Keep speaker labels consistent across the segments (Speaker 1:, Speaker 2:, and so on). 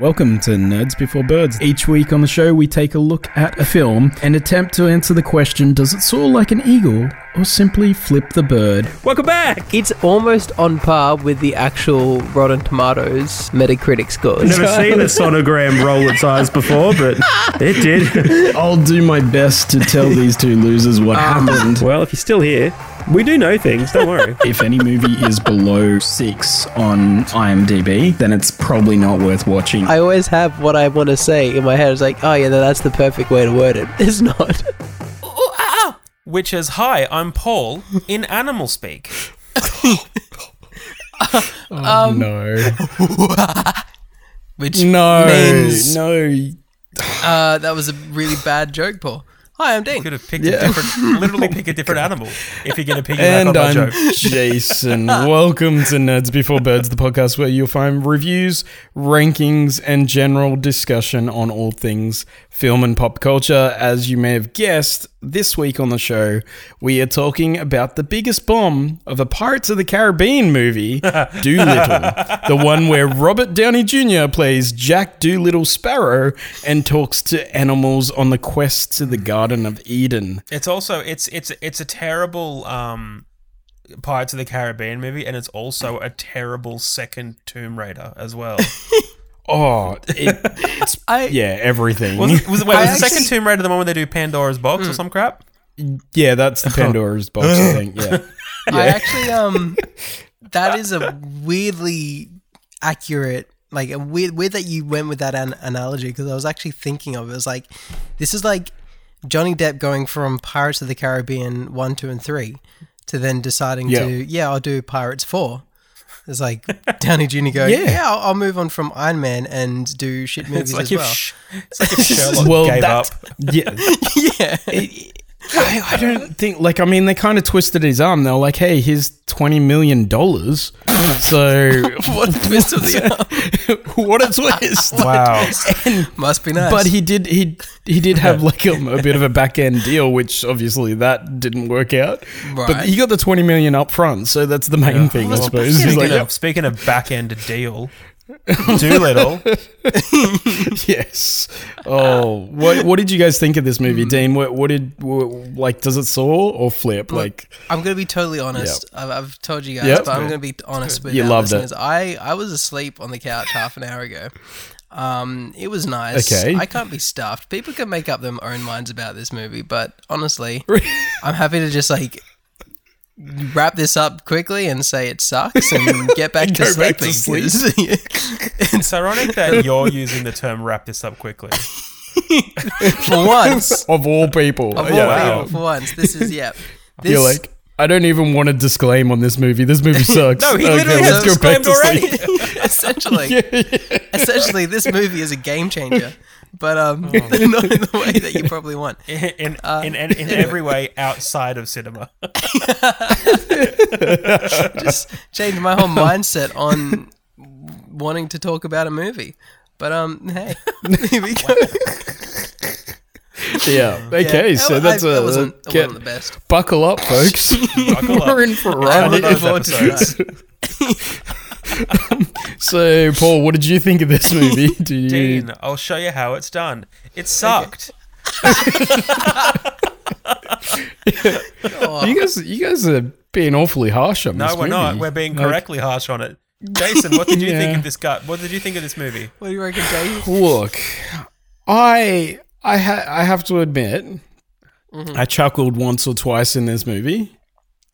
Speaker 1: Welcome to Nerds Before Birds. Each week on the show, we take a look at a film and attempt to answer the question does it soar like an eagle or simply flip the bird?
Speaker 2: Welcome back!
Speaker 3: It's almost on par with the actual Rotten Tomatoes Metacritic scores.
Speaker 2: Never seen a sonogram roll its eyes before, but it did.
Speaker 1: I'll do my best to tell these two losers what happened.
Speaker 2: Well, if you're still here, we do know things, don't worry.
Speaker 1: If any movie is below six on IMDb, then it's probably not worth watching.
Speaker 3: I always have what I want to say in my head. It's like, oh yeah, no, that's the perfect way to word it. It's not.
Speaker 4: which is hi i'm paul in animal speak
Speaker 1: no.
Speaker 3: Which
Speaker 1: No.
Speaker 3: means
Speaker 1: No.
Speaker 3: uh, that was a really bad joke, Paul. Hi, I'm Dean.
Speaker 4: could have picked a different literally pick a different animal if you're going to pick
Speaker 1: And
Speaker 4: up on my
Speaker 1: I'm
Speaker 4: joke
Speaker 1: Jason. Welcome to Nerds Before Birds, the podcast where you'll find reviews, rankings, and general discussion on all things film and pop culture. As you may have guessed, this week on the show, we are talking about the biggest bomb of the Pirates of the Caribbean movie, Doolittle, the one where Robert Downey Jr. plays Jack Doolittle Sparrow and talks to animals on the quest to the Garden of Eden.
Speaker 4: it's also it's it's it's a terrible um pirates of the caribbean movie and it's also a terrible second tomb raider as well
Speaker 1: Oh, it, it's
Speaker 3: I-
Speaker 1: yeah, everything.
Speaker 4: was, it- was, wait,
Speaker 3: I
Speaker 4: was the
Speaker 3: actually-
Speaker 4: second tomb raider the one where they do pandora's box or some crap
Speaker 1: yeah, that's the Pandora's box. I think. Yeah,
Speaker 3: I actually um that is a weirdly accurate like a weird weird that you went with that an- analogy because I was actually thinking of it. it was like this is like Johnny Depp going from Pirates of the Caribbean 1 2 and 3 to then deciding
Speaker 1: Yeah.
Speaker 3: to yeah, I'll do Pirates 4. It's like Downey Jr. going,
Speaker 1: Yeah.
Speaker 3: yeah, I'll, I'll move on from Iron Man and do shit movies
Speaker 4: it's like,
Speaker 3: as
Speaker 4: if,
Speaker 3: well.
Speaker 4: Sh- it's like if sherlock gave up
Speaker 1: that's- yeah.
Speaker 3: yeah.
Speaker 1: It- I, I don't think like I mean they kind of twisted his arm. They're like, hey, here's twenty million dollars. So what a twist of the arm? what a twist!
Speaker 2: Wow.
Speaker 4: Oh.
Speaker 3: Must be nice.
Speaker 1: But he did he he did have like a, a bit of a back end deal, which obviously that didn't work out. But
Speaker 3: Right.
Speaker 1: he got the twenty million up front, so that's the main thing, I
Speaker 3: Well,
Speaker 1: suppose. He's
Speaker 4: speaking,
Speaker 1: like,
Speaker 4: of, speaking of back-end deal doolittle
Speaker 1: Yes. Oh, what what did you guys think of this movie, Dean? What what did wh- like? Does it soar or flip? Like,
Speaker 3: I'm gonna be totally honest. I've, I've told you guys,
Speaker 1: Yep.
Speaker 3: but I'm gonna be honest with
Speaker 1: You
Speaker 3: our
Speaker 1: loved it.
Speaker 3: listeners. I I was asleep on the couch half an hour ago. Um, it was nice.
Speaker 1: Okay.
Speaker 3: I can't be stuffed. People can make up their own minds about this movie, but honestly, I'm happy to just like wrap this up quickly and say it sucks and get back, to,
Speaker 1: go back to
Speaker 3: sleeping, 'cause-
Speaker 4: it's ironic that you're using the term wrap this up quickly
Speaker 3: for once,
Speaker 1: of all people,
Speaker 3: for,
Speaker 4: wow.
Speaker 3: for once, this is yeah. This,
Speaker 1: Oh, You're like, I don't even want to disclaim on this movie. This movie sucks.
Speaker 4: no he literally has disclaimed already
Speaker 3: essentially, essentially, this movie is a game changer, but um,
Speaker 1: Oh.
Speaker 3: not in the way that you probably want.
Speaker 4: in,
Speaker 3: Uh,
Speaker 4: in, in, in every way outside of cinema.
Speaker 3: Just changed my whole mindset on wanting to talk about a movie. But um, hey, there we go.
Speaker 1: Yeah. Okay.
Speaker 3: Yeah,
Speaker 1: so
Speaker 3: I-
Speaker 1: that's
Speaker 3: I-
Speaker 1: a
Speaker 3: that wasn't, I
Speaker 1: get-
Speaker 3: wasn't the best.
Speaker 1: buckle up, folks.
Speaker 4: Buckle
Speaker 1: We're
Speaker 4: up.
Speaker 1: in for a ride.
Speaker 3: I'm looking forward to
Speaker 4: episodes.
Speaker 3: that.
Speaker 1: So, Paul, what did you think of this movie? Do you?
Speaker 4: Dean, I'll show you how it's done. It sucked.
Speaker 1: You guys, you guys are being awfully harsh on
Speaker 4: No,
Speaker 1: this
Speaker 4: we're
Speaker 1: movie.
Speaker 4: not. We're being
Speaker 1: Like,
Speaker 4: correctly harsh on it. Jason, what did you
Speaker 1: Yeah.
Speaker 4: think of this guy? What did you think of this movie?
Speaker 3: What do you reckon, Dave?
Speaker 1: Look, I I ha- I have to admit,
Speaker 3: Mm-hmm.
Speaker 1: I chuckled once or twice in this movie.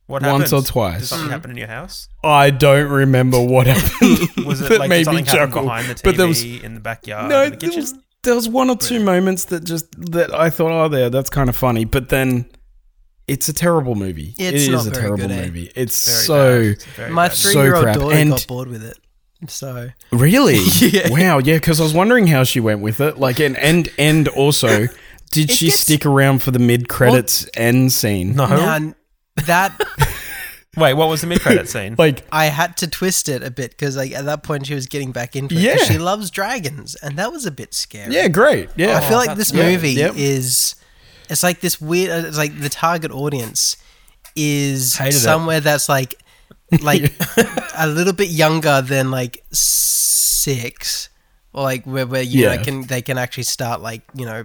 Speaker 4: What happened?
Speaker 1: Once or twice.
Speaker 4: Did
Speaker 3: Mm.
Speaker 4: something happen in your house?
Speaker 1: I don't remember what happened.
Speaker 4: Was it
Speaker 1: That
Speaker 4: like
Speaker 1: made me
Speaker 4: did something happened
Speaker 1: chuckle,
Speaker 4: behind the TV
Speaker 1: but there was-
Speaker 4: in the backyard?
Speaker 1: no,
Speaker 4: uh, in the
Speaker 1: there
Speaker 4: kitchen?
Speaker 1: was, there was one or two moments that just that I thought, oh, there, that's kind of funny. But then, it's a terrible movie. It
Speaker 3: It's
Speaker 1: is
Speaker 3: not
Speaker 1: a
Speaker 3: very
Speaker 1: terrible
Speaker 3: good, eh?
Speaker 1: movie. It's
Speaker 4: Very
Speaker 1: so
Speaker 4: bad. Very
Speaker 3: My
Speaker 4: bad.
Speaker 1: So
Speaker 3: three-year-old
Speaker 1: crap.
Speaker 3: daughter
Speaker 1: And-
Speaker 3: got bored with it. So
Speaker 1: really,
Speaker 3: Yeah.
Speaker 1: wow, yeah. Because I was wondering how she went with it. Like, and and and also, did she
Speaker 3: gets-
Speaker 1: stick around for the mid credits end scene?
Speaker 4: no.
Speaker 3: now, that
Speaker 4: Wait, what was the mid-credit scene?
Speaker 1: Like,
Speaker 3: I had to twist it a bit because like at that point she was getting back into it.
Speaker 1: Yeah.
Speaker 3: 'cause She loves dragons, and that was a bit scary.
Speaker 1: yeah, great. Yeah,
Speaker 3: I feel like this movie
Speaker 1: Yep.
Speaker 3: is it's like this weird uh, it's like the target audience is
Speaker 4: Hated it.
Speaker 3: somewhere that's like like a little bit younger than like 6 or like where, where you know,
Speaker 1: Yeah.
Speaker 3: can they can actually start like you know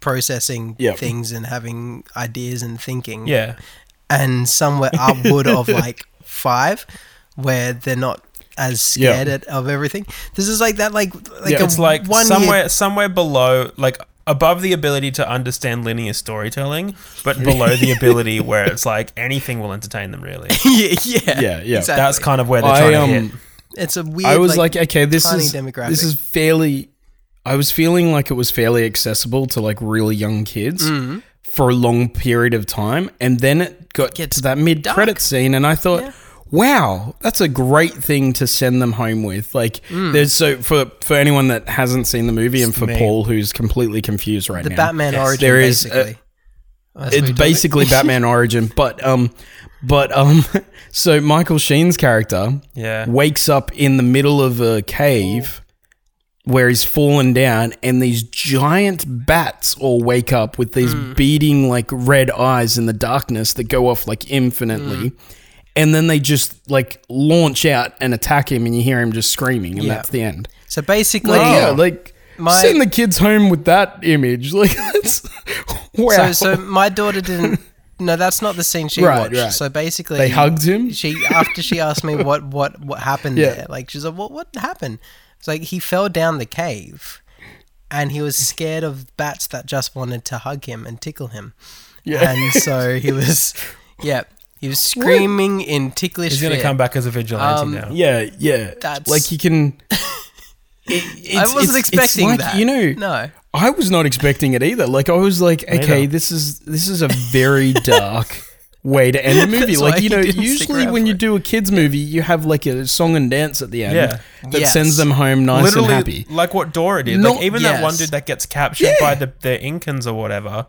Speaker 3: processing
Speaker 1: Yep.
Speaker 3: things and having ideas and thinking
Speaker 4: Yeah.
Speaker 3: and somewhere upward of like five where they're not as
Speaker 1: Yeah.
Speaker 3: scared at, of everything this is like that like like
Speaker 1: Yeah,
Speaker 3: a
Speaker 4: It's like
Speaker 3: one
Speaker 4: somewhere
Speaker 3: year,
Speaker 4: somewhere below like above the ability to understand linear storytelling, but below the ability where it's like anything will entertain them really.
Speaker 3: yeah yeah,
Speaker 1: Yeah, yeah.
Speaker 3: exactly.
Speaker 4: That's kind of where they're
Speaker 1: I
Speaker 4: trying
Speaker 1: um,
Speaker 4: to hit.
Speaker 3: it's a weird
Speaker 1: I was like, okay, this
Speaker 3: tiny
Speaker 1: is
Speaker 3: demographic.
Speaker 1: this is fairly. I was feeling like it was fairly accessible to like really young kids
Speaker 3: Mm-hmm.
Speaker 1: for a long period of time, and then it got
Speaker 3: gets
Speaker 1: to that mid credit scene, and I thought. Wow, that's a great thing to send them home with. Like,
Speaker 3: Mm.
Speaker 1: there's so for for anyone that hasn't seen the movie, and for Paul who's completely confused right
Speaker 3: the
Speaker 1: now,
Speaker 3: Batman origin
Speaker 1: there is a-
Speaker 3: basically That's what
Speaker 1: it's
Speaker 3: you're doing.
Speaker 1: basically Batman Origin, but um, but um, so Michael Sheen's character,
Speaker 4: Yeah.
Speaker 1: wakes up in the middle of a cave where he's fallen down, and these giant bats all wake up with these
Speaker 3: Mm.
Speaker 1: beating like red eyes in the darkness that go off like
Speaker 3: Mm.
Speaker 1: infinitely. And then they just like launch out and attack him, and you hear him just screaming, and
Speaker 3: Yeah.
Speaker 1: that's the end.
Speaker 3: so basically
Speaker 1: Like, yeah, like
Speaker 3: My-
Speaker 1: send the kids home with that image. Like, that's wow.
Speaker 3: So, so my daughter didn't. No, that's not the scene she
Speaker 1: Right,
Speaker 3: watched.
Speaker 1: right.
Speaker 3: So basically,
Speaker 1: they hugged him.
Speaker 3: She after she asked me what what what happened
Speaker 1: Yeah.
Speaker 3: there. Like she's like, what what happened? It's like he fell down the cave, and he was scared of bats that just wanted to hug him and tickle him.
Speaker 1: Yeah.
Speaker 3: And so he was, yeah, he was screaming in ticklish
Speaker 4: He's going to
Speaker 3: fear.
Speaker 4: come back as a vigilante
Speaker 3: Um,
Speaker 4: now.
Speaker 1: Yeah, yeah.
Speaker 3: That's-
Speaker 1: like you can. It,
Speaker 3: I
Speaker 1: it's-
Speaker 3: wasn't
Speaker 1: it's- it's
Speaker 3: expecting
Speaker 1: like,
Speaker 3: that.
Speaker 1: You know,
Speaker 3: no.
Speaker 1: I was not expecting it either. Like I was like, okay, this is this is a very dark way to end a movie.
Speaker 3: That's why
Speaker 1: like you
Speaker 3: you
Speaker 1: know,
Speaker 3: didn't stick
Speaker 1: usually
Speaker 3: around
Speaker 1: when
Speaker 3: for
Speaker 1: you
Speaker 3: it.
Speaker 1: do a kids movie, you have like a song and dance at the end
Speaker 4: Yeah.
Speaker 1: that
Speaker 3: Yes.
Speaker 1: sends them home nice
Speaker 4: Literally,
Speaker 1: and happy.
Speaker 4: like what Dora did.
Speaker 1: Not-
Speaker 4: like even that one
Speaker 3: yes.
Speaker 4: dude that gets captured
Speaker 1: Yeah.
Speaker 4: by the, the Incans or whatever.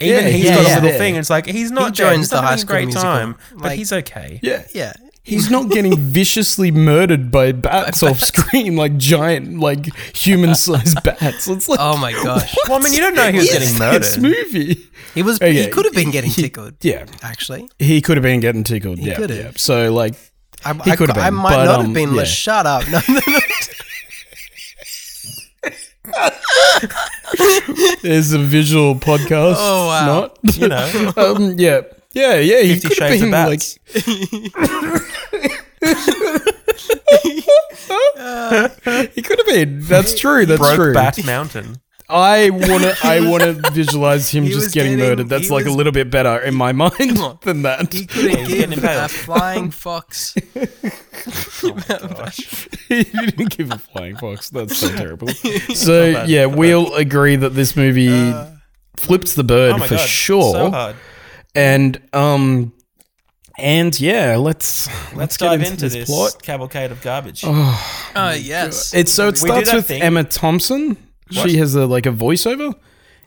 Speaker 4: Even
Speaker 1: Yeah,
Speaker 4: he's
Speaker 1: yeah,
Speaker 4: got
Speaker 1: yeah.
Speaker 4: a little
Speaker 1: Yeah.
Speaker 4: thing. It's like he's not
Speaker 3: He
Speaker 4: dead,
Speaker 3: joins
Speaker 4: he's
Speaker 3: the
Speaker 4: having
Speaker 3: High
Speaker 4: a
Speaker 3: School
Speaker 4: great
Speaker 3: Musical.
Speaker 4: time, but
Speaker 3: Like-
Speaker 4: he's okay.
Speaker 1: Yeah.
Speaker 3: Yeah.
Speaker 1: He's not getting viciously murdered by bats off screen, like giant, like human-sized bats. It's like,
Speaker 3: Oh my gosh.
Speaker 4: Well, I mean, you don't know he was
Speaker 1: is
Speaker 4: getting
Speaker 1: this
Speaker 4: murdered.
Speaker 1: movie.
Speaker 3: He was.
Speaker 1: Okay,
Speaker 3: He could have been getting
Speaker 1: he-
Speaker 3: tickled.
Speaker 1: Oh, Yeah,
Speaker 3: Actually,
Speaker 1: he could have been getting tickled. yeah,
Speaker 3: could've.
Speaker 1: yeah. So like,
Speaker 3: I,
Speaker 1: He
Speaker 3: I,
Speaker 1: could have
Speaker 3: I
Speaker 1: been,
Speaker 3: might
Speaker 1: but,
Speaker 3: not
Speaker 1: um,
Speaker 3: have been.
Speaker 1: yeah.
Speaker 3: like, Shut up. No, no, no.
Speaker 1: There's a visual podcast.
Speaker 3: Oh, wow.
Speaker 1: Not you
Speaker 4: know.
Speaker 1: um, yeah, yeah, yeah. He
Speaker 4: Fifty
Speaker 1: could have
Speaker 4: Shades
Speaker 1: been like,
Speaker 4: of Bats.
Speaker 1: he could have been. That's true. That's
Speaker 4: Broke
Speaker 1: true.
Speaker 4: Bat Mountain.
Speaker 1: I wanna, I wanna visualize him
Speaker 3: He
Speaker 1: just
Speaker 3: was
Speaker 1: getting,
Speaker 3: getting-
Speaker 1: murdered. That's
Speaker 3: he
Speaker 1: like a
Speaker 3: was-
Speaker 1: little bit better in my mind
Speaker 3: on.
Speaker 1: than that.
Speaker 3: He couldn't
Speaker 4: getting
Speaker 3: give a
Speaker 4: impaled.
Speaker 3: flying fox.
Speaker 1: he didn't give a flying fox. That's so terrible. So yeah, we'll agree that this movie flips the bird
Speaker 4: Uh, Oh my
Speaker 1: for
Speaker 4: god,
Speaker 1: sure.
Speaker 4: So hard.
Speaker 1: and um, and yeah, let's let's,
Speaker 4: Let's
Speaker 1: get
Speaker 4: dive into this,
Speaker 1: plot.
Speaker 4: cavalcade of garbage.
Speaker 3: Oh yes.
Speaker 1: It's so it
Speaker 4: We do
Speaker 1: starts
Speaker 4: that
Speaker 1: with
Speaker 4: thing.
Speaker 1: Emma Thompson.
Speaker 4: What?
Speaker 1: She has a like a voiceover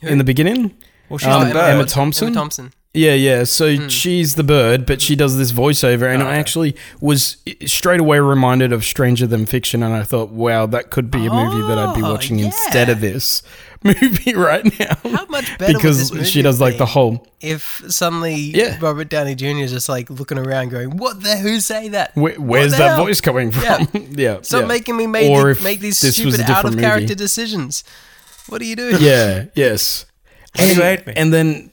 Speaker 1: in the beginning.
Speaker 4: Well, she's
Speaker 1: Um,
Speaker 4: the bird.
Speaker 1: Emma Thompson?
Speaker 3: Emma Thompson.
Speaker 1: Yeah, yeah. So
Speaker 3: Hmm.
Speaker 1: she's the bird, but she does this voiceover, and I
Speaker 3: Oh.
Speaker 1: actually was straight away reminded of Stranger Than Fiction, and I thought, wow, that could be a movie that I'd be
Speaker 3: Oh,
Speaker 1: watching
Speaker 3: yeah.
Speaker 1: instead of this movie right now.
Speaker 3: How much better would
Speaker 1: because
Speaker 3: this movie
Speaker 1: she does like the
Speaker 3: be?
Speaker 1: whole
Speaker 3: If suddenly
Speaker 1: Yeah.
Speaker 3: Robert Downey Jr. is just like looking around, going, "What the? Who say that?
Speaker 1: Where, where's
Speaker 3: the
Speaker 1: that
Speaker 3: hell?
Speaker 1: voice coming from?
Speaker 3: Yeah.
Speaker 1: Yeah,
Speaker 3: Stop
Speaker 1: yeah.
Speaker 3: making me make,
Speaker 1: Or
Speaker 3: th-
Speaker 1: if
Speaker 3: make these
Speaker 1: this was a
Speaker 3: stupid out of
Speaker 1: different
Speaker 3: character
Speaker 1: movie.
Speaker 3: decisions. What are you doing?
Speaker 1: Yeah, yes.
Speaker 4: you hate me.
Speaker 1: and then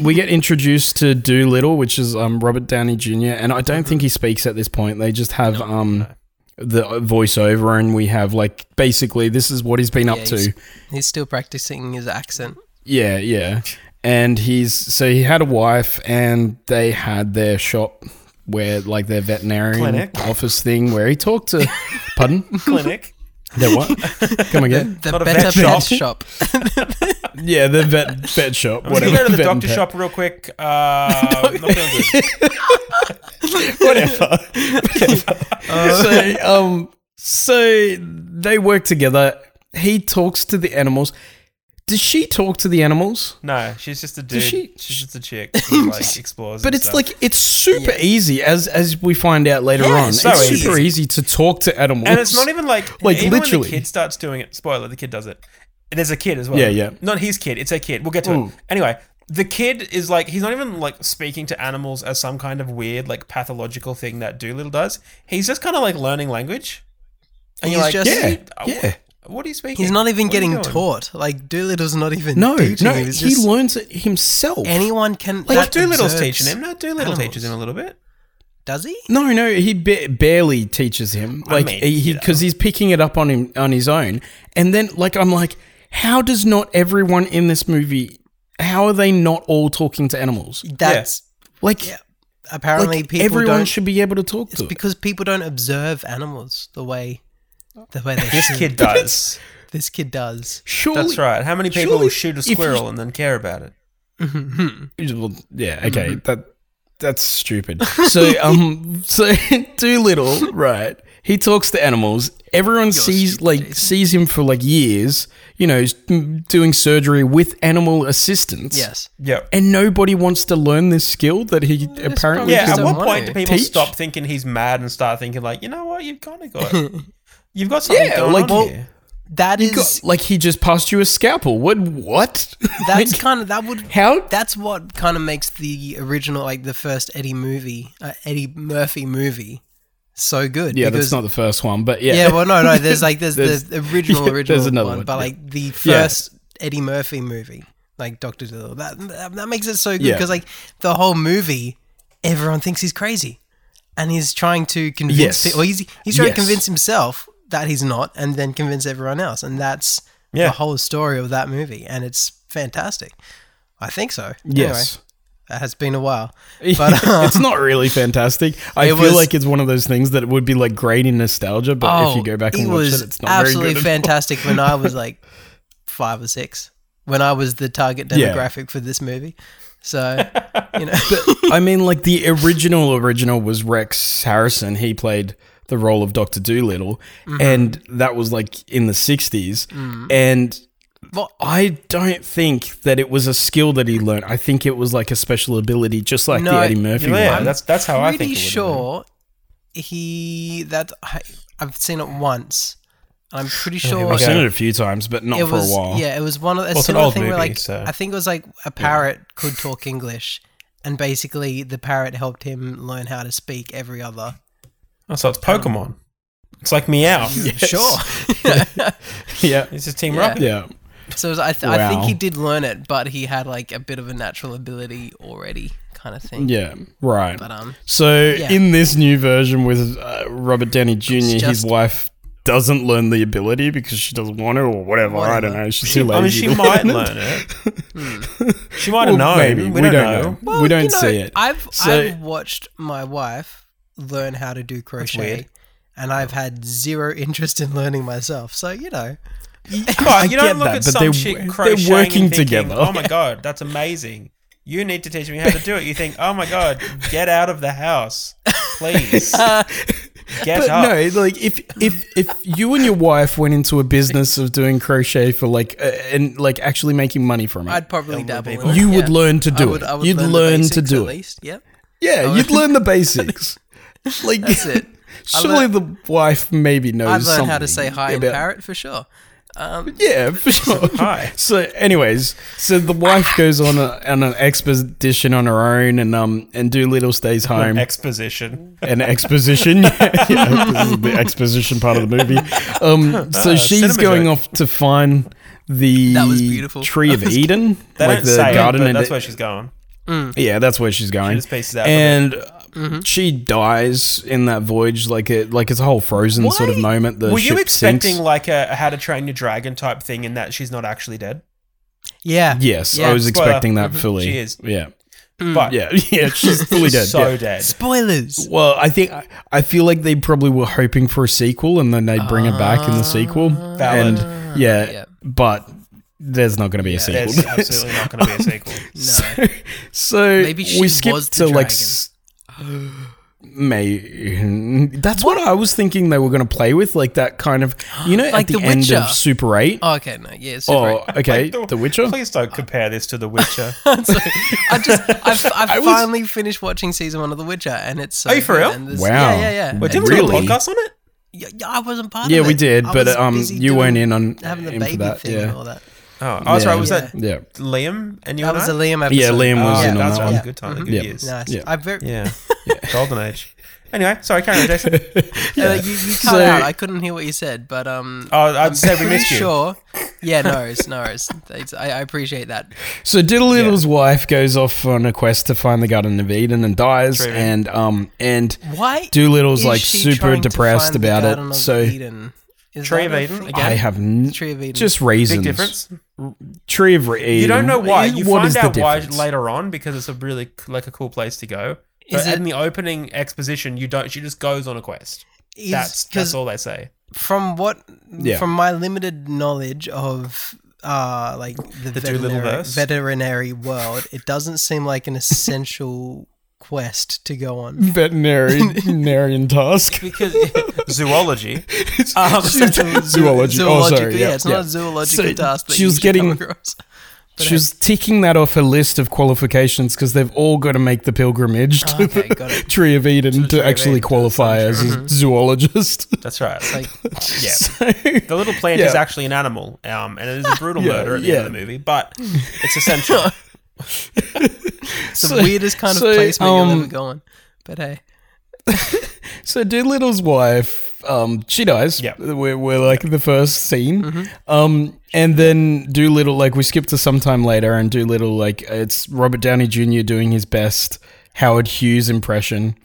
Speaker 1: we get introduced to Doolittle, which is um, Robert Downey Jr. And I don't think he speaks at this point. They just have um, the voiceover, and we have like basically this is what he's been up
Speaker 3: Yeah,
Speaker 1: to.
Speaker 3: he's- He's still practicing his accent.
Speaker 1: Yeah, yeah. And he's so he had a wife, and they had their shop where like their veterinarian
Speaker 4: Clinic.
Speaker 1: office thing where he talked to. pardon.
Speaker 4: clinic.
Speaker 1: Their what? Come again?
Speaker 3: The
Speaker 4: Not a
Speaker 3: better
Speaker 4: vet
Speaker 3: pet shop.
Speaker 4: shop.
Speaker 1: Yeah, the vet vet shop.
Speaker 4: Let's
Speaker 1: Whatever.
Speaker 4: go to the
Speaker 1: Vet and
Speaker 4: doctor
Speaker 1: pet.
Speaker 4: shop real quick. Uh, not feeling good.
Speaker 1: whatever. so, um, so they work together. He talks to the animals. Does she talk to the animals?
Speaker 4: No, she's just a dude.
Speaker 1: she-
Speaker 4: She's just a chick who like explores.
Speaker 1: But
Speaker 4: and
Speaker 1: it's
Speaker 4: stuff.
Speaker 1: like it's super easy, as as we find out later
Speaker 3: Yeah,
Speaker 1: on.
Speaker 3: so
Speaker 1: it's super
Speaker 3: easy.
Speaker 1: easy to talk to animals,
Speaker 4: and it's not even like
Speaker 1: Like,
Speaker 4: even
Speaker 1: literally.
Speaker 4: When the kid starts doing it. Spoiler: the kid does it. There's a kid as well.
Speaker 1: Yeah, yeah.
Speaker 4: Not his kid. It's a kid. We'll get to
Speaker 1: Ooh.
Speaker 4: it anyway. The kid is like he's not even like speaking to animals as some kind of weird like pathological thing that Doolittle does. He's just kind of like learning language. And
Speaker 3: He's
Speaker 4: you're like,
Speaker 3: just-
Speaker 1: Yeah,
Speaker 4: "Oh,
Speaker 1: yeah.
Speaker 4: What are you speaking?
Speaker 3: He's not even
Speaker 4: What are you
Speaker 3: getting
Speaker 4: doing?
Speaker 3: taught. Like Doolittle's not even
Speaker 1: No,
Speaker 3: teaching
Speaker 1: no,
Speaker 3: him.
Speaker 1: he
Speaker 3: It's just
Speaker 1: learns it himself.
Speaker 3: anyone can.
Speaker 4: Like
Speaker 3: that
Speaker 4: Doolittle's
Speaker 3: observes-
Speaker 4: teaching him. No, Doolittle
Speaker 3: animals.
Speaker 4: teaches him a little bit.
Speaker 3: Does he?
Speaker 1: No, no, he ba- barely teaches him.
Speaker 4: I
Speaker 1: Like
Speaker 4: mean,
Speaker 1: he
Speaker 4: you know.
Speaker 1: because he's picking it up on him on his own, and then like I'm like, how does not everyone in this movie? How are they not all talking to animals?
Speaker 3: That's
Speaker 1: Like, like
Speaker 3: apparently people
Speaker 1: everyone
Speaker 3: don't.
Speaker 1: should be able to talk
Speaker 3: it's
Speaker 1: to. it.
Speaker 3: because people don't observe animals the way the way they
Speaker 4: This
Speaker 3: should.
Speaker 4: kid does.
Speaker 3: This kid does.
Speaker 1: Surely,
Speaker 4: That's right. How many people
Speaker 1: surely
Speaker 4: will shoot a
Speaker 1: if you-
Speaker 4: squirrel and then care about it?
Speaker 1: Well, yeah,
Speaker 3: Mm-hmm.
Speaker 1: okay, that that's stupid. So, um, so Doolittle, right? He talks to animals. Everyone sees like sees him for like years. You know, he's doing surgery with animal assistance.
Speaker 3: yes.
Speaker 4: Yep.
Speaker 1: and nobody wants to learn this skill that he apparently.
Speaker 3: Yeah,
Speaker 4: Yeah.
Speaker 1: can-
Speaker 4: At
Speaker 3: don't
Speaker 4: what
Speaker 3: want
Speaker 4: point
Speaker 3: to.
Speaker 4: do people
Speaker 1: Teach?
Speaker 4: stop thinking he's mad and start thinking like, you know what, you've kind of got, you've got something
Speaker 1: Yeah,
Speaker 4: going
Speaker 1: like-
Speaker 4: on
Speaker 1: Well,
Speaker 4: here.
Speaker 3: That is.
Speaker 1: God, like he just passed you a scalpel. What? What?
Speaker 3: that's
Speaker 1: Like,
Speaker 3: kind of that would.
Speaker 1: how?
Speaker 3: That's what kind of makes the original, like the first Eddie movie, uh, Eddie Murphy movie, so good.
Speaker 1: Yeah,
Speaker 3: because
Speaker 1: that's not the first one, but yeah,
Speaker 3: Yeah, well, no, no. There's like there's,
Speaker 1: There's-
Speaker 3: the original
Speaker 1: yeah,
Speaker 3: original
Speaker 1: there's another
Speaker 3: one,
Speaker 1: one,
Speaker 3: but
Speaker 1: yeah.
Speaker 3: like the
Speaker 1: Yeah.
Speaker 3: first Eddie Murphy movie, like Doctor Dolittle. That that that makes it so good
Speaker 1: Yeah.
Speaker 3: because like the whole movie, everyone thinks he's crazy, and he's trying to convince.
Speaker 1: Yes.
Speaker 3: pe- or he's he's trying
Speaker 1: Yes.
Speaker 3: to convince himself that he's not, and then convince everyone else, and that's
Speaker 4: Yeah.
Speaker 3: the whole story of that movie, and it's fantastic. I think so.
Speaker 1: yes.
Speaker 3: Anyway, it has been a while. But, um,
Speaker 1: it's not really fantastic. I
Speaker 3: it
Speaker 1: feel
Speaker 3: was-
Speaker 1: like it's one of those things that would be like great in nostalgia, but if you go back and watch it, it's not very
Speaker 3: Oh, absolutely
Speaker 1: good. at all.
Speaker 3: fantastic when I was like five or six, when I was the target
Speaker 1: Yeah.
Speaker 3: demographic for this movie. So, you know,
Speaker 1: I mean, like the original original was Rex Harrison. He played the role of Doctor Doolittle,
Speaker 3: Mm-hmm.
Speaker 1: and that was like in the '60s. And
Speaker 3: Mm. Well-
Speaker 1: I don't think that it was a skill that he learned. I think it was like a special ability, just like the
Speaker 3: No,
Speaker 1: Eddie Murphy
Speaker 4: Yeah,
Speaker 1: one.
Speaker 4: that's that's how I
Speaker 3: pretty
Speaker 4: think. it would have
Speaker 3: sure he that I, I've seen it once. I'm pretty sure
Speaker 1: I've seen it a few times, but not
Speaker 3: it
Speaker 1: for
Speaker 3: was
Speaker 1: a while.
Speaker 3: yeah, it was one of a
Speaker 4: it's an
Speaker 3: similar
Speaker 4: old
Speaker 3: thing where
Speaker 4: movie,
Speaker 3: like
Speaker 4: so-
Speaker 3: I think it was like a parrot could talk English, and basically the parrot helped him learn how to speak every other.
Speaker 4: been. Oh, so it's Pokemon. It's like Meow.
Speaker 3: Sure.
Speaker 1: yeah,
Speaker 4: It's just Team
Speaker 3: Yeah.
Speaker 4: Rocket.
Speaker 1: yeah.
Speaker 3: So it was- I, th- I think
Speaker 1: Wow.
Speaker 3: he did learn it, but he had like a bit of a natural ability already, kind of thing.
Speaker 1: Yeah, right.
Speaker 3: But um,
Speaker 1: So
Speaker 3: Yeah.
Speaker 1: in this new version with uh, Robert Downey Jr., his
Speaker 3: just-
Speaker 1: wife doesn't learn the ability because she doesn't want to or whatever. I don't
Speaker 3: Whatever.
Speaker 1: know. She's too lazy.
Speaker 4: I mean, she
Speaker 1: to
Speaker 4: might
Speaker 1: learn it.
Speaker 4: learn it.
Speaker 3: Hmm.
Speaker 4: She
Speaker 1: Well,
Speaker 4: might have known.
Speaker 1: maybe.
Speaker 4: We, don't know.
Speaker 3: well,
Speaker 1: we don't
Speaker 3: you know,
Speaker 1: see it.
Speaker 3: I've
Speaker 1: So-
Speaker 3: I've watched my wife learn how to do crochet,
Speaker 4: weird.
Speaker 3: and I've had zero interest in learning myself. So you know,
Speaker 4: But you
Speaker 1: get
Speaker 4: don't look
Speaker 1: that, but
Speaker 4: at some
Speaker 1: they're-
Speaker 4: chick
Speaker 1: they're
Speaker 4: crocheting and
Speaker 1: working
Speaker 4: thinking,
Speaker 1: together.
Speaker 4: Oh my god, that's amazing. You need to teach me how to do it. You think, oh my god, get out of the house, please. Get
Speaker 1: But
Speaker 4: up.
Speaker 1: no, like if if if you and your wife went into a business of doing crochet for like uh, and like actually making money from it,
Speaker 3: I'd probably
Speaker 4: Yeah,
Speaker 3: dabble.
Speaker 4: well,
Speaker 3: in it,
Speaker 1: you
Speaker 3: yeah.
Speaker 1: would learn to do
Speaker 3: I would,
Speaker 1: it.
Speaker 3: I would
Speaker 1: You'd learn,
Speaker 3: learn, the
Speaker 1: to
Speaker 3: basics
Speaker 1: do
Speaker 3: at
Speaker 1: it.
Speaker 3: Least. Yep,
Speaker 1: Yeah,
Speaker 3: would-
Speaker 1: you'd learn the basics. Like
Speaker 3: that's it. I
Speaker 1: Surely
Speaker 3: learned-
Speaker 1: the wife maybe knows.
Speaker 3: I've learned how to say
Speaker 1: something
Speaker 3: hi in
Speaker 1: about-
Speaker 3: parrot for sure.
Speaker 1: Yeah, for sure.
Speaker 4: Hi.
Speaker 1: So, anyways, so the wife goes on a, on an expedition on her own, and um, and Doolittle stays home.
Speaker 4: Exposition.
Speaker 1: an exposition. yeah, this is the exposition part of the movie. Um, so she's
Speaker 4: Ah, cinema
Speaker 1: going
Speaker 4: joke.
Speaker 1: off to find the
Speaker 3: That was beautiful.
Speaker 1: tree of Eden,
Speaker 4: They
Speaker 1: like
Speaker 4: don't
Speaker 1: the
Speaker 4: say
Speaker 1: garden.
Speaker 4: it, but
Speaker 1: and
Speaker 4: that's
Speaker 1: it-
Speaker 4: where she's going.
Speaker 1: yeah, that's where she's going.
Speaker 4: just pieces out Mm-hmm.
Speaker 1: and uh, she dies in that voyage. Like it, like it's a whole frozen sort of
Speaker 3: Why
Speaker 1: moment. The
Speaker 4: Were
Speaker 1: ship
Speaker 4: you expecting
Speaker 1: sinks.
Speaker 4: like a, a How to Train Your Dragon type thing, in that she's not actually dead?
Speaker 3: Yeah,
Speaker 1: Yes,
Speaker 3: Yeah.
Speaker 1: I was
Speaker 4: Spoiler.
Speaker 1: expecting that fully.
Speaker 4: She is.
Speaker 1: Yeah,
Speaker 4: But
Speaker 1: yeah, yeah. She's fully dead.
Speaker 4: so
Speaker 1: yeah.
Speaker 4: dead.
Speaker 3: Spoilers.
Speaker 1: Well, I think I feel like they probably were hoping for a sequel, and then they bring her back in the sequel.
Speaker 3: Uh,
Speaker 4: Valid.
Speaker 1: And yeah,
Speaker 3: Ah, Yeah.
Speaker 1: but there's not going to be a sequel.
Speaker 4: There's absolutely not going to be a sequel.
Speaker 1: so, so
Speaker 3: Maybe she
Speaker 1: we skipped
Speaker 3: was
Speaker 1: to
Speaker 3: the
Speaker 1: like.
Speaker 3: dragon.
Speaker 1: s- May that's what? I was thinking they were going to play with, like that kind of you know
Speaker 3: Like
Speaker 1: at the,
Speaker 3: The
Speaker 1: end
Speaker 3: Witcher.
Speaker 1: of Super Eight.
Speaker 3: Oh, okay, no, yeah, super.
Speaker 1: oh, okay,
Speaker 4: Like
Speaker 1: The Witcher.
Speaker 4: Please don't compare this to The Witcher.
Speaker 3: I just, I've, I've
Speaker 1: I was-
Speaker 3: finally finished watching season one of The Witcher, and it's so
Speaker 4: Are you for
Speaker 3: good,
Speaker 4: real?
Speaker 3: and this-
Speaker 1: Wow.
Speaker 3: Yeah, yeah, yeah.
Speaker 4: Wait,
Speaker 1: did
Speaker 4: didn't
Speaker 3: And
Speaker 4: we do a
Speaker 1: Really?
Speaker 4: podcast on it?
Speaker 3: Yeah, yeah, I wasn't part
Speaker 1: Yeah,
Speaker 3: of it.
Speaker 1: we did,
Speaker 3: I
Speaker 1: but
Speaker 3: was
Speaker 1: um,
Speaker 3: busy
Speaker 1: you
Speaker 3: doing-
Speaker 1: weren't in on
Speaker 3: having the
Speaker 1: in for
Speaker 3: baby
Speaker 1: that.
Speaker 3: thing and
Speaker 1: yeah,
Speaker 3: all that.
Speaker 4: Oh, that's
Speaker 1: Yeah.
Speaker 4: right. Was that
Speaker 1: yeah,
Speaker 4: Liam and you
Speaker 3: That
Speaker 4: and
Speaker 3: was
Speaker 4: I?
Speaker 3: a Liam episode.
Speaker 1: yeah. Liam was
Speaker 4: Oh,
Speaker 1: in on
Speaker 4: that's
Speaker 1: that
Speaker 4: right.
Speaker 1: one.
Speaker 4: Good time. Good
Speaker 1: Yeah.
Speaker 4: years.
Speaker 3: Nice.
Speaker 1: Yeah.
Speaker 3: I very,
Speaker 4: Yeah. Golden age. Anyway, sorry, carry on, Jason.
Speaker 3: Uh, you, you cut
Speaker 1: So-
Speaker 3: out. I couldn't hear what you said, but um,
Speaker 4: Oh, I
Speaker 3: I'm
Speaker 4: said we
Speaker 3: pretty
Speaker 4: missed you.
Speaker 3: Sure. Yeah, no worries, no worries. It's, I, I appreciate that.
Speaker 1: So Diddle Diddle's wife goes off on a quest to find the Garden of Eden and dies,
Speaker 4: True.
Speaker 1: and um and
Speaker 3: Why?
Speaker 1: Doolittle's,
Speaker 3: is
Speaker 1: like,
Speaker 3: she
Speaker 1: super
Speaker 3: trying to
Speaker 1: depressed
Speaker 3: find the
Speaker 1: about it,
Speaker 3: Garden of
Speaker 1: so-
Speaker 3: Eden? Is
Speaker 4: Tree of
Speaker 3: that a
Speaker 4: Eden?
Speaker 3: fr-
Speaker 1: I
Speaker 3: Again,
Speaker 1: have n-
Speaker 3: Tree of Eden.
Speaker 1: just reasons.
Speaker 4: Big difference.
Speaker 1: Tree of Re- Eden.
Speaker 4: You don't know why.
Speaker 1: What
Speaker 4: You
Speaker 1: is
Speaker 4: find
Speaker 1: the
Speaker 4: out why
Speaker 1: difference?
Speaker 4: later on because it's a really like a cool place to go. But
Speaker 3: Is it-
Speaker 4: in the opening exposition, you don't. She just goes on a quest.
Speaker 3: Is-
Speaker 4: that's
Speaker 3: 'cause
Speaker 4: that's all they say.
Speaker 3: from what
Speaker 1: Yeah.
Speaker 3: from my limited knowledge of uh like the,
Speaker 4: The Doolittle
Speaker 3: veterinary,
Speaker 4: verse?
Speaker 3: veterinary world, it doesn't seem like an essential quest to go on.
Speaker 1: Veterinary veterinarian task.
Speaker 4: Because zoology.
Speaker 1: Um, Zoology. Oh, sorry.
Speaker 3: Zoological- yeah, it's not a zoological
Speaker 1: So
Speaker 3: task. That
Speaker 1: she
Speaker 3: you
Speaker 1: was
Speaker 3: should come
Speaker 1: getting-
Speaker 3: across.
Speaker 1: She was ticking that off her list of qualifications because they've all got to make the pilgrimage to
Speaker 3: okay,
Speaker 1: the
Speaker 3: got it.
Speaker 1: Tree of Eden to,
Speaker 4: Tree of
Speaker 1: actually
Speaker 4: Eden,
Speaker 1: qualify as a zoologist.
Speaker 4: That's right. It's like,
Speaker 3: Like,
Speaker 4: yeah.
Speaker 1: So-
Speaker 4: The little plant is
Speaker 1: Yeah.
Speaker 4: actually an animal, um, and it is a brutal
Speaker 1: Yeah,
Speaker 4: murder at the end of
Speaker 1: yeah.
Speaker 4: the movie, but it's essential.
Speaker 3: it's the weirdest kind
Speaker 1: so,
Speaker 3: of placement you'll ever
Speaker 1: um,
Speaker 3: go on. But hey,
Speaker 1: So Doolittle's wife, um, she dies.
Speaker 4: Yep.
Speaker 1: we're, we're like the first scene,
Speaker 4: Mm-hmm.
Speaker 1: um, and then Doolittle, like we skip to sometime later, and Doolittle, like it's Robert Downey Jr. doing his best Howard Hughes impression,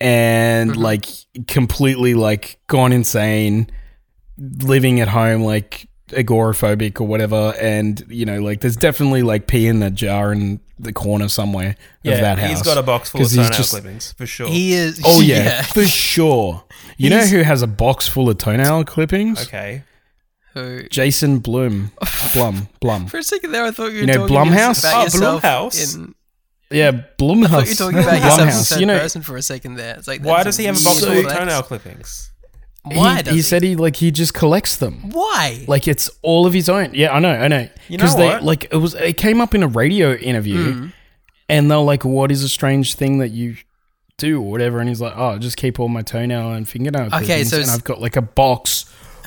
Speaker 1: and
Speaker 4: Mm-hmm.
Speaker 1: like completely like gone insane, living at home like agoraphobic or whatever, and you know like there's definitely like pee in the jar in the corner somewhere of that house.
Speaker 4: he's got a box full of
Speaker 1: 'Cause he's
Speaker 4: toenail
Speaker 1: just-
Speaker 4: clippings for sure.
Speaker 3: he is.
Speaker 1: Oh yeah, for sure. You
Speaker 3: He's-
Speaker 1: know who has a box full of toenail clippings?
Speaker 4: okay,
Speaker 3: Who-
Speaker 1: Jason Blum. Blum. Blum.
Speaker 3: For a second there, I thought you were
Speaker 1: You know,
Speaker 3: talking
Speaker 1: Blumhouse?
Speaker 3: about
Speaker 4: Oh,
Speaker 3: yourself
Speaker 4: Blumhouse.
Speaker 3: in-
Speaker 1: Yeah, Blumhouse.
Speaker 3: thought you were talking about yourself in
Speaker 1: Blumhouse.
Speaker 3: third
Speaker 1: You know,
Speaker 3: person for a second there. It's like
Speaker 4: why
Speaker 3: that's
Speaker 4: does he have a box
Speaker 3: weird
Speaker 4: full of
Speaker 3: flex.
Speaker 4: toenail clippings?
Speaker 3: Why
Speaker 1: he,
Speaker 3: does
Speaker 1: he said he like he just collects them.
Speaker 3: Why?
Speaker 1: Like it's all of his own. Yeah, I know, I know.
Speaker 4: You know
Speaker 1: they
Speaker 4: what?
Speaker 1: like it was it came up in a radio interview
Speaker 3: Hmm.
Speaker 1: and they're like, What is a strange thing that you do or whatever? And he's like, Oh, I just keep all my toenail and fingernail.
Speaker 3: Okay,
Speaker 1: clippings,
Speaker 3: so
Speaker 1: and
Speaker 3: it's- Ah.
Speaker 1: I've got like a box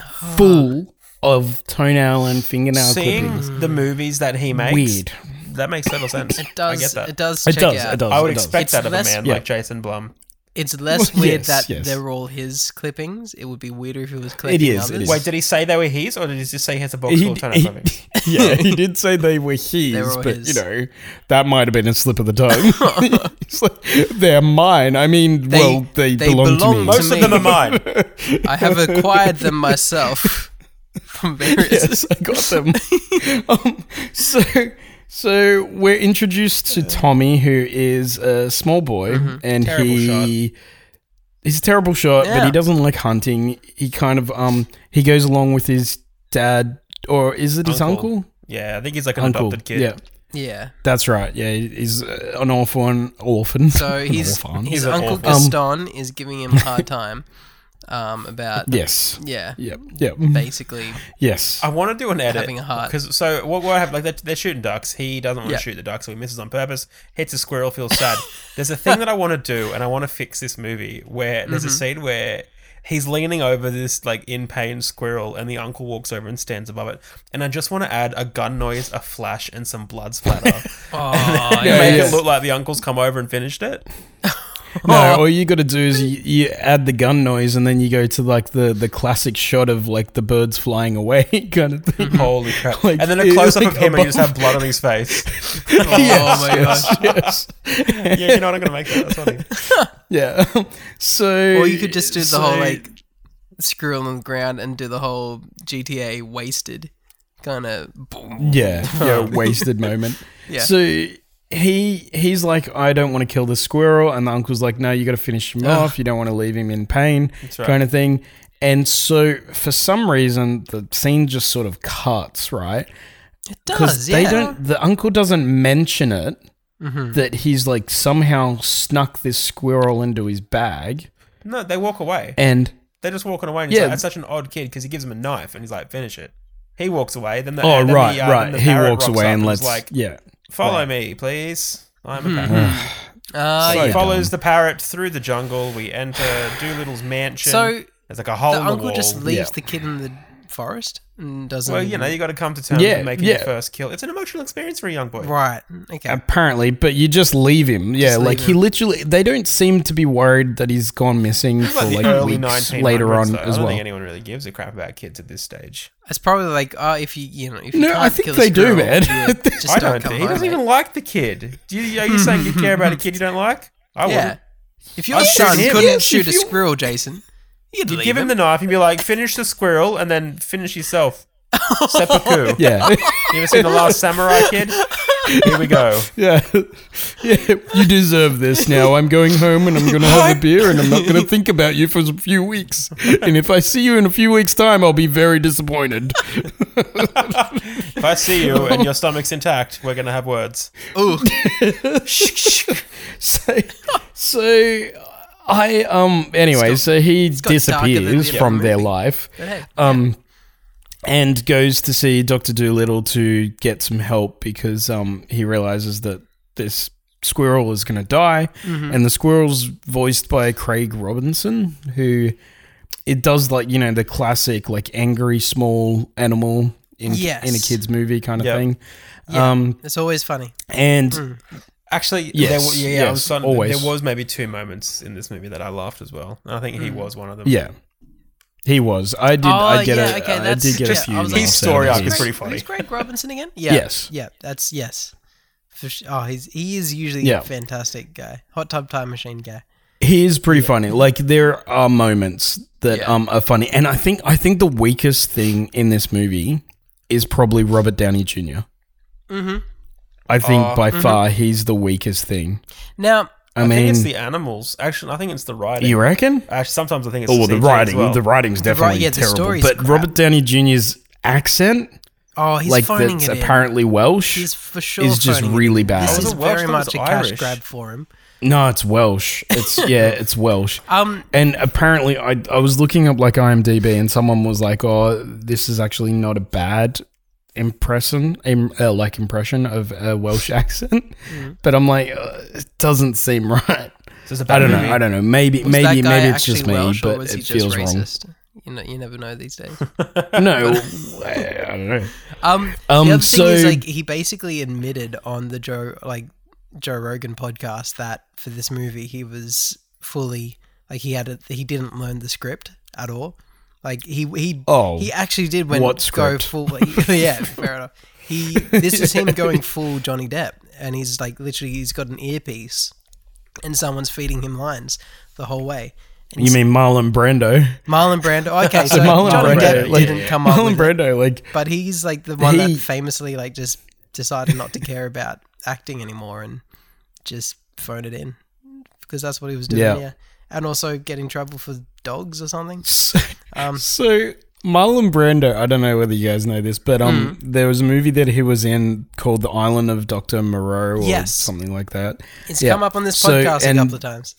Speaker 1: full of toenail and fingernail
Speaker 4: Seeing
Speaker 1: clippings.
Speaker 4: the movies that he makes,
Speaker 1: Weird.
Speaker 4: that makes total sense.
Speaker 3: it does.
Speaker 4: I get that.
Speaker 3: It does.
Speaker 1: It
Speaker 3: check
Speaker 1: does,
Speaker 3: Out.
Speaker 1: it does.
Speaker 4: I would
Speaker 1: it does.
Speaker 4: expect
Speaker 3: It's
Speaker 4: that of a
Speaker 3: less-
Speaker 4: man
Speaker 1: Yeah.
Speaker 4: like Jason Blum.
Speaker 3: It's less
Speaker 1: Well,
Speaker 3: weird
Speaker 1: yes,
Speaker 3: that
Speaker 1: yes.
Speaker 3: they're all his clippings. It would be weirder if he was collecting
Speaker 1: is, it
Speaker 3: others.
Speaker 1: is.
Speaker 4: Wait, did he say they were his, or did he just say he has a box full of toenail
Speaker 1: he-
Speaker 4: clippings?
Speaker 1: yeah, he did say they were his,
Speaker 3: were
Speaker 1: but
Speaker 3: his.
Speaker 1: you know that might have been a slip of the tongue. He's like, they're mine. I mean,
Speaker 3: They-
Speaker 1: well, they,
Speaker 3: they
Speaker 1: belong,
Speaker 3: belong
Speaker 1: to me.
Speaker 3: to-
Speaker 4: Most of them
Speaker 3: me.
Speaker 4: are mine.
Speaker 3: I have acquired them myself from various.
Speaker 1: yes, I got them. um, so, so we're introduced to Tommy, who is a small boy,
Speaker 3: Mm-hmm.
Speaker 1: and
Speaker 4: Terrible
Speaker 1: he. He's a terrible shot, but
Speaker 3: Yeah.
Speaker 1: he doesn't like hunting. He kind of um he goes along with his dad, or is it his
Speaker 4: Uncle.
Speaker 1: uncle?
Speaker 4: Yeah, I think he's like an
Speaker 1: Uncle,
Speaker 4: adopted kid.
Speaker 1: yeah.
Speaker 3: Yeah.
Speaker 1: That's right. Yeah, he- he's uh, an orphan. Orphan.
Speaker 3: So
Speaker 1: An Um,
Speaker 3: his
Speaker 1: orphan.
Speaker 3: his
Speaker 4: He's an
Speaker 3: uncle
Speaker 4: orphan.
Speaker 3: Gaston is giving him a hard time um, about
Speaker 1: yes.
Speaker 3: yeah
Speaker 1: Yep. Yep. Mm-hmm.
Speaker 3: basically
Speaker 1: Yes.
Speaker 4: I
Speaker 3: Oh,
Speaker 4: want to do an edit.
Speaker 3: Having a heart.
Speaker 4: Because so what what happened? Like they're, they're shooting ducks. He doesn't want
Speaker 3: Yeah.
Speaker 4: to shoot the ducks, so he misses on purpose. Hits a squirrel, feels sad. there's a thing that I want to do, and I want to fix this movie where there's
Speaker 3: Mm-hmm.
Speaker 4: a scene where he's leaning over this like in pain squirrel, and the uncle walks over and stands above it. And I just want to add a gun noise, a flash, and some blood splatter.
Speaker 3: oh
Speaker 1: Yeah,
Speaker 4: Make
Speaker 1: yeah.
Speaker 4: it look like the uncle's come over and finished it.
Speaker 3: oh.
Speaker 1: No. All you got to do is you, you add the gun noise, and then you go to like the the classic shot of like the birds flying away kind of thing.
Speaker 4: Holy crap!
Speaker 1: Like,
Speaker 4: and then a
Speaker 1: it-
Speaker 4: close up
Speaker 1: like
Speaker 4: of him, and you just
Speaker 1: above-
Speaker 4: have blood on his face.
Speaker 3: oh my gosh
Speaker 1: yes. yes.
Speaker 4: yeah, you know what I'm gonna make that. That's funny.
Speaker 1: yeah. So.
Speaker 3: Or you could just do the whole
Speaker 1: so-
Speaker 3: like screw on the ground and do the whole GTA wasted kind of boom.
Speaker 1: Yeah, yeah, wasted moment.
Speaker 3: Yeah.
Speaker 1: So he he's like, I don't want to kill the squirrel, and the uncle's like, No, you got to finish him off. You don't want to leave him in pain,
Speaker 4: right.
Speaker 1: kind of thing. And so for some reason, the scene just sort of cuts, right?
Speaker 3: It
Speaker 1: Because
Speaker 3: does.
Speaker 1: they
Speaker 3: yeah.
Speaker 1: don't. The uncle doesn't mention it
Speaker 4: Mm-hmm.
Speaker 1: that he's like somehow snuck this squirrel into his bag,
Speaker 4: No, they walk away.
Speaker 1: and
Speaker 4: They're just walking away. And
Speaker 1: Yeah.
Speaker 4: he's like, that's such an odd kid because he gives him a knife and he's like, finish it. He walks away. Then the,
Speaker 1: oh
Speaker 4: then the,
Speaker 1: right,
Speaker 4: uh, then
Speaker 1: right,
Speaker 4: the
Speaker 1: he
Speaker 4: parrot
Speaker 1: walks
Speaker 4: rocks
Speaker 1: away
Speaker 4: up
Speaker 1: and
Speaker 4: is
Speaker 1: lets
Speaker 4: like,
Speaker 1: yeah,
Speaker 4: follow me, please. I'm a parrot.
Speaker 3: Uh,
Speaker 1: So-
Speaker 4: He
Speaker 1: Yeah.
Speaker 4: follows the parrot through the jungle. We enter Doolittle's mansion.
Speaker 3: So
Speaker 4: there's like a hole
Speaker 3: the
Speaker 4: in the
Speaker 3: uncle
Speaker 4: wall.
Speaker 3: just leaves
Speaker 1: Yeah.
Speaker 3: the kid in the forest and doesn't.
Speaker 4: Well, you know, you got to come to terms
Speaker 1: Yeah,
Speaker 4: with making
Speaker 1: yeah.
Speaker 4: your first kill. It's an emotional experience for a young boy.
Speaker 3: Right. Okay.
Speaker 1: Apparently, but you just leave him. Yeah,
Speaker 3: leave
Speaker 1: like he
Speaker 3: him.
Speaker 1: literally. They don't seem to be worried that he's gone missing for
Speaker 4: Like the
Speaker 1: like
Speaker 4: early
Speaker 1: weeks
Speaker 4: 1900s,
Speaker 1: later on
Speaker 4: though. I
Speaker 1: as
Speaker 4: don't
Speaker 1: well.
Speaker 4: think anyone really gives a crap about kids at this stage.
Speaker 3: It's probably like, oh, if you, you know, if you
Speaker 1: No,
Speaker 3: can't
Speaker 1: I think
Speaker 3: kill a
Speaker 1: they do,
Speaker 3: squirrel,
Speaker 1: man.
Speaker 3: yeah, just
Speaker 4: I
Speaker 3: don't come
Speaker 4: don't. think- He
Speaker 3: home,
Speaker 4: doesn't even
Speaker 3: mate.
Speaker 4: like the kid. Do you, are you saying you care about a kid you don't like? I
Speaker 3: Yeah.
Speaker 4: wouldn't.
Speaker 3: If your
Speaker 4: I'd
Speaker 3: son
Speaker 4: shoot him.
Speaker 3: couldn't
Speaker 4: Yes,
Speaker 3: shoot
Speaker 4: if
Speaker 3: a
Speaker 4: you-
Speaker 3: squirrel, Jason, you'd
Speaker 4: You
Speaker 3: leave
Speaker 4: give him the knife and be like, finish the squirrel and then finish yourself. Seppuku.
Speaker 1: Yeah,
Speaker 4: You ever seen The Last Samurai, kid? Here we go.
Speaker 1: yeah, yeah. You deserve this now. I'm going home and I'm going to have a beer and I'm not going to think about you for a few weeks. And if I see you in a few weeks' time, I'll be very disappointed.
Speaker 4: If I see you and your stomach's intact, we're going to have words.
Speaker 3: Ooh,
Speaker 1: so, so I um. Anyway, so he
Speaker 3: got darker than the
Speaker 1: disappears
Speaker 3: other
Speaker 1: from their
Speaker 3: movie.
Speaker 1: life.
Speaker 3: but hey,
Speaker 1: um, and goes to see Doctor Doolittle to get some help because um, he realizes that this squirrel is going to die,
Speaker 3: Mm-hmm.
Speaker 1: and the squirrel's voiced by Craig Robinson, who it does like you know the classic like angry small animal in
Speaker 3: Yes.
Speaker 1: in a kids movie kind of
Speaker 4: Yep.
Speaker 1: thing,
Speaker 3: Yeah. Hmm.
Speaker 1: um,
Speaker 3: it's always funny.
Speaker 1: and
Speaker 4: Actually,
Speaker 1: Yes,
Speaker 4: there, were- yeah, yeah, I
Speaker 1: yes,
Speaker 4: was starting-
Speaker 1: always.
Speaker 4: there was maybe two moments in this movie that I laughed as well. And I think he was one of them.
Speaker 1: Hmm. yeah. He was. I did.
Speaker 3: Oh,
Speaker 1: I get
Speaker 3: yeah,
Speaker 1: a.
Speaker 3: okay,
Speaker 1: I
Speaker 3: that's-
Speaker 1: did get
Speaker 3: yeah,
Speaker 1: a few.
Speaker 3: I was
Speaker 1: laughs
Speaker 3: like-
Speaker 4: His story
Speaker 1: out
Speaker 4: arc
Speaker 1: of
Speaker 4: is
Speaker 1: it.
Speaker 4: pretty funny.
Speaker 3: Who's Greg Robinson again? Yeah.
Speaker 1: Yes.
Speaker 3: Yeah, that's yes. For su- Oh, he's he is usually
Speaker 1: Yeah.
Speaker 3: a fantastic guy. Hot tub time machine guy.
Speaker 1: He is pretty funny. Like there are moments that
Speaker 3: Yeah.
Speaker 1: um are funny, and I think I think the weakest thing in this movie is probably Robert Downey junior
Speaker 3: Mhm.
Speaker 1: I think
Speaker 4: Oh,
Speaker 3: Mm-hmm.
Speaker 1: by far he's the weakest thing.
Speaker 3: Now,
Speaker 1: I,
Speaker 4: I,
Speaker 1: mean,
Speaker 4: think it's the animals. Actually, I think it's the writing.
Speaker 1: you reckon?
Speaker 4: Actually, sometimes I think it's
Speaker 1: Oh, well,
Speaker 4: the,
Speaker 1: the
Speaker 4: CG
Speaker 1: writing.
Speaker 4: As well.
Speaker 1: The writing's
Speaker 3: The wri-
Speaker 1: definitely
Speaker 3: yeah, the
Speaker 1: terrible.
Speaker 3: story's
Speaker 1: But
Speaker 3: crap.
Speaker 1: Robert Downey Jr.'s accent,
Speaker 3: oh, he's
Speaker 1: like
Speaker 3: phoning
Speaker 1: that's
Speaker 3: it in.
Speaker 1: apparently Welsh,
Speaker 3: He's for sure
Speaker 1: is just
Speaker 3: phoning it in.
Speaker 1: really
Speaker 3: This
Speaker 1: bad.
Speaker 4: was
Speaker 3: is
Speaker 4: it Welsh?
Speaker 3: very
Speaker 4: I thought
Speaker 3: much
Speaker 4: it
Speaker 3: a
Speaker 4: was
Speaker 3: cash
Speaker 4: Irish.
Speaker 3: grab for him.
Speaker 1: No, it's Welsh. It's yeah, it's Welsh.
Speaker 3: Um,
Speaker 1: And apparently, I, I was looking up like IMDb, and someone was like, "Oh, this is actually not a bad impression, im- uh, like impression of a Welsh accent."
Speaker 3: Mm-hmm.
Speaker 1: But I'm like, uh, it doesn't seem right.
Speaker 4: So it's a bad
Speaker 1: I don't know.
Speaker 4: movie.
Speaker 1: I don't know. Maybe,
Speaker 3: was
Speaker 1: maybe,
Speaker 3: that guy
Speaker 1: maybe it's just
Speaker 3: actually
Speaker 1: me,
Speaker 3: Welsh, or
Speaker 1: but
Speaker 3: was
Speaker 1: it
Speaker 3: he
Speaker 1: feels
Speaker 3: just racist? You know, you never know these days.
Speaker 1: wrong. no, I I don't know.
Speaker 3: Um,
Speaker 1: Um,
Speaker 3: the other thing is
Speaker 1: so-
Speaker 3: like he basically admitted on the Joe like Joe Rogan podcast that for this movie he was fully like he had a, he didn't learn the script at all. Like he he
Speaker 1: Oh,
Speaker 3: he actually did when
Speaker 1: what
Speaker 3: go
Speaker 1: script?
Speaker 3: full he- yeah fair enough. He this is him going full Johnny Depp and he's like literally he's got an earpiece and someone's feeding him lines the whole way. And
Speaker 1: You
Speaker 3: he's-
Speaker 1: mean Marlon Brando?
Speaker 3: Marlon Brando? Okay, so
Speaker 1: Marlon
Speaker 3: Johnny
Speaker 1: Brando,
Speaker 3: Depp
Speaker 1: like-
Speaker 3: didn't come up.
Speaker 1: Marlon
Speaker 3: with
Speaker 1: Brando, like
Speaker 3: but he's like the one
Speaker 1: He-
Speaker 3: that famously like just decided not to care about acting anymore and just phoned it in because that's what he was doing.
Speaker 1: Yeah.
Speaker 3: Yeah. And also get in trouble for dogs or something.
Speaker 1: so,
Speaker 3: Um,
Speaker 1: so Marlon Brando, I don't know whether you guys know this, but um,
Speaker 3: Mm.
Speaker 1: there was a movie that he was in called The Island of Doctor Moreau or
Speaker 3: Yes.
Speaker 1: something like that.
Speaker 3: It's
Speaker 1: Yeah.
Speaker 3: come up on this
Speaker 1: So,
Speaker 3: podcast
Speaker 1: and-
Speaker 3: a couple of times.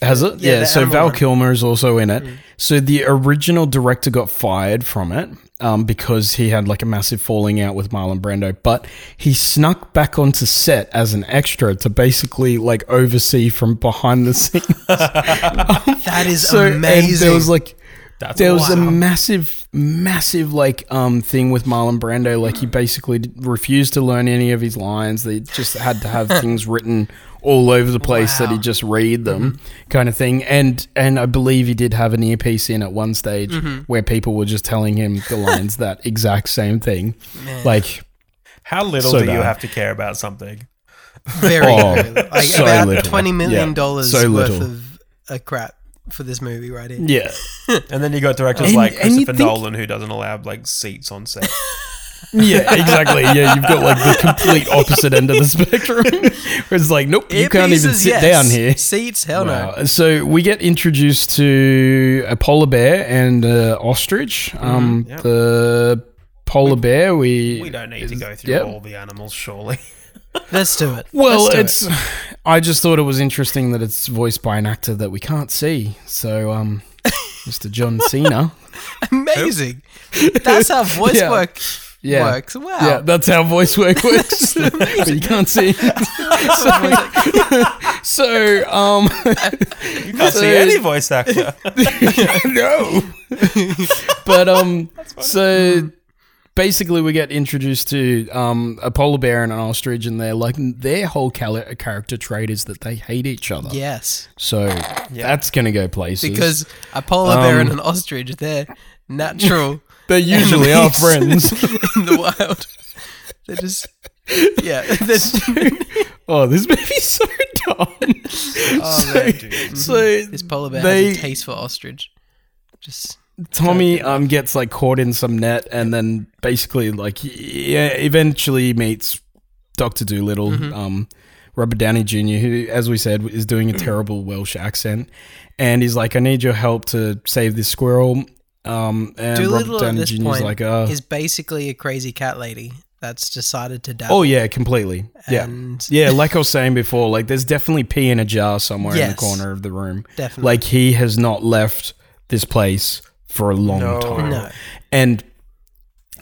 Speaker 1: Has it?
Speaker 3: Yeah,
Speaker 1: Yeah.
Speaker 3: the
Speaker 1: so
Speaker 3: animal
Speaker 1: Val
Speaker 3: one.
Speaker 1: Kilmer is also in
Speaker 3: Mm.
Speaker 1: it. So the original director got fired from it um, because he had like a massive falling out with Marlon Brando, but he snuck back onto set as an extra to basically like oversee from behind the scenes.
Speaker 3: That is
Speaker 1: so and
Speaker 3: amazing.
Speaker 1: there was like
Speaker 4: That's
Speaker 1: there was a
Speaker 3: awesome.
Speaker 1: massive massive like um thing with Marlon Brando like he basically d- refused to learn any of his lines they just had to have things written all over the place that
Speaker 3: Wow.
Speaker 1: he just read them kind of thing and and I believe he did have an earpiece in at one stage
Speaker 3: Mm-hmm.
Speaker 1: where people were just telling him the lines that exact same thing like
Speaker 4: How little
Speaker 1: So
Speaker 4: do you
Speaker 1: bad.
Speaker 4: have to care about something?
Speaker 3: very
Speaker 1: Oh,
Speaker 3: very little. like
Speaker 1: so
Speaker 3: about
Speaker 1: little.
Speaker 3: twenty million
Speaker 1: Yeah,
Speaker 3: dollars
Speaker 1: so
Speaker 3: worth
Speaker 1: little.
Speaker 3: of a crap for this movie right here.
Speaker 1: yeah
Speaker 4: And then you got directors
Speaker 1: And-
Speaker 4: like
Speaker 1: and you
Speaker 4: Christopher
Speaker 1: think-
Speaker 4: Nolan who doesn't allow like seats on set.
Speaker 1: yeah exactly yeah you've got like the complete opposite end of the spectrum where it's like nope you can't even
Speaker 3: Earpieces,
Speaker 1: sit
Speaker 3: yes.
Speaker 1: down here
Speaker 3: Seats, hell no.
Speaker 1: Wow. Uh, So we get introduced to a polar bear and a ostrich. Um,
Speaker 4: yeah.
Speaker 1: The polar bear, we
Speaker 4: We don't need to go through
Speaker 1: Yep.
Speaker 4: all the animals, surely.
Speaker 3: Let's do it.
Speaker 1: Well,
Speaker 3: Let's do
Speaker 1: it's. I just thought it was interesting that it's voiced by an actor that we can't see. So, um, Mr. John Cena.
Speaker 3: Amazing. That's how voice
Speaker 1: Yeah.
Speaker 3: work
Speaker 1: Yeah.
Speaker 3: works. Wow.
Speaker 1: Yeah, that's how voice work works. but you can't see. so, um,
Speaker 4: You can't see any voice actor.
Speaker 1: no. but um, so basically, we get introduced to um a polar bear and an ostrich, and they're like their whole cali- character trait is that they hate each other.
Speaker 3: Yes.
Speaker 1: So that's gonna go places
Speaker 3: Because a polar bear and an ostrich, they're natural
Speaker 1: they usually are
Speaker 3: enemies.
Speaker 1: friends.
Speaker 3: in the wild. They're just. Yeah. They're just,
Speaker 1: oh, this movie's so dumb.
Speaker 3: oh, man.
Speaker 1: so
Speaker 3: This polar bear
Speaker 1: They-
Speaker 3: has a taste for ostrich. Just.
Speaker 1: Tommy um gets like caught in some net and then basically like he- yeah eventually meets Doctor Doolittle
Speaker 3: Mm-hmm.
Speaker 1: um Robert Downey Jr. who as we said is doing a terrible Welsh accent and he's like I need your help to save this squirrel um and
Speaker 3: Doolittle
Speaker 1: Robert
Speaker 3: at
Speaker 1: Downey
Speaker 3: this
Speaker 1: Jr. is
Speaker 3: point
Speaker 1: like uh
Speaker 3: is basically a crazy cat lady that's decided to die.
Speaker 1: oh yeah completely yeah
Speaker 3: And
Speaker 1: yeah like I was saying before like there's definitely pee in a jar somewhere in the
Speaker 3: Yes. Mm-hmm.
Speaker 1: corner of the room
Speaker 3: Definitely.
Speaker 1: like he has not left this place for a long time
Speaker 3: no.
Speaker 1: and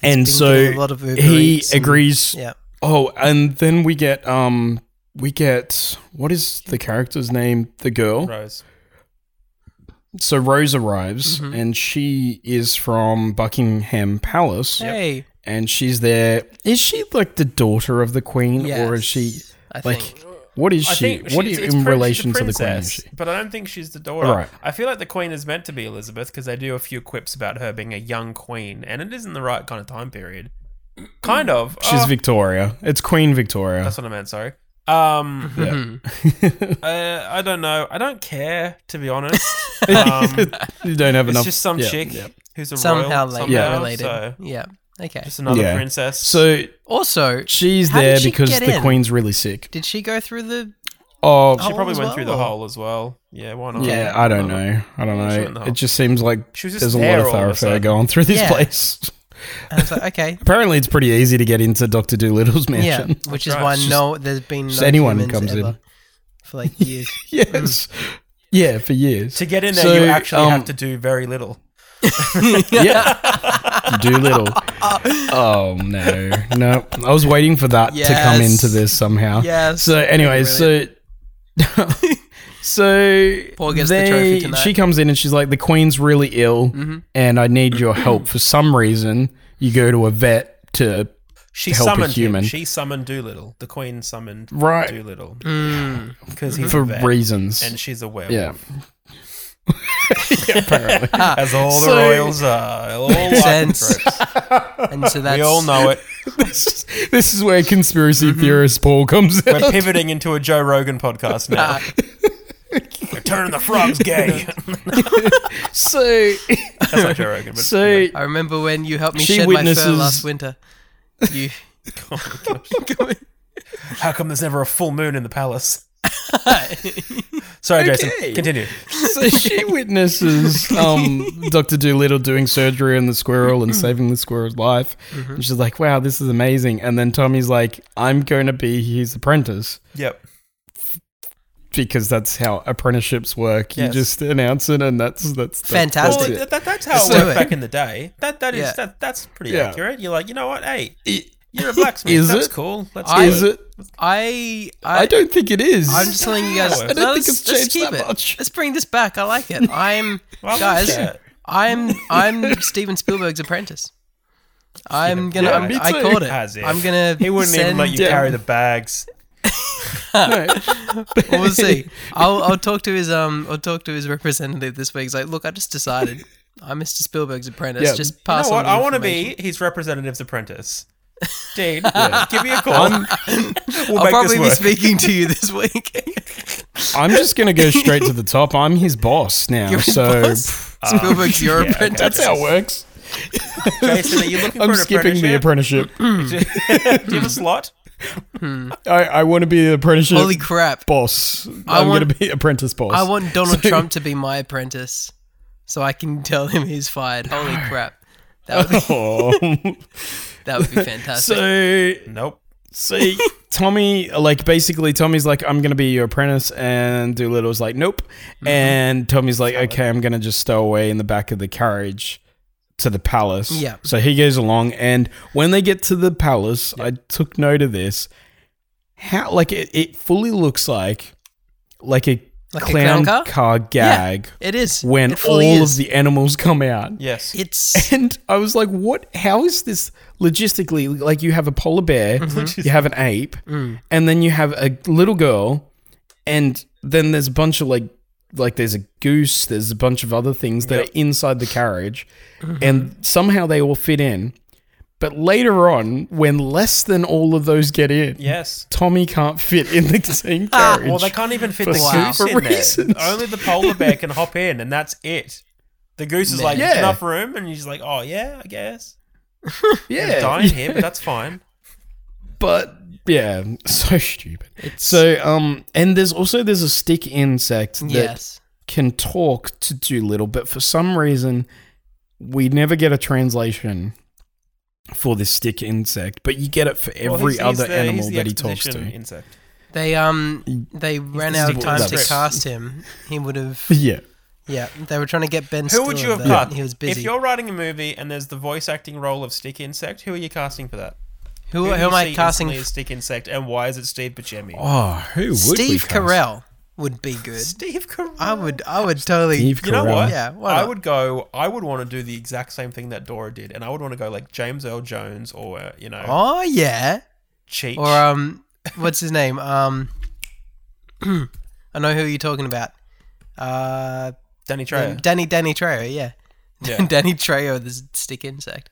Speaker 1: and
Speaker 3: been
Speaker 1: so
Speaker 3: getting a lot of Uber
Speaker 1: he
Speaker 3: Eats and-
Speaker 1: agrees.
Speaker 3: Yeah.
Speaker 1: Oh, and then we get um we get what is the character's name? The girl.
Speaker 4: Rose.
Speaker 1: So Rose arrives
Speaker 3: Mm-hmm.
Speaker 1: and she is from Buckingham Palace
Speaker 3: Hey.
Speaker 1: and she's there. Is she like the daughter of the queen or is she
Speaker 3: Yes, I
Speaker 1: like
Speaker 3: think.
Speaker 1: what is she? What is
Speaker 4: she's- it's
Speaker 1: in
Speaker 4: prin- she's
Speaker 1: relation to the queen?
Speaker 4: princess,
Speaker 1: Is she?
Speaker 4: But I don't think she's the daughter.
Speaker 1: All right.
Speaker 4: I feel like the queen is meant to be Elizabeth because they do a few quips about her being a young queen, and it isn't the right kind of time period. Kind of.
Speaker 1: She's
Speaker 3: Uh,
Speaker 4: Oh,
Speaker 1: Victoria. It's Queen Victoria.
Speaker 4: that's what I meant. Sorry. Um,
Speaker 1: Yeah.
Speaker 3: Mm-hmm.
Speaker 4: uh, I don't know. I don't care to be honest. Um,
Speaker 1: you don't have
Speaker 4: it's
Speaker 1: enough.
Speaker 4: just some
Speaker 1: yeah,
Speaker 4: chick
Speaker 1: yeah.
Speaker 4: who's a
Speaker 3: Somehow
Speaker 4: royal,
Speaker 3: like
Speaker 4: somehow,
Speaker 3: related.
Speaker 4: So
Speaker 3: Yeah. Okay.
Speaker 4: just another
Speaker 1: Yeah.
Speaker 4: princess.
Speaker 1: So
Speaker 3: Also,
Speaker 1: she's
Speaker 3: How did
Speaker 1: there
Speaker 3: she
Speaker 1: because
Speaker 3: get
Speaker 1: the
Speaker 3: in?
Speaker 1: queen's really sick.
Speaker 3: did she go through the?
Speaker 1: Oh,
Speaker 4: she
Speaker 3: hole
Speaker 4: probably
Speaker 3: as
Speaker 4: went through the
Speaker 3: well?
Speaker 4: hole as well. Yeah, why not?
Speaker 1: Yeah, I don't know. I don't
Speaker 4: she
Speaker 1: know.
Speaker 4: went the
Speaker 1: It
Speaker 4: whole-
Speaker 1: just seems like
Speaker 4: She was just
Speaker 1: there's a lot
Speaker 4: there
Speaker 1: of
Speaker 4: all of a
Speaker 1: thoroughfare
Speaker 4: sudden.
Speaker 1: going through this
Speaker 3: Yeah.
Speaker 1: place.
Speaker 3: And it's like, okay,
Speaker 1: Apparently, it's pretty easy to get into Doctor Doolittle's
Speaker 3: yeah,
Speaker 1: mansion.
Speaker 3: which is
Speaker 4: right.
Speaker 3: why
Speaker 4: It's
Speaker 3: no, there's been no
Speaker 1: just anyone
Speaker 3: humans
Speaker 1: comes in.
Speaker 3: ever for like years.
Speaker 1: Yes. Yeah, for years.
Speaker 4: To get in there,
Speaker 1: So,
Speaker 4: you actually
Speaker 1: um,
Speaker 4: have to do very little.
Speaker 1: yeah. Doolittle. Oh no, no! I was waiting for that to come
Speaker 3: Yes.
Speaker 1: into this somehow.
Speaker 3: Yes.
Speaker 1: So, anyway, so. So
Speaker 3: Paul gets the trophy tonight.
Speaker 1: she comes in and she's like, "The Queen's really ill,
Speaker 4: Mm-hmm.
Speaker 1: and I need your help for some reason." You go to a vet to
Speaker 4: She
Speaker 1: help a
Speaker 4: summoned
Speaker 1: human.
Speaker 4: Him. She summoned Doolittle. The Queen summoned
Speaker 1: Right.
Speaker 4: Doolittle
Speaker 3: Mm.
Speaker 4: because he's
Speaker 1: for
Speaker 4: a vet
Speaker 1: reasons.
Speaker 4: and she's a werewolf.
Speaker 1: yeah. Apparently.
Speaker 4: As all the
Speaker 1: So-
Speaker 4: royals are. All
Speaker 3: sense.
Speaker 4: sense.
Speaker 3: and so that's
Speaker 4: We all know it.
Speaker 1: this, is, this is where conspiracy theorist Paul comes in.
Speaker 4: We're pivoting into a Joe Rogan podcast now.
Speaker 3: Uh,
Speaker 4: We're turning the frogs gay.
Speaker 1: So,
Speaker 4: That's not Joe Rogan. But
Speaker 1: so
Speaker 4: you know.
Speaker 3: I remember when you helped me
Speaker 1: She
Speaker 3: shed my
Speaker 1: witnesses-
Speaker 3: fur last winter. You
Speaker 4: how come there's never a full moon in the palace? Sorry,
Speaker 1: Okay.
Speaker 4: Jason. Continue.
Speaker 1: so she witnesses um, Dr. Doolittle doing surgery on the squirrel and saving the squirrel's life. And she's like, wow, this is amazing. And then Tommy's like, I'm going to be his apprentice.
Speaker 4: Yep.
Speaker 1: Because that's how apprenticeships work. You
Speaker 4: Yes.
Speaker 1: just announce it, and that's that's, that's
Speaker 3: Fantastic.
Speaker 1: that's
Speaker 4: Well,
Speaker 1: it.
Speaker 4: that, that- that's how
Speaker 3: Let's
Speaker 4: it
Speaker 3: do
Speaker 4: worked
Speaker 3: it.
Speaker 4: back in the day. That that is
Speaker 3: Yeah.
Speaker 4: that, that's pretty
Speaker 1: Yeah.
Speaker 4: accurate. You're like, you know what? Hey, you're a blacksmith.
Speaker 1: Is
Speaker 4: that's
Speaker 1: it?
Speaker 4: cool. Let's
Speaker 3: I-
Speaker 4: do
Speaker 1: Is it?
Speaker 3: I, I,
Speaker 1: I don't think it is.
Speaker 3: I'm just telling you guys.
Speaker 4: I
Speaker 1: don't
Speaker 3: no,
Speaker 1: think
Speaker 3: let's-
Speaker 1: it's
Speaker 3: let's
Speaker 1: changed
Speaker 3: keep
Speaker 1: that
Speaker 3: it.
Speaker 1: much.
Speaker 3: Let's bring this back. I like it. I'm
Speaker 4: Well,
Speaker 3: guys.
Speaker 4: yeah.
Speaker 3: I'm I'm Steven Spielberg's apprentice. I'm gonna.
Speaker 1: yeah,
Speaker 3: I'm,
Speaker 1: me
Speaker 3: I
Speaker 1: too.
Speaker 3: caught it.
Speaker 4: As if.
Speaker 3: I'm gonna.
Speaker 4: He wouldn't
Speaker 3: send,
Speaker 4: even let you
Speaker 1: Yeah.
Speaker 4: carry the bags.
Speaker 1: No.
Speaker 3: We'll see. I'll, I'll talk to his um. I'll talk to his representative this week. He's like, look, I just decided I'm Mr. Spielberg's apprentice.
Speaker 1: Yeah.
Speaker 3: Just
Speaker 4: You
Speaker 3: pass
Speaker 4: know
Speaker 3: on.
Speaker 4: what?
Speaker 3: the
Speaker 4: I want to
Speaker 3: information."
Speaker 4: be his representative's apprentice. Dude, give me a call. we'll
Speaker 3: I'll
Speaker 4: make
Speaker 3: probably
Speaker 4: this
Speaker 3: be
Speaker 4: work.
Speaker 3: speaking to you this week.
Speaker 1: I'm just gonna go straight to the top. I'm his boss now,
Speaker 3: Your
Speaker 1: so
Speaker 3: boss? Spielberg's your
Speaker 4: yeah, okay.
Speaker 3: apprentice.
Speaker 1: that's how it works.
Speaker 4: Jason, are you looking
Speaker 1: I'm
Speaker 4: for an
Speaker 1: skipping the apprenticeship.
Speaker 4: apprenticeship? Do you have a slot?
Speaker 1: I, I want to be an apprenticeship
Speaker 3: Holy crap!
Speaker 1: boss.
Speaker 3: I
Speaker 1: I'm gonna
Speaker 3: want-
Speaker 1: be apprentice boss.
Speaker 3: I want Donald Trump to be my apprentice, so I can tell him he's fired. Holy crap! That would be,
Speaker 1: Oh.
Speaker 3: that would be fantastic.
Speaker 1: so
Speaker 4: Nope.
Speaker 1: see, Tommy, like basically, Tommy's like, I'm gonna be your apprentice, and Doolittle's
Speaker 3: Mm-hmm.
Speaker 1: like, nope. And Tommy's like, okay, I'm gonna just stow away in the back of the carriage to the palace.
Speaker 3: Yeah.
Speaker 1: So he goes along, and when they get to the palace, I took note of this. How like it, it fully looks like like a
Speaker 3: Like a
Speaker 1: clown
Speaker 3: clown car?
Speaker 1: gag
Speaker 3: It is
Speaker 1: when
Speaker 3: It
Speaker 1: all
Speaker 3: fully is.
Speaker 1: of the animals come out.
Speaker 4: Yes.
Speaker 3: it's
Speaker 1: And I was like, what? How is this logistically? Like, you have a polar bear, you have an ape, and then you have a little girl, and then there's a bunch of like, like there's a goose, there's a bunch of other things that are inside the carriage, and somehow they all fit in. But later on, when less than all of those get in,
Speaker 4: yes.
Speaker 1: Tommy can't fit in the same carriage.
Speaker 4: Ah, Well, they can't even fit
Speaker 1: For
Speaker 4: the
Speaker 1: some
Speaker 4: goose in
Speaker 1: reasons.
Speaker 4: there. Only the polar bear can hop in, and that's it. The goose is like
Speaker 1: Yeah.
Speaker 4: enough room, and he's like, "Oh yeah, I guess."
Speaker 1: yeah,
Speaker 4: Dying here, but that's fine.
Speaker 1: but yeah, so stupid. so um, and there's also there's a stick insect that
Speaker 3: yes.
Speaker 1: can talk to Doolittle, but for some reason we never get a translation for this stick insect. But you get it for every
Speaker 4: Well, he's- he's
Speaker 1: other
Speaker 4: the- he's
Speaker 1: animal
Speaker 4: the
Speaker 1: that he talks to.
Speaker 4: exposition Insect.
Speaker 3: They um they ran out of
Speaker 4: stick
Speaker 3: time
Speaker 1: to
Speaker 3: to
Speaker 1: the script.
Speaker 3: cast him. He would have
Speaker 1: yeah,
Speaker 3: yeah. They were trying to get Ben.
Speaker 4: Who would
Speaker 3: Stiller,
Speaker 4: you have
Speaker 3: but
Speaker 4: cut?
Speaker 3: He was
Speaker 4: If
Speaker 3: busy.
Speaker 4: you're writing a movie and there's the voice acting role of Stick Insect, who are you casting for that?
Speaker 3: Who,
Speaker 4: do
Speaker 3: who
Speaker 4: you
Speaker 3: am I
Speaker 4: see
Speaker 3: casting?
Speaker 4: instantly as Stick Insect, and why is it Steve Buscemi?
Speaker 1: oh, who would
Speaker 3: Steve Carell would be good.
Speaker 4: Steve Carell.
Speaker 3: I would I would totally.
Speaker 1: Steve
Speaker 4: You know
Speaker 1: Carell.
Speaker 4: what?
Speaker 3: Yeah, why
Speaker 4: I
Speaker 3: not?
Speaker 4: would go. I would want to do the exact same thing that Dora did, and I would want to go like James Earl Jones or uh, you know
Speaker 3: Oh yeah.
Speaker 4: Cheech.
Speaker 3: Or um, what's his name? Um, I know who you're talking about. Uh,
Speaker 4: Danny
Speaker 3: um,
Speaker 4: Trejo.
Speaker 3: Danny Danny Trejo. Yeah.
Speaker 4: Yeah.
Speaker 3: Danny Trejo, the stick insect.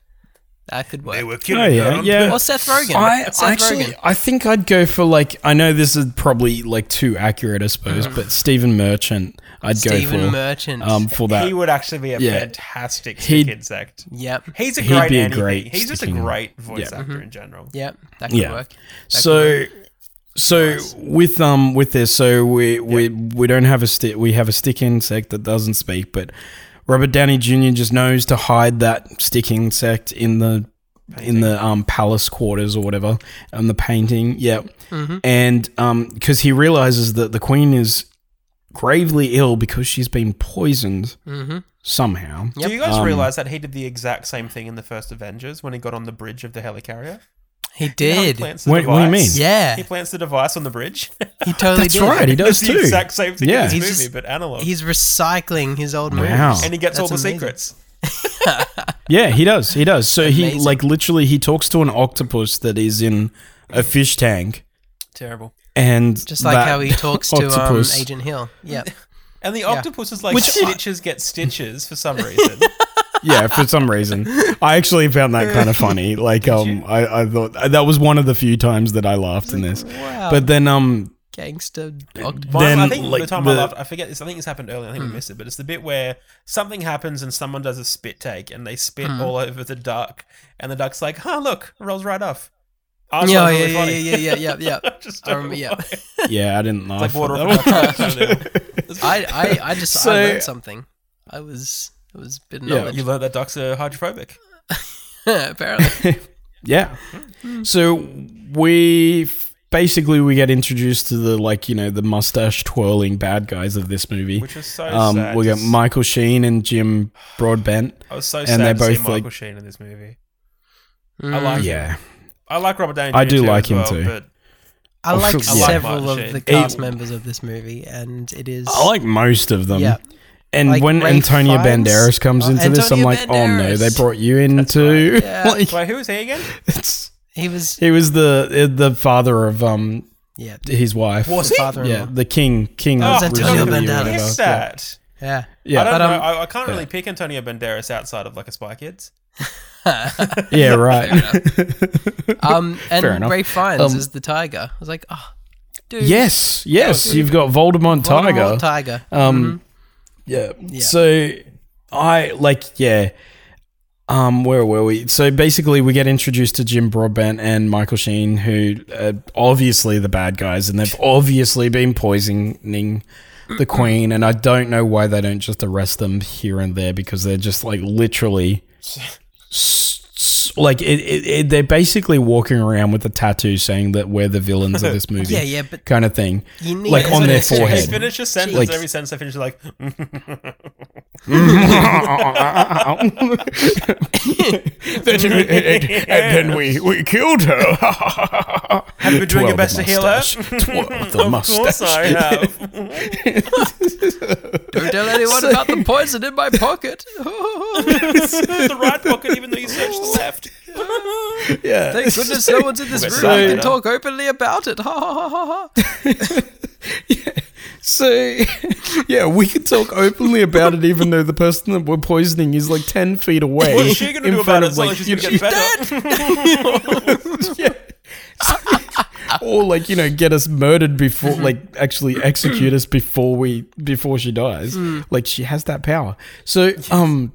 Speaker 3: That could work.
Speaker 4: were
Speaker 1: Oh yeah, yeah.
Speaker 3: Or Seth Rogen.
Speaker 1: I
Speaker 3: Seth
Speaker 1: actually,
Speaker 3: Rogen.
Speaker 1: I think I'd go for like. I know this is probably like too accurate, I suppose, but Stephen Merchant, I'd
Speaker 3: Stephen
Speaker 1: go for
Speaker 3: Merchant.
Speaker 1: um for that.
Speaker 4: He would actually be a
Speaker 1: Yeah.
Speaker 4: fantastic Stick
Speaker 1: He'd-
Speaker 4: Insect.
Speaker 3: yep.
Speaker 4: He's a
Speaker 1: He'd
Speaker 4: great.
Speaker 1: be a
Speaker 4: anything.
Speaker 1: great
Speaker 4: He's just a
Speaker 1: sticking-
Speaker 4: great voice
Speaker 1: Yeah.
Speaker 4: actor
Speaker 3: Mm-hmm.
Speaker 4: in general.
Speaker 3: Yep. That could
Speaker 1: Yeah.
Speaker 3: work. That could
Speaker 1: so
Speaker 3: work.
Speaker 1: so with um with this so we we we don't have a stick we have a stick insect that doesn't speak but robert downey jr just knows to hide that stick insect in the in the um palace quarters or whatever and the painting yeah and um because he realizes that the queen is gravely ill because she's been poisoned somehow
Speaker 4: Do you guys
Speaker 1: Um,
Speaker 4: realize that he did the exact same thing in the first Avengers when he got on the bridge of the helicarrier?
Speaker 3: he
Speaker 4: How he
Speaker 3: did.
Speaker 4: plants the
Speaker 1: What- what do you
Speaker 4: device.
Speaker 1: mean?
Speaker 3: Yeah.
Speaker 4: He
Speaker 3: He,
Speaker 4: plants the device on the bridge.
Speaker 3: totally
Speaker 1: that's
Speaker 3: did.
Speaker 1: right he does
Speaker 4: It's
Speaker 1: too
Speaker 4: the exact same thing
Speaker 1: Yeah.
Speaker 4: in this
Speaker 1: He's
Speaker 4: movie,
Speaker 3: just-
Speaker 4: but analog.
Speaker 3: He's recycling his old movies.
Speaker 1: Wow.
Speaker 4: and he gets all
Speaker 3: That's
Speaker 4: the
Speaker 3: amazing.
Speaker 4: secrets.
Speaker 1: Yeah, he does. He does. So he
Speaker 3: Amazing.
Speaker 1: like literally he talks to an octopus that is in a fish tank,
Speaker 4: Terrible.
Speaker 1: and
Speaker 3: Just like
Speaker 1: that
Speaker 3: how he talks to um,
Speaker 1: octopus-
Speaker 3: Agent Hill. Yeah.
Speaker 4: And the octopus is like
Speaker 1: Which-
Speaker 4: stitches get stitches for some reason.
Speaker 1: Yeah, for some reason, I actually found that kind of funny. Like, um, I, I thought that was one of the few times that I laughed in this.
Speaker 3: Wow.
Speaker 1: But then, um,
Speaker 3: Gangster octopus.
Speaker 4: Mine-
Speaker 1: then
Speaker 4: I think
Speaker 1: like
Speaker 4: the time I
Speaker 1: the-
Speaker 4: laughed, I forget this. I think this happened earlier. I
Speaker 3: Hmm.
Speaker 4: think we missed it, but it's the bit where something happens and someone does a spit take and they spit
Speaker 3: Hmm.
Speaker 4: all over the duck, and the duck's like, "Huh, look, it rolls right off." I was
Speaker 3: Yeah,
Speaker 4: like,
Speaker 3: yeah,
Speaker 4: really
Speaker 3: yeah,
Speaker 4: funny.
Speaker 3: yeah, yeah, yeah, yeah, yeah.
Speaker 4: Just
Speaker 3: I remember, yeah.
Speaker 1: yeah, I didn't
Speaker 4: like
Speaker 1: laugh.
Speaker 4: water
Speaker 1: at
Speaker 4: off
Speaker 1: that
Speaker 4: a
Speaker 1: one.
Speaker 4: duck's nose.
Speaker 3: I, I, I just
Speaker 1: So-
Speaker 3: I learned something. I was it was a bit of
Speaker 1: Yeah.
Speaker 3: knowledge.
Speaker 4: You learned that ducks are hydrophobic.
Speaker 3: apparently.
Speaker 1: Yeah.
Speaker 3: Hmm.
Speaker 1: So we f- basically we get introduced to the like you know the mustache twirling bad guys of this movie,
Speaker 4: Which was so
Speaker 1: um,
Speaker 4: sad
Speaker 1: we
Speaker 4: to
Speaker 1: got
Speaker 4: s-
Speaker 1: Michael Sheen and Jim Broadbent.
Speaker 4: I was so
Speaker 1: and
Speaker 4: sad
Speaker 1: they're
Speaker 4: to see
Speaker 1: both,
Speaker 4: Michael
Speaker 1: like-
Speaker 4: Sheen in this movie. I
Speaker 3: Mm.
Speaker 4: like him.
Speaker 1: Yeah.
Speaker 4: I like Robert Downey.
Speaker 1: I do
Speaker 4: Jr.
Speaker 1: like
Speaker 4: as
Speaker 1: him
Speaker 4: well,
Speaker 1: too.
Speaker 4: But
Speaker 3: I
Speaker 1: I
Speaker 3: liked
Speaker 1: like
Speaker 3: several
Speaker 4: Martin
Speaker 3: of the
Speaker 4: Sheen.
Speaker 3: cast
Speaker 1: Eight-
Speaker 3: members of this movie, and it is
Speaker 1: I like most of them.
Speaker 3: Yeah.
Speaker 1: And
Speaker 3: Like
Speaker 1: when
Speaker 3: Ralph
Speaker 1: Antonio
Speaker 3: Fiennes?
Speaker 1: Banderas comes
Speaker 3: Oh,
Speaker 1: into this, I'm
Speaker 3: Antonio
Speaker 1: like, oh no, they
Speaker 3: Banderas.
Speaker 1: brought you in too.
Speaker 3: Yeah.
Speaker 1: like,
Speaker 4: wait, who was he again?
Speaker 1: it's,
Speaker 3: he was
Speaker 1: he was the uh, the father of um
Speaker 3: yeah
Speaker 1: his wife.
Speaker 4: Was
Speaker 3: he?
Speaker 1: Yeah, the king king.
Speaker 4: Oh,
Speaker 1: of
Speaker 3: Antonio
Speaker 1: Brazil or
Speaker 3: Banderas.
Speaker 1: whatever.
Speaker 4: Yes,
Speaker 1: Yeah.
Speaker 4: that.
Speaker 3: yeah.
Speaker 1: Yeah,
Speaker 4: I don't
Speaker 3: But, um,
Speaker 4: know. I, I can't really pick Antonio Banderas outside of like a Spy Kids.
Speaker 1: yeah, right.
Speaker 3: Um,
Speaker 1: Fair
Speaker 3: and
Speaker 1: enough.
Speaker 3: Ray Fiennes
Speaker 1: Um,
Speaker 3: is the tiger. I was like, oh, dude,
Speaker 1: yes, yes, you've got Voldemort, Tiger.
Speaker 3: Voldemort tiger. Mm-hmm.
Speaker 1: Um, yeah. So I like yeah. Um, where were we? So basically, we get introduced to Jim Broadbent and Michael Sheen, who are obviously the bad guys, and they've obviously been poisoning the Queen. And I don't know why they don't just arrest them here and there because they're just like literally s- s- like it, it, it, they're basically walking around with a tattoo saying that we're the villains of this movie.
Speaker 3: Yeah, yeah, but-
Speaker 1: kind of thing.
Speaker 3: You need-
Speaker 1: like
Speaker 3: It's
Speaker 1: on
Speaker 3: an
Speaker 1: their
Speaker 3: excuse.
Speaker 1: forehead.
Speaker 4: Just finish a sentence.
Speaker 1: Like-
Speaker 4: Every sentence I finish, you're like,
Speaker 1: Uh, That- and then we, we killed her. Have
Speaker 4: you been doing your best to heal her?
Speaker 1: Twirl the
Speaker 4: of course I
Speaker 1: mustache.
Speaker 4: have.
Speaker 3: Don't tell anyone about the poison in my pocket.
Speaker 4: the right pocket, even though you searched the left.
Speaker 1: Yeah.
Speaker 3: Thank goodness no one's in this room.
Speaker 4: So-
Speaker 3: I can talk openly about it. Ha ha ha ha ha.
Speaker 1: So, yeah, we can talk openly about it, even though the person that we're poisoning is like 10 feet away.
Speaker 4: What's she gonna
Speaker 1: in
Speaker 4: do about
Speaker 1: front of,
Speaker 4: it? It's not like she's gonna get better.
Speaker 1: Or, like, you know, get us murdered before, like, actually execute us before we, before she dies.
Speaker 4: Hmm.
Speaker 1: Like, she has that power. So, um,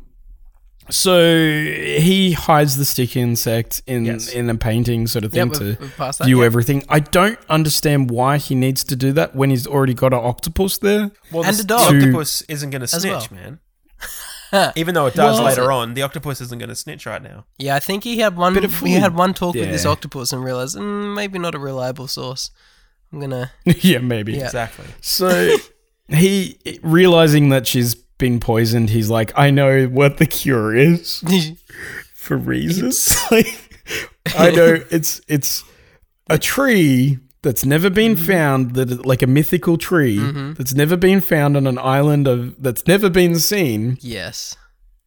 Speaker 1: so he hides the sticky insect in in a painting sort of thing
Speaker 3: we've-
Speaker 1: to
Speaker 3: we've passed that,
Speaker 1: view
Speaker 3: yeah.
Speaker 1: everything. I don't understand why he needs to do that when he's already got an octopus there.
Speaker 4: Well,
Speaker 3: And
Speaker 4: the
Speaker 3: a dog.
Speaker 4: the octopus isn't going to snitch, man. Even though it does
Speaker 3: Well-
Speaker 4: later on, the octopus isn't going to snitch right now.
Speaker 3: Yeah, I think he had one.
Speaker 1: of
Speaker 3: He
Speaker 1: food.
Speaker 3: had one talk with this
Speaker 1: Yeah.
Speaker 3: octopus and realized mm, maybe not a reliable source. I'm gonna.
Speaker 1: yeah, maybe.
Speaker 3: Yeah.
Speaker 4: Exactly.
Speaker 1: So he realizing that she's been poisoned, he's like, I know what the cure is for reasons. like I know it's it's a tree that's never been
Speaker 3: Mm-hmm.
Speaker 1: found that is like a mythical tree that's never been found on an island of that's never been seen,
Speaker 3: yes.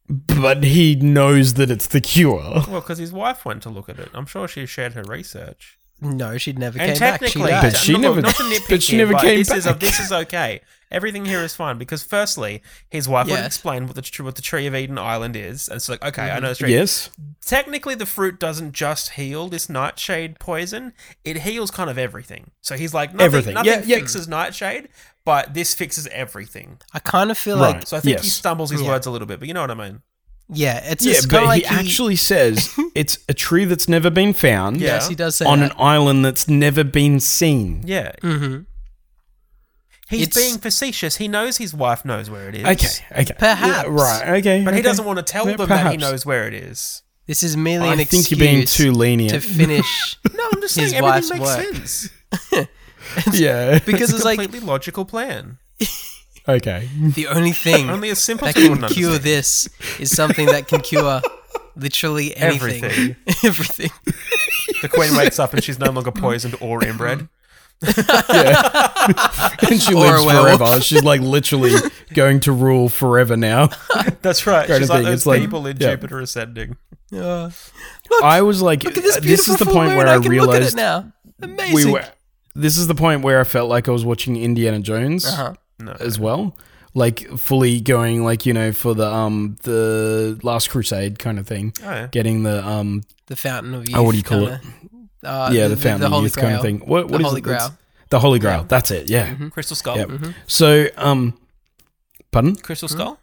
Speaker 1: but he knows that it's the cure.
Speaker 4: Well, because his wife went to look at it. I'm sure she shared her research.
Speaker 3: No, she'd never
Speaker 4: And
Speaker 3: came back. She
Speaker 4: technically,
Speaker 3: died.
Speaker 1: But she
Speaker 4: look,
Speaker 1: never-
Speaker 4: Not to
Speaker 1: but
Speaker 4: nitpick
Speaker 1: she
Speaker 4: here,
Speaker 1: never came
Speaker 4: this Is,
Speaker 1: back.
Speaker 4: this is okay. Everything here is fine because, firstly, his wife would
Speaker 3: Yes.
Speaker 4: explain what the tr- what the tree of Eden Island is, and it's like, okay, I know this tree.
Speaker 1: Mm-hmm. Yes.
Speaker 4: Technically, the fruit doesn't just heal this nightshade poison; it heals kind of everything. So he's like, nothing,
Speaker 1: Everything.
Speaker 4: nothing
Speaker 1: Yeah, yeah.
Speaker 4: fixes nightshade, but this fixes everything.
Speaker 3: I kind of feel like
Speaker 1: Right.
Speaker 4: So I think he
Speaker 1: Yes.
Speaker 4: stumbles his
Speaker 3: Yeah.
Speaker 4: words a little bit, but you know what I mean.
Speaker 3: yeah, it's,
Speaker 1: Yeah,
Speaker 3: it's kind
Speaker 1: but
Speaker 3: of like
Speaker 1: he actually says it's a tree that's never been found
Speaker 4: Yeah.
Speaker 3: yes, he does say
Speaker 1: on
Speaker 3: that.
Speaker 1: an island that's never been seen.
Speaker 4: Yeah,
Speaker 3: Mhm.
Speaker 4: he's
Speaker 3: It's-
Speaker 4: being facetious. He knows his wife knows where it is.
Speaker 1: Okay, okay.
Speaker 3: Perhaps.
Speaker 1: Yeah, right, okay.
Speaker 4: but
Speaker 1: okay.
Speaker 4: he doesn't want to tell
Speaker 1: Yeah,
Speaker 4: them that he
Speaker 1: perhaps.
Speaker 4: knows where it is.
Speaker 3: This is merely an
Speaker 1: I
Speaker 3: excuse
Speaker 1: think you're being too
Speaker 3: to
Speaker 1: lenient.
Speaker 3: finish
Speaker 4: No, I'm just
Speaker 3: His
Speaker 4: saying everything
Speaker 3: wife's
Speaker 4: makes
Speaker 3: work.
Speaker 4: sense.
Speaker 1: yeah.
Speaker 3: because
Speaker 4: It's
Speaker 3: it's
Speaker 4: a
Speaker 3: like
Speaker 4: completely logical plan.
Speaker 1: okay.
Speaker 3: the only thing
Speaker 4: Only a simple
Speaker 3: that
Speaker 4: thing would
Speaker 3: can cure this is something that can cure literally anything.
Speaker 4: Everything.
Speaker 3: Everything.
Speaker 4: The queen wakes up and she's no longer poisoned or inbred.
Speaker 1: And she
Speaker 3: Or
Speaker 1: lives
Speaker 3: a werewolf.
Speaker 1: forever. She's like literally going to rule forever now.
Speaker 4: That's right.
Speaker 1: Kind
Speaker 4: She's
Speaker 1: of
Speaker 4: like
Speaker 1: thing,
Speaker 4: those
Speaker 1: it's like-
Speaker 4: people in
Speaker 1: yeah.
Speaker 4: Jupiter ascending.
Speaker 3: Uh,
Speaker 1: I was like,
Speaker 3: look at this
Speaker 1: uh,
Speaker 3: beautiful
Speaker 1: this is the
Speaker 3: full
Speaker 1: point
Speaker 3: moon,
Speaker 1: where I,
Speaker 3: I, can look at it
Speaker 1: realized
Speaker 3: now. Amazing.
Speaker 1: we were. Oh, This is the point where I felt like I was watching Indiana Jones
Speaker 3: Uh-huh.
Speaker 4: No.
Speaker 1: as well, like fully going like you know for the um the Last Crusade kind of thing,
Speaker 4: Oh, yeah.
Speaker 1: getting the um
Speaker 3: the fountain of youth.
Speaker 1: Oh, what do you call it?
Speaker 3: it? Uh,
Speaker 1: yeah the, family
Speaker 3: Holy
Speaker 1: youth kind of
Speaker 3: Grail.
Speaker 1: thing. What what is
Speaker 3: Holy
Speaker 1: it that's-
Speaker 3: Grail. Mm-hmm.
Speaker 1: The Holy Grail. That's it. Yeah.
Speaker 4: Crystal Skull.
Speaker 1: Yeah. So um, pardon.
Speaker 4: Crystal Skull?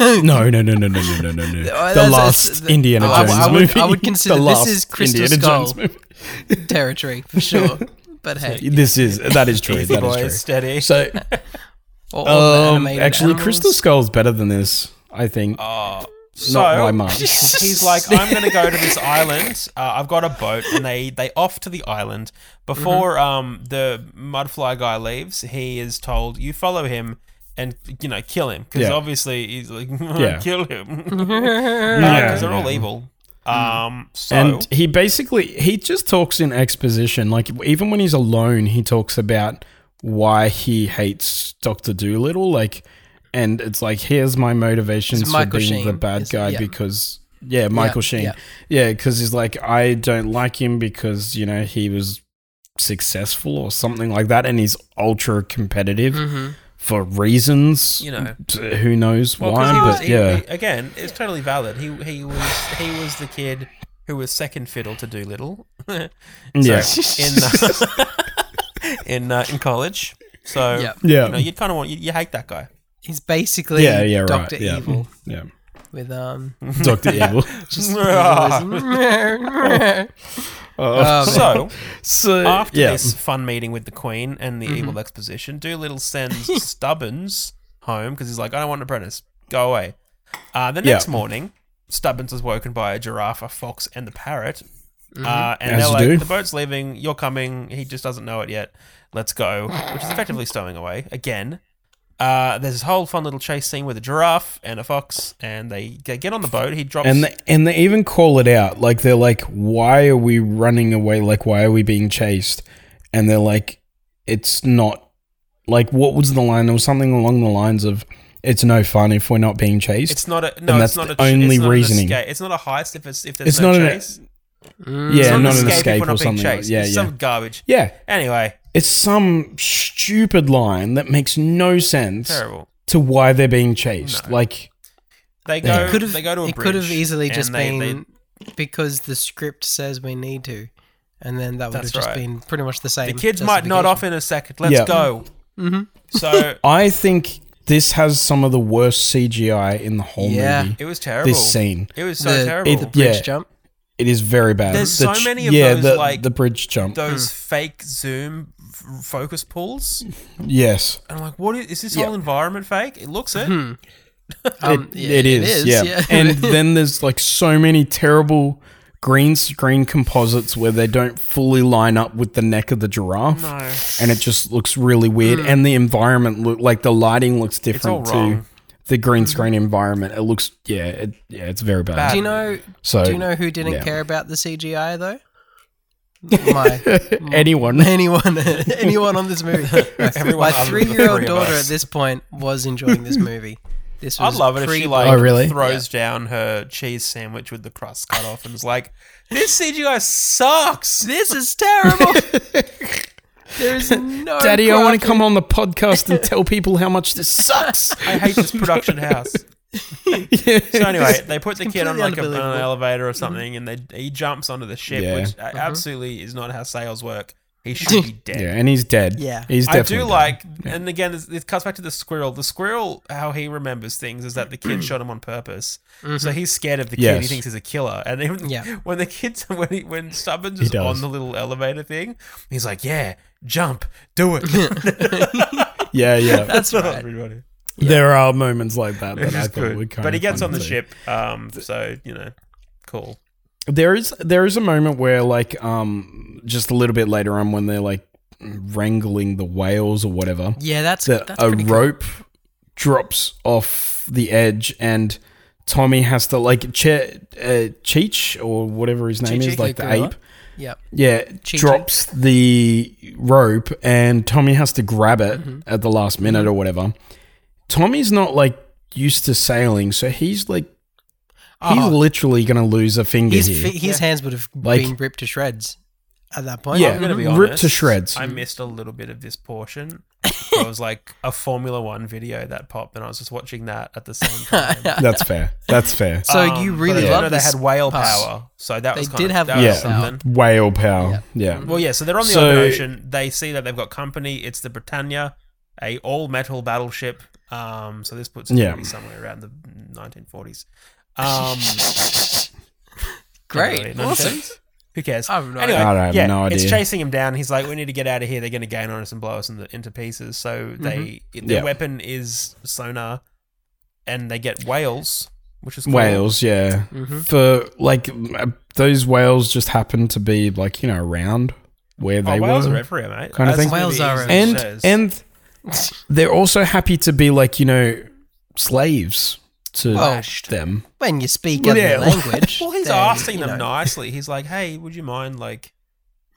Speaker 1: No, no, no, no, no, no, no, no, no.
Speaker 3: Oh, that's-
Speaker 1: the
Speaker 3: that's-
Speaker 1: last
Speaker 3: the-
Speaker 1: Indiana
Speaker 3: I- I
Speaker 1: Jones
Speaker 3: would-
Speaker 1: movie.
Speaker 3: I would consider
Speaker 1: The
Speaker 3: this
Speaker 1: last
Speaker 3: is Crystal
Speaker 1: Indiana
Speaker 3: Skull.
Speaker 1: Jones movie.
Speaker 3: Territory, for sure. But hey,
Speaker 1: This is that is true.
Speaker 4: Easy
Speaker 1: that is
Speaker 4: boys,
Speaker 1: true.
Speaker 4: steady.
Speaker 1: So,
Speaker 3: all, all the
Speaker 1: um,
Speaker 3: animated
Speaker 1: actually,
Speaker 3: animals.
Speaker 1: Crystal Skull's better than this. I think
Speaker 4: Oh. So
Speaker 1: not by much.
Speaker 4: he's like, I'm going to go to this island. Uh, I've got a boat, and they they off to the island. Before
Speaker 1: Mm-hmm.
Speaker 4: um the mudfly guy leaves, he is told you follow him and you know kill him because
Speaker 1: Yeah.
Speaker 4: obviously he's like
Speaker 1: Yeah.
Speaker 4: kill him
Speaker 1: Yeah. Mm-hmm.
Speaker 4: because they're all evil. Um, so
Speaker 1: And he basically he just talks in exposition. Like even when he's alone, he talks about why he hates Doctor Doolittle. Like, and it's like here's my motivations
Speaker 3: It's
Speaker 1: for
Speaker 3: Michael
Speaker 1: being the
Speaker 3: Sheen,
Speaker 1: bad
Speaker 3: is-
Speaker 1: guy
Speaker 3: yeah.
Speaker 1: because yeah, Michael Sheen,
Speaker 3: yeah.
Speaker 1: yeah, because he's like I don't like him because you know he was successful or something like that, and he's ultra competitive
Speaker 3: Mm-hmm.
Speaker 1: for reasons
Speaker 4: You know.
Speaker 1: t- who knows
Speaker 4: Well, 'cause
Speaker 1: why,
Speaker 4: he was-
Speaker 1: but
Speaker 4: he-
Speaker 1: yeah,
Speaker 4: he- again, it's totally valid. He he was he was the kid who was second fiddle to Doolittle. so
Speaker 1: yeah,
Speaker 4: in uh, in uh, in college. So
Speaker 3: Yeah.
Speaker 1: Yeah.
Speaker 4: you know, you'd kind of want you, you hate that guy.
Speaker 3: He's basically
Speaker 1: yeah, yeah, right,
Speaker 3: Doctor
Speaker 1: yeah,
Speaker 3: Evil
Speaker 1: yeah,
Speaker 3: with um.
Speaker 1: Doctor Evil. Oh.
Speaker 4: so
Speaker 1: Um, So
Speaker 4: after
Speaker 1: yeah. Mm-hmm.
Speaker 4: this fun meeting with the Queen and the evil exposition, Doolittle sends Stubbins home because he's like, I don't want an apprentice. Go away. Uh, the
Speaker 1: Yeah.
Speaker 4: next morning, Stubbins is woken by a giraffe, a fox, and the parrot. Uh, and
Speaker 1: As
Speaker 4: they're
Speaker 1: you
Speaker 4: like,
Speaker 1: do.
Speaker 4: the boat's leaving, you're coming, he just doesn't know it yet. Let's go. Which is effectively stowing away again. Uh, there's this whole fun little chase scene with a giraffe and a fox, and they g- get on the boat. He drops.
Speaker 1: And they, and they even call it out. Like they're like, why are we running away? Like why are we being chased? And they're like, it's not. Like what was the line? There was something along the lines of, "It's no fun if we're not being chased."
Speaker 4: it's not a no.
Speaker 1: and
Speaker 4: it's
Speaker 1: that's
Speaker 4: not
Speaker 1: the
Speaker 4: a ch-
Speaker 1: only
Speaker 4: it's not an
Speaker 1: reasoning.
Speaker 4: escape. It's not a heist if it's if there's
Speaker 1: It's
Speaker 4: no
Speaker 1: not an-
Speaker 4: chase.
Speaker 3: Mm.
Speaker 1: yeah,
Speaker 4: it's
Speaker 1: not,
Speaker 4: an
Speaker 1: an escape,
Speaker 4: if we're
Speaker 1: or
Speaker 4: not being
Speaker 1: something. Like,
Speaker 4: chased.
Speaker 1: yeah,
Speaker 4: it's
Speaker 1: yeah,
Speaker 4: some garbage.
Speaker 1: yeah.
Speaker 4: Anyway,
Speaker 1: It's some stupid line that makes no sense
Speaker 4: terrible.
Speaker 1: to why they're being chased. Like Yeah.
Speaker 4: They go.
Speaker 1: It
Speaker 3: Could have
Speaker 4: they go to a
Speaker 3: it
Speaker 4: bridge.
Speaker 3: could have easily
Speaker 4: and
Speaker 3: just
Speaker 4: they- they-
Speaker 3: been because the script says we need to, and then that would
Speaker 4: That's
Speaker 3: have just
Speaker 4: right.
Speaker 3: been pretty much the
Speaker 4: the
Speaker 3: same.
Speaker 4: kids might nod off in a second. Let's
Speaker 1: Yeah.
Speaker 4: go. Mm-hmm. So
Speaker 1: I think this has some of the worst CGI in the whole
Speaker 3: Yeah.
Speaker 1: movie.
Speaker 4: it was terrible.
Speaker 1: This scene,
Speaker 4: It was so
Speaker 3: justification.
Speaker 4: terrible.
Speaker 3: the, the bridge
Speaker 1: Yeah.
Speaker 3: jump.
Speaker 1: it is very bad.
Speaker 4: There's
Speaker 1: The
Speaker 4: so
Speaker 1: ch-
Speaker 4: many of
Speaker 1: yeah,
Speaker 4: those,
Speaker 1: the,
Speaker 4: like-
Speaker 1: the bridge jump.
Speaker 4: Those
Speaker 3: Mm.
Speaker 4: fake zoom f- focus pulls.
Speaker 1: yes,
Speaker 4: And I'm like, what is, is this
Speaker 1: Yeah.
Speaker 4: whole environment fake? It looks it.
Speaker 3: Mm-hmm. Um,
Speaker 1: It-
Speaker 3: yeah,
Speaker 1: it is, yeah. and
Speaker 3: and
Speaker 1: then there's like so many terrible green screen composites where they don't fully line up with the neck of the giraffe,
Speaker 4: No.
Speaker 1: and it just looks really weird. And the environment look like the lighting looks different
Speaker 4: all wrong.
Speaker 1: to the green screen environment. It looks yeah, it, yeah, it's very bad.
Speaker 4: Bad.
Speaker 3: do you know?
Speaker 1: So
Speaker 3: Do you know who didn't
Speaker 1: yeah.
Speaker 3: care about the CGI though? My
Speaker 1: anyone?
Speaker 3: anyone, anyone on this movie.
Speaker 4: Everyone
Speaker 3: My
Speaker 4: other than the
Speaker 3: three-year-old
Speaker 4: three of
Speaker 3: daughter
Speaker 4: us.
Speaker 3: at this point was enjoying this movie. This
Speaker 4: I'd
Speaker 3: was
Speaker 4: love it if she
Speaker 3: pre-
Speaker 4: like
Speaker 1: Oh, really?
Speaker 4: throws down her cheese sandwich with the crust cut off and is like, "This CGI sucks."
Speaker 3: This is terrible. there is no.
Speaker 1: Daddy, I want to
Speaker 3: graphic-
Speaker 1: come on the podcast and tell people how much this sucks.
Speaker 4: I hate this production house. So anyway, they put the kid on
Speaker 3: completely
Speaker 4: like a, on
Speaker 3: unbelievable. Mm-hmm.
Speaker 4: an elevator or something, and they, he jumps onto the ship,
Speaker 1: Yeah.
Speaker 4: which uh, absolutely is not how sales work. He should be dead.
Speaker 1: Yeah, and he's dead.
Speaker 3: Yeah.
Speaker 1: he's
Speaker 4: I
Speaker 1: definitely
Speaker 4: do
Speaker 1: dead.
Speaker 4: like, and again, this- it cuts back to the squirrel. The squirrel, how he remembers things is that the kid shot him on purpose, so he's scared of the kid. He
Speaker 1: Yes.
Speaker 4: thinks he's a killer, and even
Speaker 3: Yeah.
Speaker 4: when the kids, when he, when Stubbins is
Speaker 1: does.
Speaker 4: on the little elevator thing, he's like, "Yeah, jump, do it." That's
Speaker 1: Yeah, yeah.
Speaker 3: That's right.
Speaker 4: pretty funny.
Speaker 1: There are moments like that that
Speaker 4: Which
Speaker 1: I
Speaker 4: is
Speaker 1: thought were
Speaker 4: good.
Speaker 1: kind
Speaker 4: But he
Speaker 1: of
Speaker 4: gets
Speaker 1: funny
Speaker 4: on the
Speaker 1: too.
Speaker 4: ship, um, so you know, cool.
Speaker 1: There is there is a moment where like um just a little bit later on when they're like wrangling the whales or whatever
Speaker 3: Yeah, that's
Speaker 1: that
Speaker 3: that's
Speaker 1: a
Speaker 3: pretty cool.
Speaker 1: rope drops off the edge and Tommy has to like che- uh, Cheech or whatever his name
Speaker 3: Cheech
Speaker 1: is like the
Speaker 3: Chikagua.
Speaker 1: ape
Speaker 3: Yep.
Speaker 1: yeah drops the rope and Tommy has to grab it
Speaker 3: Mm-hmm.
Speaker 1: at the last minute or whatever Tommy's not like used to sailing so he's like he's
Speaker 3: Oh.
Speaker 1: literally gonna lose a finger
Speaker 3: His,
Speaker 1: here
Speaker 3: fi- his hands would have
Speaker 1: Like-
Speaker 3: been ripped to shreds at that point.
Speaker 1: Yeah.
Speaker 4: I'm gonna be
Speaker 1: Ripped
Speaker 4: honest,
Speaker 1: to shreds.
Speaker 4: I missed a little bit of this portion. It was like a Formula One video that popped, and I was just watching that at the same time.
Speaker 3: Oh,
Speaker 1: That's fair. That's fair.
Speaker 3: So you really
Speaker 4: Um, but I
Speaker 1: yeah.
Speaker 4: didn't
Speaker 3: love
Speaker 4: know they
Speaker 3: this
Speaker 4: had whale
Speaker 3: part.
Speaker 4: power, so that
Speaker 3: They
Speaker 4: was kind
Speaker 3: did
Speaker 4: of,
Speaker 3: have
Speaker 4: that
Speaker 3: whale
Speaker 4: was
Speaker 1: yeah.
Speaker 4: something.
Speaker 1: Whale power. Yeah.
Speaker 3: Mm-hmm.
Speaker 4: Well, yeah. So they're on the
Speaker 1: So-
Speaker 4: open ocean. They see that they've got company. It's the Britannia, a all metal battleship. Um, so this puts it
Speaker 1: Yeah.
Speaker 4: probably somewhere around the 1940s. Um,
Speaker 3: Great.
Speaker 4: not really,
Speaker 3: Awesome.
Speaker 4: 1910s. Who cares?
Speaker 3: I have no
Speaker 4: anyway,
Speaker 3: idea.
Speaker 1: I have
Speaker 4: yeah,
Speaker 1: no
Speaker 4: it's
Speaker 1: idea.
Speaker 4: chasing him down. He's like, "We need to get out of here. They're going to gain on us and blow us in the, into pieces." So
Speaker 3: Mm-hmm.
Speaker 4: they their
Speaker 1: Yeah.
Speaker 4: weapon is sonar, and they get whales, which is cool.
Speaker 1: Whales, yeah.
Speaker 3: Mm-hmm.
Speaker 1: For like m- those whales just happen to be like, you know, around where
Speaker 4: Oh,
Speaker 1: they
Speaker 4: whales
Speaker 1: were.
Speaker 4: are everywhere, mate.
Speaker 1: kind of
Speaker 4: As
Speaker 1: thing.
Speaker 4: movie
Speaker 3: Whales are
Speaker 4: easily
Speaker 1: and
Speaker 4: shows.
Speaker 1: and they're also happy to be like, you know, slaves to
Speaker 3: Oh.
Speaker 4: Lashed.
Speaker 1: them.
Speaker 3: When you speak
Speaker 1: Well,
Speaker 3: other
Speaker 1: yeah.
Speaker 3: language.
Speaker 4: Well, he's
Speaker 3: then,
Speaker 4: asking
Speaker 3: you
Speaker 4: them
Speaker 3: know.
Speaker 4: nicely. He's like, "Hey, would you mind like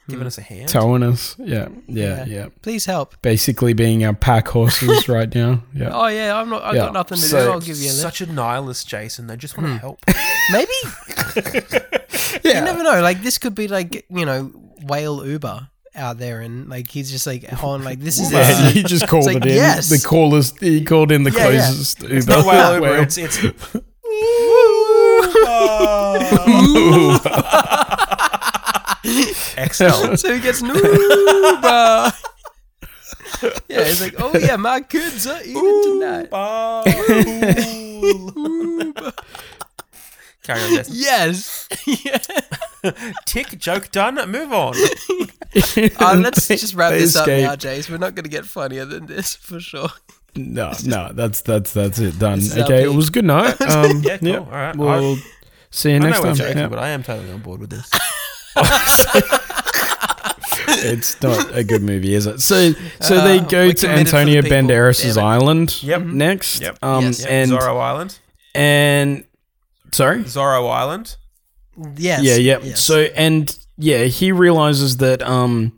Speaker 1: Hmm.
Speaker 4: giving us a hand?"
Speaker 1: Towing us. Yeah. Yeah. Yeah.
Speaker 3: Yeah.
Speaker 1: yeah.
Speaker 3: Please help.
Speaker 1: Basically being our pack horses right now. Yeah.
Speaker 3: Oh yeah, I'm not. I've
Speaker 1: Yeah.
Speaker 3: got nothing to
Speaker 1: So-
Speaker 3: do. I'll give you a lift.
Speaker 4: Such a nihilist, Jason. They just want
Speaker 1: Hmm.
Speaker 4: to help.
Speaker 3: Maybe
Speaker 1: Yeah.
Speaker 3: you never know. Like this could be like you know whale Uber out there, and like he's just like on like this is
Speaker 4: Uber.
Speaker 1: Yeah,
Speaker 3: this is-
Speaker 1: he just called
Speaker 3: like,
Speaker 1: it in.
Speaker 3: yes.
Speaker 1: The callers, he called in the
Speaker 3: Yeah, yeah.
Speaker 1: closest Uber.
Speaker 4: It's not whale Uber.
Speaker 1: Whale.
Speaker 4: It's it's. Oh. Excellent.
Speaker 3: so he gets an Uber. yeah, he's like, oh yeah, my kids are eating tonight.
Speaker 4: Carry on, Jason.
Speaker 3: Yes. yeah.
Speaker 4: Tick joke done. Move on.
Speaker 3: Uh, let's just wrap
Speaker 1: They
Speaker 3: this up
Speaker 1: escape.
Speaker 3: now, Jace. We're not going to get funnier than this for sure.
Speaker 1: No, no, that's that's that's it done.
Speaker 3: This is our
Speaker 1: Okay, it
Speaker 3: peak.
Speaker 1: was good night. Um,
Speaker 4: Yeah, cool. All right.
Speaker 1: We'll See you
Speaker 4: I
Speaker 1: next
Speaker 4: know we're
Speaker 1: time.
Speaker 4: joking,
Speaker 1: Yeah.
Speaker 4: but I am totally on board with this.
Speaker 1: it's not a good movie, is it? So, so they
Speaker 3: Uh,
Speaker 1: go
Speaker 3: we're
Speaker 1: to
Speaker 3: committed for the
Speaker 1: Antonio
Speaker 3: people,
Speaker 1: Banderas's
Speaker 3: damn it.
Speaker 1: island.
Speaker 4: Yep.
Speaker 1: Next.
Speaker 4: Yep.
Speaker 1: Um,
Speaker 3: Yes. Yep,
Speaker 1: And
Speaker 4: Zorro Island.
Speaker 1: and sorry.
Speaker 4: Zorro Island.
Speaker 3: Yes.
Speaker 1: yeah. Yeah.
Speaker 3: yes.
Speaker 1: So and yeah, he realizes that um,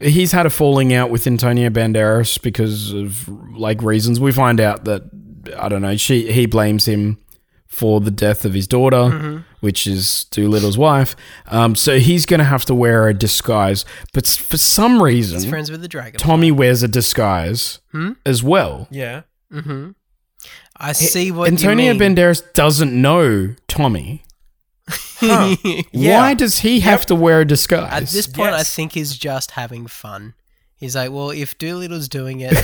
Speaker 1: he's had a falling out with Antonio Banderas because of like reasons. We find out that I don't know. She he blames him for the death of his daughter,
Speaker 3: Mm-hmm.
Speaker 1: which is Doolittle's wife. Um, so he's going to have to wear a disguise. But s- for some reason,
Speaker 3: He's friends with the dragon.
Speaker 1: Tommy wears a disguise as well.
Speaker 4: Yeah.
Speaker 3: hmm I see what
Speaker 1: Antonio
Speaker 3: you mean.
Speaker 1: Banderas doesn't know Tommy.
Speaker 4: Yeah.
Speaker 1: Why does he have to wear a disguise?
Speaker 3: At this point, I
Speaker 4: Yes.
Speaker 3: think he's just having fun. He's like, well, if Doolittle's doing it,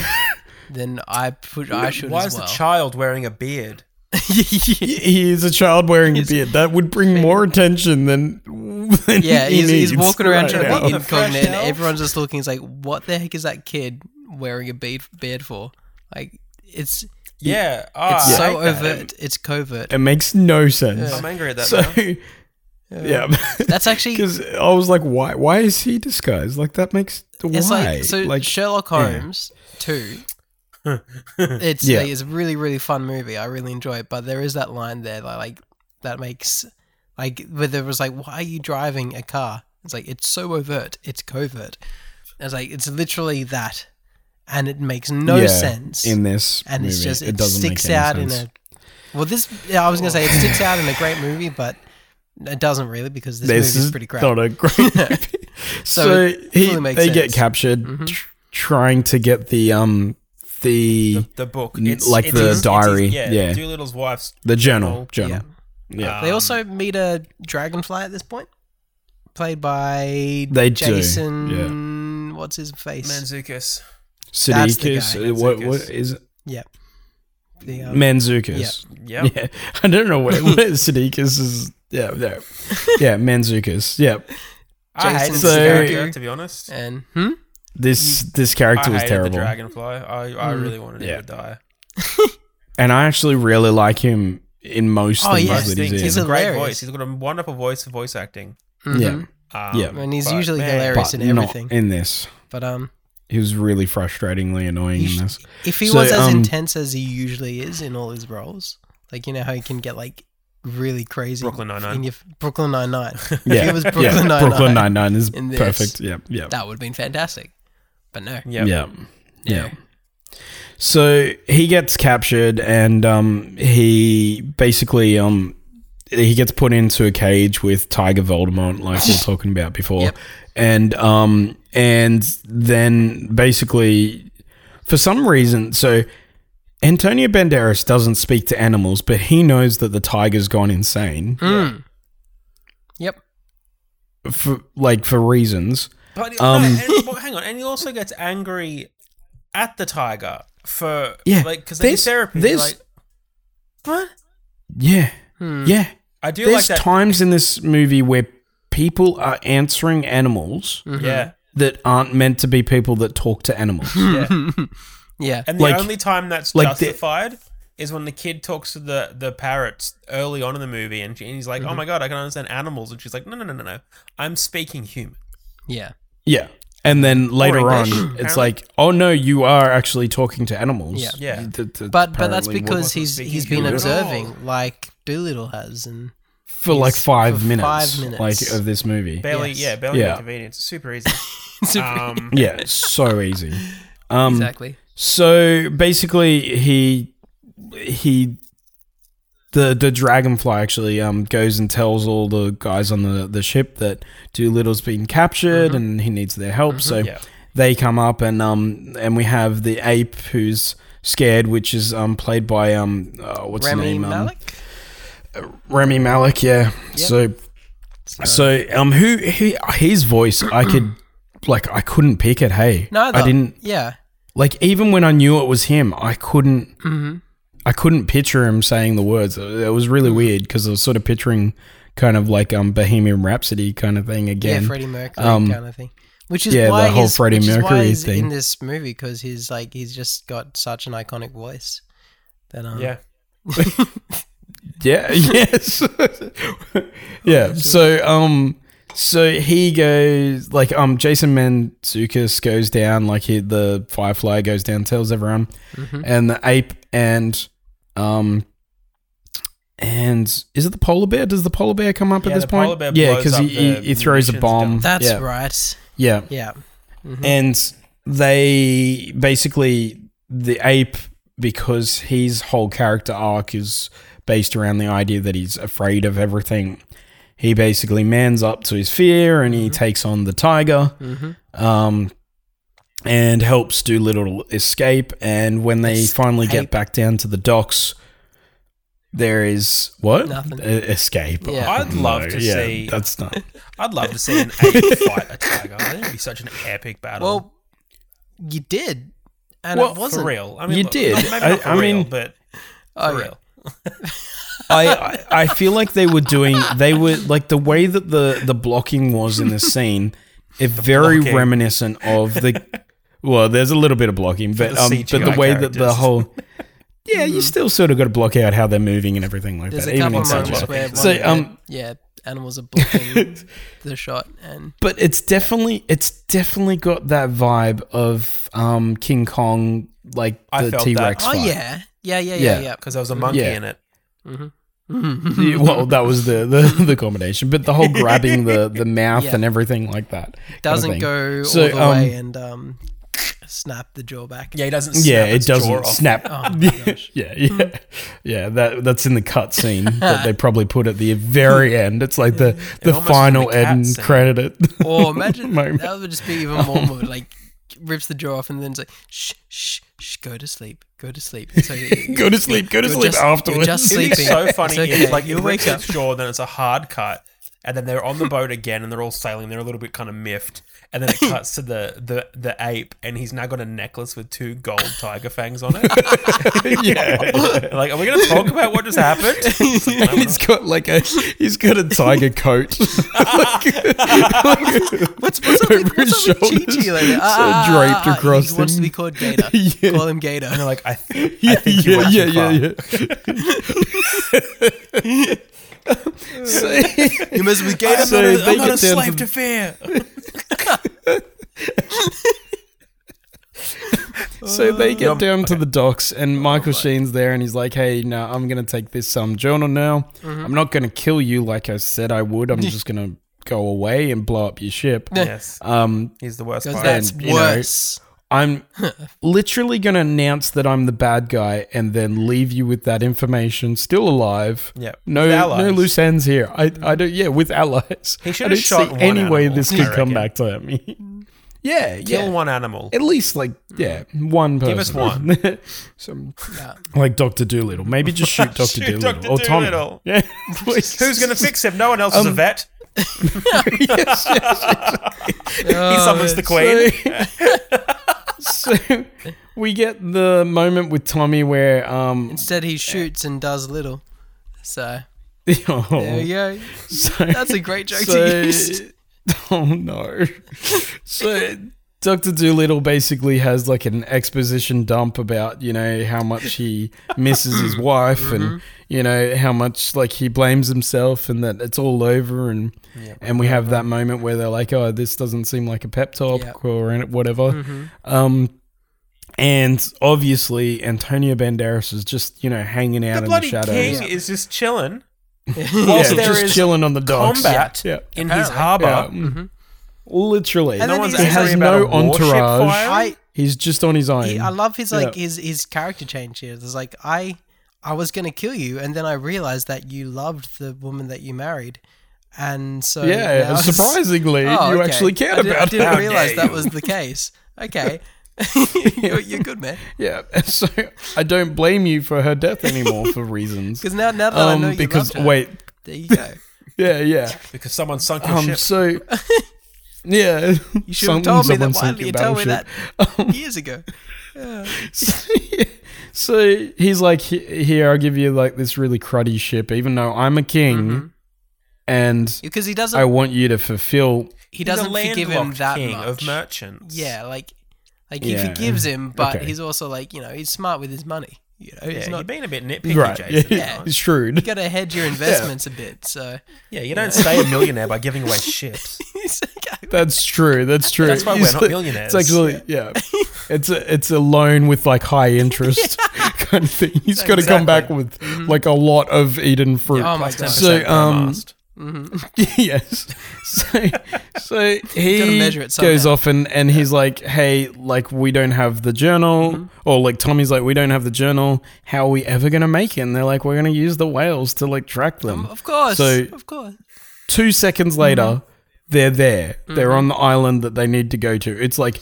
Speaker 3: then I put I should
Speaker 4: Why
Speaker 3: as
Speaker 4: is
Speaker 3: well.
Speaker 4: the child wearing a beard?
Speaker 1: he he is a child wearing a beard. That would bring more attention than, than
Speaker 3: yeah,
Speaker 1: he
Speaker 3: he's, he's
Speaker 1: needs
Speaker 3: walking around
Speaker 1: right
Speaker 3: trying
Speaker 1: now.
Speaker 3: to be
Speaker 4: What the fresh
Speaker 3: incognito, and
Speaker 4: elf?
Speaker 3: everyone's just looking. He's like, what the heck is that kid wearing a bead, beard for? Like, it's it's
Speaker 4: Yeah.
Speaker 1: Ah.
Speaker 4: Oh, I
Speaker 3: so
Speaker 4: hate that.
Speaker 3: overt. It's covert.
Speaker 1: It makes no sense.
Speaker 4: I'm angry at that.
Speaker 1: So
Speaker 4: now.
Speaker 1: yeah,
Speaker 3: That's actually
Speaker 1: because I was like, why? Why is he disguised? Like that makes why?
Speaker 3: It's like so Sherlock
Speaker 1: yeah.
Speaker 3: Holmes too. it's
Speaker 1: Yeah.
Speaker 3: like, it's a really really fun movie. I really enjoy it, but there is that line there that like that makes like where there was like why are you driving a car? It's like it's so overt, it's covert. And it's like it's literally that, and it makes no
Speaker 1: Yeah,
Speaker 3: sense.
Speaker 1: in this,
Speaker 3: and
Speaker 1: movie.
Speaker 3: it's just it,
Speaker 1: doesn't make
Speaker 3: sticks
Speaker 1: any
Speaker 3: out
Speaker 1: sense.
Speaker 3: in a. Well, this yeah, I was gonna say it sticks out in a great movie, but it doesn't really because this,
Speaker 1: this
Speaker 3: movie
Speaker 1: is
Speaker 3: is pretty crap.
Speaker 1: not a great movie. so
Speaker 3: it
Speaker 1: he,
Speaker 3: fully makes
Speaker 1: they get
Speaker 3: sense. Mm-hmm.
Speaker 1: captured tr- trying to get the um the the,
Speaker 4: the book,
Speaker 1: N- like the
Speaker 4: his-
Speaker 1: diary,
Speaker 4: It's his, yeah,
Speaker 1: yeah.
Speaker 4: Doolittle's wife's.
Speaker 1: journal journal.
Speaker 4: um,
Speaker 3: They also meet a dragonfly at this point, played by
Speaker 1: They do,
Speaker 3: Jason. What's his face?
Speaker 4: Manzukis.
Speaker 3: That's the
Speaker 1: Sudeikis,
Speaker 3: guy.
Speaker 1: uh, what what
Speaker 4: Manzukis.
Speaker 1: is it?
Speaker 3: yep. The, um,
Speaker 1: Manzukis?
Speaker 4: Yeah.
Speaker 1: Yeah, I don't know where, where Sudeikis is. Yeah, there. Yeah, Manzukis. Yeah,
Speaker 4: I hate
Speaker 3: Jason
Speaker 4: this character,
Speaker 3: Sudeikis.
Speaker 4: to be honest.
Speaker 3: and hmm?
Speaker 1: this this
Speaker 4: I
Speaker 1: character was
Speaker 4: hated the
Speaker 1: terrible, Mm.
Speaker 4: dragonfly. I, I really wanted
Speaker 1: Yeah.
Speaker 4: him to die.
Speaker 1: and I actually really like him in most
Speaker 3: Oh,
Speaker 1: things
Speaker 3: yes.
Speaker 1: that he's in.
Speaker 4: He's, a great
Speaker 3: Hilarious.
Speaker 4: voice. He's got a wonderful voice for voice acting.
Speaker 1: yeah,
Speaker 3: Mhm.
Speaker 4: Um,
Speaker 1: Yeah.
Speaker 3: And he's
Speaker 4: but,
Speaker 3: usually
Speaker 4: man,
Speaker 3: hilarious
Speaker 1: but
Speaker 3: in
Speaker 1: not
Speaker 3: everything.
Speaker 1: in this.
Speaker 3: but um,
Speaker 1: He was really frustratingly annoying
Speaker 3: You
Speaker 1: in
Speaker 3: should-
Speaker 1: this.
Speaker 3: if he
Speaker 1: So,
Speaker 3: was as
Speaker 1: um,
Speaker 3: intense as he usually is in all his roles, like you know how he can get like really crazy.
Speaker 4: Brooklyn Nine-Nine.
Speaker 3: In your, Brooklyn Nine Nine.
Speaker 1: Yeah,
Speaker 3: If it was
Speaker 1: yeah,
Speaker 3: Brooklyn Nine-Nine
Speaker 1: Brooklyn Nine Nine is
Speaker 3: in this,
Speaker 1: perfect. Yeah, yeah,
Speaker 3: that would have been fantastic. But no.
Speaker 4: Yeah.
Speaker 1: yeah, yeah. So he gets captured, and um, he basically um, he gets put into a cage with Tiger Voldemort, like we were talking about before,
Speaker 3: Yep.
Speaker 1: and um, and then basically for some reason, so. Antonio Banderas doesn't speak to animals, but he knows that the tiger's gone insane
Speaker 3: Mm. Yep.
Speaker 1: for like for reasons.
Speaker 4: But
Speaker 1: Um,
Speaker 4: and, well, hang on, and he also gets angry at the tiger for
Speaker 1: Yeah,
Speaker 4: like because they do
Speaker 1: there's-
Speaker 4: therapy.
Speaker 1: there's-
Speaker 4: like, what?
Speaker 1: Yeah,
Speaker 3: Hmm.
Speaker 1: yeah.
Speaker 4: I do like
Speaker 1: There's
Speaker 4: that.
Speaker 1: times in this movie where people are answering animals
Speaker 3: Mhm.
Speaker 4: yeah,
Speaker 1: that aren't meant to be people that talk to animals.
Speaker 3: Hmm. yeah.
Speaker 4: and the
Speaker 1: Like-
Speaker 4: only time that's
Speaker 1: like the-
Speaker 4: justified is when the kid talks to the the parrots early on in the movie, and, she, and he's like,
Speaker 1: Mm-hmm.
Speaker 4: "Oh my god, I can understand animals," and she's like, "No, no, no, no, no, I'm speaking human."
Speaker 3: Yeah.
Speaker 1: yeah. And then later on,
Speaker 4: English,
Speaker 1: it's
Speaker 4: apparently.
Speaker 1: like, oh no, you are actually talking to animals.
Speaker 3: Yeah.
Speaker 4: Yeah.
Speaker 1: Th- th-
Speaker 3: But but that's
Speaker 1: apparently what-
Speaker 3: because he's
Speaker 4: speaking
Speaker 3: he's been
Speaker 4: human at
Speaker 1: Oh.
Speaker 3: observing like Doolittle has and
Speaker 1: for like
Speaker 3: he's-
Speaker 1: five
Speaker 3: for
Speaker 1: minutes,
Speaker 3: five minutes.
Speaker 1: like of this movie.
Speaker 4: Barely,
Speaker 3: Yes.
Speaker 4: yeah, barely
Speaker 1: Yeah.
Speaker 4: inconvenience. Super easy.
Speaker 1: Ah,
Speaker 4: um,
Speaker 1: yeah, it's so easy. Um,
Speaker 3: exactly.
Speaker 1: So basically, he he the the dragonfly actually um goes and tells all the guys on the the ship that Doolittle's been captured and he needs their help. So
Speaker 4: Yeah.
Speaker 1: they come up and um and we have the ape who's scared, which is um played by um uh, what's the
Speaker 3: Remy
Speaker 1: name Um,
Speaker 3: Malik?
Speaker 1: Remy Malik, yeah. So, so um, who he his voice I could like I couldn't pick it. Hey,
Speaker 3: Neither.
Speaker 1: I didn't
Speaker 3: Yeah.
Speaker 1: like even when I knew it was him, I couldn't. I couldn't picture him saying the words. Uh, It it was really weird because I was sort of picturing kind of like um Bohemian Rhapsody kind of thing again.
Speaker 3: Yeah, Freddie Mercury
Speaker 1: Um,
Speaker 3: kind of thing. Which is
Speaker 1: yeah, the
Speaker 3: why
Speaker 1: whole
Speaker 3: he's,
Speaker 1: Freddie
Speaker 3: which is why
Speaker 1: Mercury
Speaker 3: he's
Speaker 1: thing.
Speaker 3: in this movie because he's like he's just got such an iconic voice. That um,
Speaker 4: yeah.
Speaker 1: Yeah. Yes. yeah. So um, so he goes like um, Jason Mantzoukas goes down like he the Firefly goes down, tells everyone,
Speaker 4: Mm-hmm.
Speaker 1: and the ape and um. And is it the polar bear? Does the polar bear come up
Speaker 4: Yeah,
Speaker 1: at this
Speaker 4: the
Speaker 1: point?
Speaker 4: polar bear
Speaker 1: yeah,
Speaker 4: blows
Speaker 1: because he,
Speaker 4: up
Speaker 1: he,
Speaker 4: the
Speaker 1: he throws a
Speaker 4: munitions
Speaker 1: bomb.
Speaker 4: dump.
Speaker 3: That's
Speaker 1: yeah.
Speaker 3: right.
Speaker 1: Yeah.
Speaker 3: Yeah. Mm-hmm.
Speaker 4: Mm-hmm.
Speaker 1: And they basically the ape because his whole character arc is based around the idea that he's afraid of everything. He basically mans up to his fear and he
Speaker 4: Mm-hmm.
Speaker 1: takes on the tiger
Speaker 3: Mm-hmm.
Speaker 1: um, and helps Doolittle escape. And when they finally get
Speaker 3: Escape.
Speaker 1: back down to the docks, there is what
Speaker 3: Nothing.
Speaker 1: E- escape.
Speaker 3: Yeah.
Speaker 1: Oh,
Speaker 4: I'd love to
Speaker 1: yeah,
Speaker 4: see-
Speaker 1: That's not.
Speaker 4: I'd love to see an ape fight a tiger. I think it'd be such an epic battle.
Speaker 3: Well, you did, and
Speaker 1: Well,
Speaker 3: it
Speaker 1: for
Speaker 4: for
Speaker 3: wasn't
Speaker 4: real. I mean,
Speaker 1: You
Speaker 4: look,
Speaker 1: did.
Speaker 4: Maybe not
Speaker 1: I-
Speaker 4: for
Speaker 1: I
Speaker 4: real,
Speaker 1: mean-
Speaker 4: but
Speaker 3: Oh,
Speaker 4: for
Speaker 3: yeah.
Speaker 4: real.
Speaker 1: I, I I feel like they were doing they were like the way that the the blocking was in this scene, it very
Speaker 4: blocking.
Speaker 1: reminiscent of the. Well, there's a little bit of blocking, but
Speaker 4: the
Speaker 1: um, but the
Speaker 4: CGI
Speaker 1: way that the
Speaker 4: characters.
Speaker 1: whole. Yeah, you still sort of got to block out how they're moving and everything like
Speaker 3: There's
Speaker 1: that.
Speaker 3: a
Speaker 1: even
Speaker 3: couple
Speaker 1: in
Speaker 3: of
Speaker 1: CGI.
Speaker 3: moments where
Speaker 1: so
Speaker 3: one,
Speaker 1: um,
Speaker 3: yeah, animals are blocking the shot, and
Speaker 1: but it's definitely it's definitely got that vibe of um King Kong like
Speaker 4: I
Speaker 1: the
Speaker 4: felt
Speaker 1: T
Speaker 4: that.
Speaker 1: Rex.
Speaker 3: oh
Speaker 1: fight.
Speaker 3: yeah, yeah, yeah, yeah,
Speaker 1: Yeah.
Speaker 3: yeah.
Speaker 4: Because there was a monkey
Speaker 1: Yeah.
Speaker 4: in it.
Speaker 1: Yeah, well, that was the, the, the combination, but the whole grabbing the, the mouth
Speaker 3: Yeah.
Speaker 1: and everything like that kinda
Speaker 3: Doesn't
Speaker 1: thing.
Speaker 3: go
Speaker 1: So,
Speaker 3: all the
Speaker 1: um,
Speaker 3: way and um, snap the jaw back.
Speaker 4: Yeah, he doesn't. Snap
Speaker 1: Yeah,
Speaker 4: its
Speaker 1: it
Speaker 4: jaw
Speaker 1: doesn't
Speaker 4: off.
Speaker 1: snap.
Speaker 3: Oh my gosh. Hmm.
Speaker 1: yeah, yeah, yeah. That that's in the cut scene that they probably put at the very
Speaker 3: Hmm.
Speaker 1: end. It's like the the
Speaker 4: almost
Speaker 1: final
Speaker 4: the cat
Speaker 1: end
Speaker 4: scene.
Speaker 1: credit. It.
Speaker 3: Or imagine
Speaker 1: Moment.
Speaker 3: that would just be even more mood, like rips the jaw off and then it's like shh shh shh go to sleep go to sleep. So
Speaker 1: go to sleep. Go to
Speaker 3: You're
Speaker 1: sleep
Speaker 3: just- you're
Speaker 1: afterwards.
Speaker 3: just
Speaker 4: It'd be
Speaker 3: sleeping.
Speaker 4: so funny
Speaker 3: It's
Speaker 4: if
Speaker 3: okay.
Speaker 4: like you
Speaker 3: You'll
Speaker 4: wake
Speaker 3: wake
Speaker 4: up jaw, then it's a hard cut, and then they're on the boat again, and they're all sailing. They're a little bit kind of miffed, and then it cuts to the the the ape, and he's now got a necklace with two gold tiger fangs on it.
Speaker 1: yeah.
Speaker 4: like, are we going to talk about what just happened? It's like, no, we're
Speaker 1: He's got like a he's got a tiger coat.
Speaker 3: what's, what's up with,
Speaker 1: Over his
Speaker 3: what's up with Chi
Speaker 1: shoulders,
Speaker 3: Chi lately?
Speaker 1: so
Speaker 3: Ah, ah,
Speaker 1: draped
Speaker 3: ah, ah,
Speaker 1: across
Speaker 3: He wants to
Speaker 1: him.
Speaker 3: be called Gator.
Speaker 1: Yeah.
Speaker 3: Call him Gator.
Speaker 4: not. like I, th- I
Speaker 1: yeah,
Speaker 4: think you went
Speaker 1: yeah,
Speaker 4: too
Speaker 1: yeah,
Speaker 4: far.
Speaker 1: yeah, yeah. so,
Speaker 3: You must be Gator.
Speaker 1: So they
Speaker 4: I'm not a-
Speaker 1: get
Speaker 4: I'm not a
Speaker 1: down to the-
Speaker 4: slave to fear.
Speaker 1: So they get down to the docks, and Michael Sheen's there, and he's like, "Hey, no, I'm gonna take this um journal now. I'm not gonna kill you like I said I would. I'm just gonna go away and blow up your ship.
Speaker 4: Yes,
Speaker 1: Um,
Speaker 4: he's the worst.
Speaker 3: Because
Speaker 4: Pirate.
Speaker 3: that's
Speaker 1: you know,
Speaker 3: worse.
Speaker 1: I'm literally gonna announce that I'm the bad guy, and then leave you with that information, still alive.
Speaker 4: Yep.
Speaker 1: No,
Speaker 4: With
Speaker 1: no
Speaker 4: allies.
Speaker 1: loose ends here. I, I don't. Yeah, with allies.
Speaker 4: He should
Speaker 1: I
Speaker 4: have
Speaker 1: don't
Speaker 4: shot
Speaker 1: see
Speaker 4: one
Speaker 1: any way
Speaker 4: animal,
Speaker 1: this
Speaker 4: I
Speaker 1: could come
Speaker 4: reckon.
Speaker 1: back to me. yeah,
Speaker 4: Kill
Speaker 1: yeah.
Speaker 4: one animal.
Speaker 1: At least like yeah, one person.
Speaker 4: Hmm. Give us one.
Speaker 1: Some
Speaker 3: Yeah.
Speaker 1: Like Doctor Doolittle. Maybe just shoot Doctor
Speaker 4: Shoot
Speaker 1: Doolittle
Speaker 4: Dr.
Speaker 1: or Tommy.
Speaker 4: Doolittle.
Speaker 1: Yeah. Please.
Speaker 4: Who's going to fix him? No one else is a vet.
Speaker 1: Um, Yes, yes.
Speaker 4: He
Speaker 3: Oh,
Speaker 4: summons the queen.
Speaker 1: So, so we get the moment with Tommy where um
Speaker 3: Instead, he shoots and does little. So
Speaker 1: oh,
Speaker 3: there you go.
Speaker 1: so,
Speaker 3: That's a great joke
Speaker 1: so-
Speaker 3: to use.
Speaker 1: Oh no. so Dr. Doolittle basically has like an exposition dump about, you know, how much he misses his wife and, you know, how much like he blames himself and that it's all over. And, and we have that moment where they're like, oh, this doesn't seem like a pep talk
Speaker 3: Yep.
Speaker 1: or an- whatever. Um, and obviously, Antonio Banderas is just, you know, hanging out
Speaker 4: The
Speaker 1: in the
Speaker 4: bloody
Speaker 1: shadows.
Speaker 4: king is just chilling.
Speaker 1: Yeah,
Speaker 4: Whilst there
Speaker 1: just
Speaker 4: is
Speaker 1: chilling on the docks.
Speaker 4: combat
Speaker 1: Yeah.
Speaker 4: in his harbour.
Speaker 1: Yeah. Literally.
Speaker 3: And
Speaker 4: No
Speaker 3: then
Speaker 4: one's
Speaker 3: he's-
Speaker 1: he
Speaker 3: Is
Speaker 4: angry
Speaker 1: has
Speaker 4: about
Speaker 1: no
Speaker 4: a warship
Speaker 1: entourage.
Speaker 4: fire?
Speaker 3: I
Speaker 1: He's just on his own.
Speaker 3: he, I love his like
Speaker 1: Yeah.
Speaker 3: his his character change here. There's like I I was gonna kill you, and then I realized that you loved the woman that you married, and so
Speaker 1: yeah,
Speaker 3: now it's-
Speaker 1: surprisingly,
Speaker 3: Oh,
Speaker 1: you
Speaker 3: okay.
Speaker 1: actually cared
Speaker 3: I did,
Speaker 1: about
Speaker 3: I didn't
Speaker 1: her.
Speaker 3: realize
Speaker 4: dare
Speaker 3: that was the case. Okay, you're, you're good, man.
Speaker 1: Yeah, and so I don't blame you for her death anymore for reasons.
Speaker 3: Because now now that I know
Speaker 1: Um,
Speaker 3: you
Speaker 1: because
Speaker 3: loved her,
Speaker 1: wait,
Speaker 3: there you go.
Speaker 1: yeah, yeah.
Speaker 4: Because someone sunk your
Speaker 1: Um,
Speaker 4: ship.
Speaker 1: so yeah, you
Speaker 3: should have told me that. Why didn't you tell me that
Speaker 1: Um,
Speaker 3: years ago?
Speaker 1: so he's like, "He- here, I'll give you like this really cruddy ship, even though I'm a king,
Speaker 3: Mm-hmm.
Speaker 1: and
Speaker 3: Because he
Speaker 1: I
Speaker 3: doesn't
Speaker 1: want you to fulfill.
Speaker 3: he
Speaker 4: He's a
Speaker 3: doesn't forgive him
Speaker 4: landlocked
Speaker 3: that
Speaker 4: king
Speaker 3: much.
Speaker 4: of merchants.
Speaker 3: yeah, like like he
Speaker 1: Yeah.
Speaker 3: forgives him, but
Speaker 1: Okay.
Speaker 3: he's also like you know he's smart with his money. You know, it's
Speaker 4: Yeah, you're
Speaker 3: not.
Speaker 4: being a bit nitpicky,
Speaker 1: right.
Speaker 4: Jason.
Speaker 1: Yeah.
Speaker 4: Yeah.
Speaker 1: Shrewd.
Speaker 3: You gotta hedge your investments a bit. So
Speaker 4: yeah, you don't stay a millionaire by giving away ships.
Speaker 3: It's like, "Oh,
Speaker 1: That's true. That's true.
Speaker 4: That's why we're
Speaker 1: It's
Speaker 4: not
Speaker 1: like-
Speaker 4: millionaires.
Speaker 1: It's actually yeah. It's a it's a loan with like high interest kind of thing. He's got to come
Speaker 4: Exactly.
Speaker 1: back with like a lot of Eden fruit.
Speaker 3: Oh my
Speaker 4: Plus
Speaker 3: God.
Speaker 4: 10%
Speaker 1: So,
Speaker 4: per
Speaker 1: um,
Speaker 4: mast.
Speaker 1: yes. So, so
Speaker 3: Gotta
Speaker 1: he
Speaker 3: measure it
Speaker 1: goes
Speaker 3: somehow.
Speaker 1: off and, and he's like, hey, like, we don't have the journal. Or, like, Tommy's like, we don't have the journal. How are we ever going to make it? And they're like, we're going to use the whales to, like, track them.
Speaker 3: um, of course,
Speaker 1: um, So-
Speaker 3: of course.
Speaker 1: Two seconds later,
Speaker 4: Mm-hmm.
Speaker 1: they're there. They're on the island that they need to go to. It's like,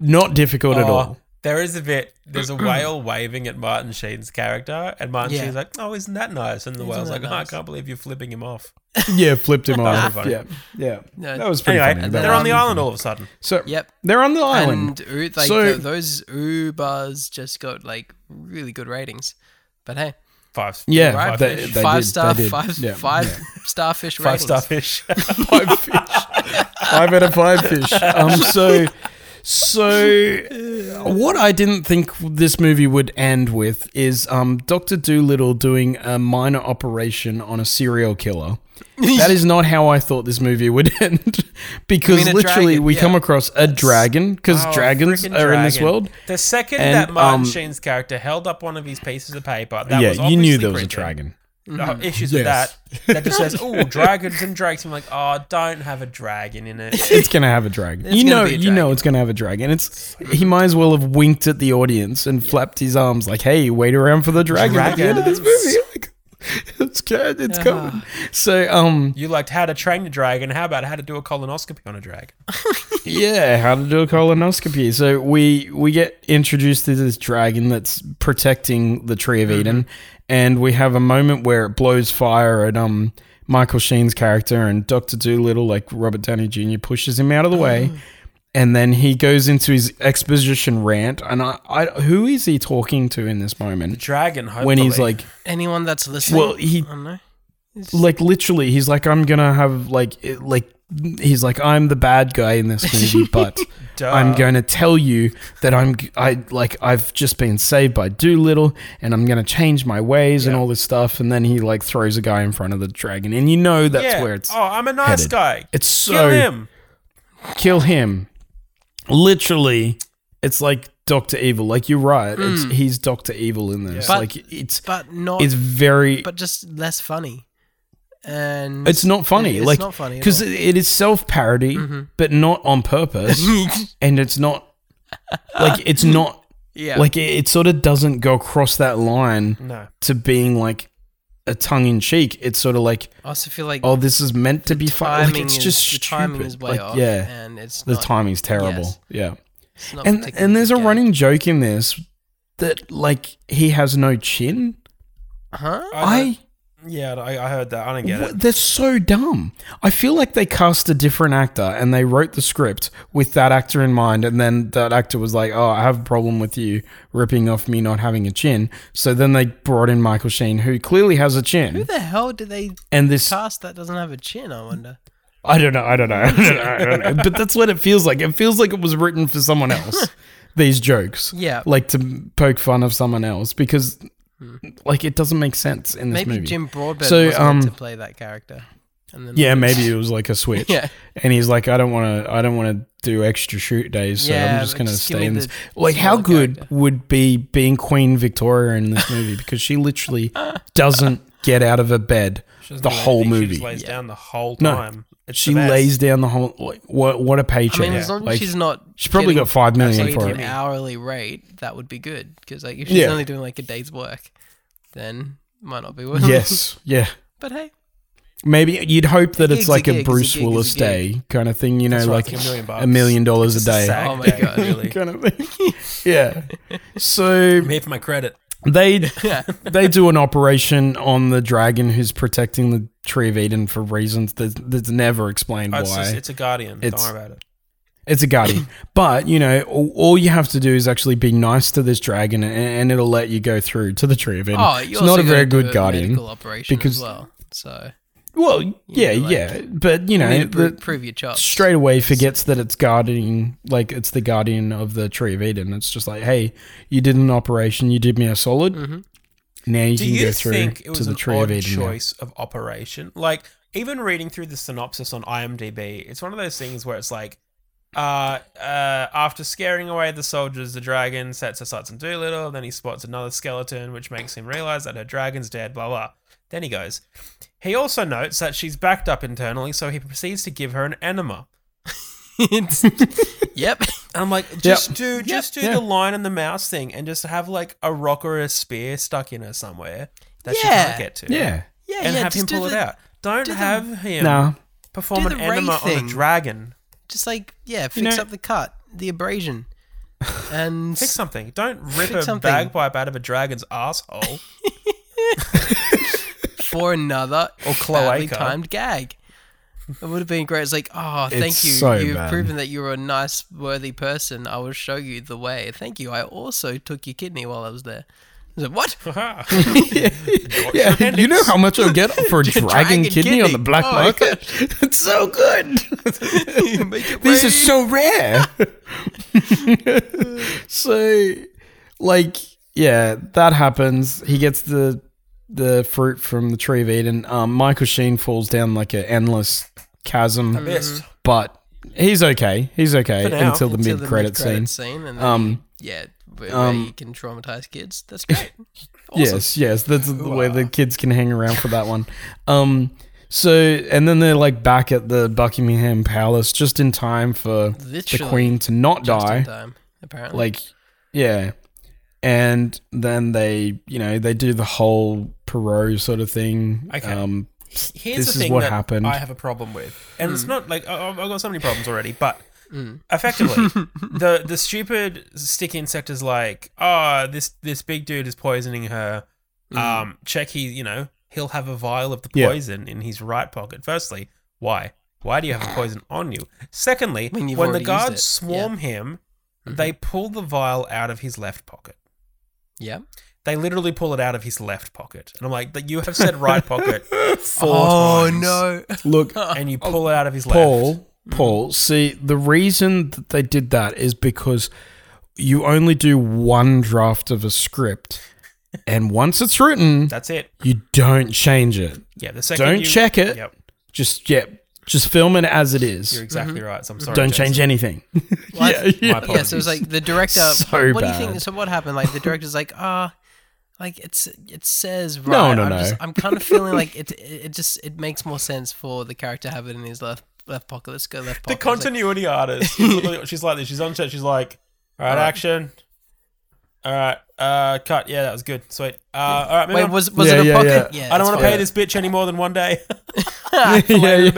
Speaker 1: not difficult at
Speaker 4: Oh,
Speaker 1: all.
Speaker 4: There is a bit. There's a whale waving at Martin Sheen's character, and Martin
Speaker 3: Yeah.
Speaker 4: Sheen's like, "Oh, isn't that nice?" And the whale's
Speaker 3: that
Speaker 4: like, "Oh, I
Speaker 3: nice?"
Speaker 4: can't believe you're flipping him off."
Speaker 1: Yeah, flipped him
Speaker 4: was
Speaker 1: off.
Speaker 4: pretty
Speaker 1: Yeah. Yeah.
Speaker 3: No.
Speaker 1: That was pretty
Speaker 4: Anyway,
Speaker 1: funny.
Speaker 3: And
Speaker 1: That
Speaker 4: they're
Speaker 1: was
Speaker 4: on the
Speaker 1: pretty
Speaker 4: island
Speaker 1: funny.
Speaker 4: all of a sudden.
Speaker 1: So,
Speaker 3: Yep.
Speaker 1: they're on the island.
Speaker 3: And oo- like
Speaker 1: So-
Speaker 3: tho- those Ubers just got like really good ratings. But hey,
Speaker 4: Five.
Speaker 1: yeah.
Speaker 3: right?
Speaker 1: they- they
Speaker 3: five
Speaker 1: did- they
Speaker 3: star,
Speaker 1: did.
Speaker 3: five
Speaker 1: Yeah,
Speaker 3: five
Speaker 1: yeah.
Speaker 3: starfish
Speaker 4: Five
Speaker 3: ratings.
Speaker 4: star fish.
Speaker 1: five fish. five out of five fish. Um, so, so what I didn't think this movie would end with is um, Doctor Doolittle doing a minor operation on a serial killer. That is not how I thought this movie would end, because
Speaker 3: You mean a
Speaker 1: literally
Speaker 3: dragon,
Speaker 1: we
Speaker 3: yeah.
Speaker 1: come across a dragon because
Speaker 4: Oh,
Speaker 1: dragons are
Speaker 4: freaking
Speaker 1: in this
Speaker 4: dragon.
Speaker 1: world.
Speaker 4: The second
Speaker 1: And,
Speaker 4: that Martin
Speaker 1: um,
Speaker 4: Sheen's character held up one of his pieces of paper, that was
Speaker 1: yeah, you knew
Speaker 4: obviously
Speaker 1: there was a
Speaker 4: printed.
Speaker 1: dragon.
Speaker 3: Mm-hmm.
Speaker 4: Uh, issues
Speaker 1: Yes.
Speaker 4: with that. That just says, "Oh, dragons and drakes." I'm like, "Oh, don't have a dragon in it."
Speaker 1: It's gonna have a dragon. you
Speaker 3: gonna
Speaker 1: know,
Speaker 3: be a
Speaker 1: you know,
Speaker 3: dragon.
Speaker 1: it's gonna have a dragon. It's he might as well have winked at the audience and flapped his arms like, "Hey, wait around for the dragon." At the end of this movie, like, it's good, it's
Speaker 3: Uh-huh.
Speaker 1: coming. So, um,
Speaker 4: You liked how to train a dragon. How about how to do a colonoscopy on a dragon?
Speaker 1: yeah, how to do a colonoscopy. So we we get introduced to this dragon that's protecting the Tree of Eden, and we have a moment where it blows fire at um Michael Sheen's character and Doctor Doolittle, like Robert Downey Jr. pushes him out of the way. And then he goes into his exposition rant, and I, I who is he talking to in this moment?
Speaker 4: Dragon. Hopefully.
Speaker 1: When he's like,
Speaker 3: Anyone that's listening,
Speaker 1: well, he
Speaker 3: I don't know.
Speaker 1: like literally he's like i'm gonna have like it- like he's like i'm the bad guy in this movie but
Speaker 4: Duh.
Speaker 1: i'm
Speaker 3: Uh,
Speaker 1: gonna tell you that i'm g- i like i've just been saved by doolittle and i'm gonna change my ways and all this stuff and then he like throws a guy in front of the dragon and you know that's
Speaker 4: yeah.
Speaker 1: where it's
Speaker 4: Oh, I'm a nice
Speaker 1: headed.
Speaker 4: guy.
Speaker 1: it's so
Speaker 4: Kill him.
Speaker 1: kill him. Literally, it's like Doctor Evil. Like you're right. It's
Speaker 3: Hmm.
Speaker 1: he's Doctor Evil in this.
Speaker 3: But-
Speaker 1: like it's
Speaker 3: but not,
Speaker 1: it's very
Speaker 3: but just less funny. And
Speaker 1: It's not funny.
Speaker 3: It's
Speaker 1: like,
Speaker 3: not funny at
Speaker 1: because
Speaker 3: all. Mm-hmm.
Speaker 1: it is self parody, but not on purpose, and it's not like it's not
Speaker 3: yeah, Mm.
Speaker 1: like it, it sort of doesn't go across that line
Speaker 4: No.
Speaker 1: to being like a tongue in cheek. It's sort of like,
Speaker 3: I also feel like
Speaker 1: oh, this is meant to be funny. Like,
Speaker 3: timing
Speaker 1: it's
Speaker 3: is,
Speaker 1: just
Speaker 3: the
Speaker 1: stupid.
Speaker 3: timing is way
Speaker 1: like,
Speaker 3: off.
Speaker 1: Yeah,
Speaker 3: and it's
Speaker 1: the
Speaker 3: not,
Speaker 1: timing's terrible.
Speaker 3: Yes.
Speaker 1: Yeah,
Speaker 3: it's not
Speaker 1: and
Speaker 3: particularly
Speaker 1: and there's a
Speaker 3: good.
Speaker 1: running joke in this that like he has no chin.
Speaker 3: huh?
Speaker 4: I
Speaker 1: I
Speaker 4: Yeah, I, I heard that. I don't get
Speaker 1: What-
Speaker 4: it.
Speaker 1: They're so dumb. I feel like they cast a different actor and they wrote the script with that actor in mind, and then that actor was like, "Oh, I have a problem with you ripping off me not having a chin." So then they brought in Michael Sheen, who clearly has a
Speaker 3: Who
Speaker 1: chin,
Speaker 3: the hell did they
Speaker 1: and this
Speaker 3: cast that doesn't have a chin? I wonder.
Speaker 1: I don't know, I don't know, I don't know, I don't know. but that's what it feels like. It feels like it was written for someone else. these jokes,
Speaker 3: Yeah.
Speaker 1: like to poke fun of someone else because, like, it doesn't make sense in this
Speaker 3: Hmm. Maybe
Speaker 1: movie.
Speaker 3: Jim Broadbent
Speaker 1: So,
Speaker 3: was meant
Speaker 1: um,
Speaker 3: to play that character. And then
Speaker 1: Yeah, maybe it was like a switch.
Speaker 3: Yeah.
Speaker 1: And he's like, I don't want to, I don't want to do extra shoot days, so
Speaker 3: Yeah,
Speaker 1: I'm just
Speaker 3: but
Speaker 1: gonna
Speaker 3: just give
Speaker 1: stay
Speaker 3: me
Speaker 1: in this.
Speaker 3: the
Speaker 1: Like, how
Speaker 3: smaller
Speaker 1: good
Speaker 3: character.
Speaker 1: would be being Queen Victoria in this movie because she literally doesn't get out of her bed the whole
Speaker 4: She
Speaker 1: movie.
Speaker 4: just lays down the whole
Speaker 1: No.
Speaker 4: time. It's
Speaker 1: She
Speaker 4: the best.
Speaker 1: lays down the whole. Like, what? What a
Speaker 3: I
Speaker 1: paycheck!
Speaker 3: mean, as long as
Speaker 1: Like,
Speaker 3: she's not.
Speaker 1: she's probably
Speaker 3: getting
Speaker 1: got five million
Speaker 3: paid
Speaker 1: for
Speaker 3: an
Speaker 1: it.
Speaker 3: hourly rate, that would be good. Because like if she's
Speaker 1: Yeah.
Speaker 3: only doing like a day's work, then might not be worth it.
Speaker 1: Yes. Yeah.
Speaker 3: but hey,
Speaker 1: Maybe you'd hope that
Speaker 3: gig's
Speaker 1: it's
Speaker 3: a
Speaker 1: like
Speaker 3: gig,
Speaker 1: a
Speaker 3: it's a
Speaker 1: Bruce
Speaker 3: gig, it's a
Speaker 1: Willis
Speaker 3: gig.
Speaker 1: day kind of thing, you know,
Speaker 4: That's right,
Speaker 1: like
Speaker 4: it's a million bucks.
Speaker 1: a million dollars a day.
Speaker 4: Sad
Speaker 3: Oh my
Speaker 4: day,
Speaker 3: God.
Speaker 4: Really.
Speaker 1: kind of thing. yeah. So
Speaker 4: I'm here for my credit.
Speaker 1: they
Speaker 3: yeah,
Speaker 1: they do an operation on the dragon who's protecting the tree of Eden for reasons that, that's never explained
Speaker 4: Oh,
Speaker 1: why.
Speaker 4: it's, just, it's a guardian.
Speaker 1: It's-
Speaker 4: Don't worry about it.
Speaker 1: It's a guardian. but, you know, all, all you have to do is actually be nice to this dragon and, and it'll let you go through to the tree of Eden.
Speaker 3: oh, you
Speaker 1: it's
Speaker 3: also
Speaker 1: not a
Speaker 3: gotta
Speaker 1: very
Speaker 3: do
Speaker 1: good guardian.
Speaker 3: medical operation
Speaker 1: because-
Speaker 3: as well. So
Speaker 1: Well, yeah, yeah, but you know,
Speaker 3: You need to pro-
Speaker 1: the-
Speaker 3: prove your chops.
Speaker 1: straight away forgets that it's guarding, like it's the guardian of the tree of Eden. It's just like, hey, you did an operation, you did me a solid. Now you
Speaker 4: Mm-hmm. Do
Speaker 1: can
Speaker 4: you
Speaker 1: go through
Speaker 4: think it
Speaker 1: to
Speaker 4: was
Speaker 1: the
Speaker 4: an
Speaker 1: tree of
Speaker 4: odd
Speaker 1: Eden. now.
Speaker 4: choice of operation? Like, even reading through the synopsis on IMDb, it's one of those things where it's like, uh, uh, after scaring away the soldiers, the dragon sets her sights on Doolittle. Then he spots another skeleton, which makes him realize that her dragon's dead. Blah blah. Then he goes. He also notes that she's backed up internally, so he proceeds to give her an enema.
Speaker 3: It's- yep.
Speaker 4: And I'm like, just do, just do
Speaker 1: yeah.
Speaker 4: the lion and the mouse thing, and just have like a rock or a spear stuck in her somewhere that she
Speaker 3: Yeah.
Speaker 4: can't get to
Speaker 1: Yeah.
Speaker 3: Yeah,
Speaker 4: and
Speaker 3: yeah.
Speaker 4: have
Speaker 3: just
Speaker 4: him
Speaker 3: do
Speaker 4: pull
Speaker 3: the,
Speaker 4: it out. Don't
Speaker 3: do the-
Speaker 4: have him
Speaker 1: No.
Speaker 4: perform
Speaker 3: do
Speaker 4: an
Speaker 3: the Ray
Speaker 4: enema on
Speaker 3: thing.
Speaker 4: a dragon.
Speaker 3: Just like yeah, fix
Speaker 1: know-
Speaker 3: up the cut, the abrasion, and
Speaker 4: Fix something. Don't rip a
Speaker 3: Fix something.
Speaker 4: bagpipe out of a dragon's asshole.
Speaker 3: for another or
Speaker 4: cloaca.
Speaker 3: timed gag. It would have been great. It's like, oh, thank
Speaker 1: It's
Speaker 3: you.
Speaker 1: so
Speaker 3: You've
Speaker 1: bad.
Speaker 3: proven that you're a nice, worthy person. I will show you the way. Thank you. I also took your kidney while I was there. I was like, what?
Speaker 1: Yeah, you know how much I'll get for a dragon,
Speaker 3: Dragon
Speaker 1: kidney, on the
Speaker 3: kidney.
Speaker 1: black
Speaker 3: Oh,
Speaker 1: market? It's so good.
Speaker 3: Make it
Speaker 1: These are
Speaker 3: rain.
Speaker 1: so rare. so, like, yeah, that happens. He gets the the fruit from the tree of Eden. Um, Michael Sheen falls down like an endless chasm,
Speaker 4: Missed.
Speaker 1: but he's okay. He's okay
Speaker 4: now.
Speaker 1: until the
Speaker 3: Until
Speaker 1: mid
Speaker 3: the
Speaker 1: credit scene.
Speaker 3: mid-credit and then,
Speaker 1: Um,
Speaker 3: yeah, where, where
Speaker 1: um,
Speaker 3: you can traumatize kids. That's great.
Speaker 1: Yes, yes, that's the way the kids can hang around for that one. Um, so and then they're like back at the Buckingham Palace just in time for the
Speaker 3: Literally
Speaker 1: Queen to not
Speaker 3: Just in
Speaker 1: die.
Speaker 3: time, apparently.
Speaker 1: Like, yeah, and then they, you know, they do the whole Perot sort of thing.
Speaker 4: Okay.
Speaker 1: Um,
Speaker 4: Here's
Speaker 1: This
Speaker 4: the
Speaker 1: is
Speaker 4: thing
Speaker 1: what
Speaker 4: that
Speaker 1: happened.
Speaker 4: I have a problem with, and
Speaker 3: Mm.
Speaker 4: it's not like I- I've I've got so many problems already, but.
Speaker 1: Mm.
Speaker 4: Effectively, the the stupid stick insect is like, oh, this this big dude is poisoning her. Um, check he, you know, he'll have a vial of the
Speaker 1: Mm. Yeah.
Speaker 4: poison in his right pocket. Firstly, why? Why do you have the poison on you? Secondly,
Speaker 3: When you've
Speaker 4: when the
Speaker 3: already used
Speaker 4: guards
Speaker 3: it. Yeah.
Speaker 4: swarm him,
Speaker 1: Mm-hmm.
Speaker 4: they pull the vial out of his left pocket.
Speaker 3: yeah.
Speaker 4: They literally pull it out of his left pocket, and I'm like, "That you have said right pocket four
Speaker 3: Oh
Speaker 4: times,
Speaker 3: no.
Speaker 1: look,
Speaker 4: And you pull it out of his
Speaker 1: Paul,
Speaker 4: left.
Speaker 1: Paul. See, the reason that they did that is because you only do one draft of a script, and once it's written,
Speaker 4: That's it.
Speaker 1: you don't change it.
Speaker 4: Yeah, the second
Speaker 1: Don't
Speaker 4: you-
Speaker 1: check it.
Speaker 4: Yep,
Speaker 1: Just yeah, just film it as it
Speaker 4: you're
Speaker 1: is.
Speaker 4: exactly right. So I'm sorry.
Speaker 1: Don't change
Speaker 4: Jason.
Speaker 1: anything.
Speaker 3: Well, I-
Speaker 1: yeah.
Speaker 4: My
Speaker 3: Yeah, so it was
Speaker 4: apologies.
Speaker 3: like the director.
Speaker 1: So
Speaker 3: what do you
Speaker 1: bad.
Speaker 3: think? So what happened? Like the director's like, ah, like it's it says right.
Speaker 1: No, no,
Speaker 3: I'm
Speaker 1: no.
Speaker 3: Just, I'm kind of feeling like it, it. It just it makes more sense for the character to have it in his left left pocket. Let's go left
Speaker 4: The
Speaker 3: pocket. It's like,
Speaker 4: continuity artist. is literally- She's like this. She's on set. She's like, all right, action. All right, uh, cut. Yeah, that was good. Sweet. Uh, all right,
Speaker 3: Wait,
Speaker 4: moving on.
Speaker 3: was was
Speaker 1: Yeah,
Speaker 3: it a
Speaker 1: yeah,
Speaker 3: pocket?
Speaker 1: yeah.
Speaker 4: I don't want to pay
Speaker 3: that's
Speaker 4: this bitch any more than one day.
Speaker 1: yeah, yeah.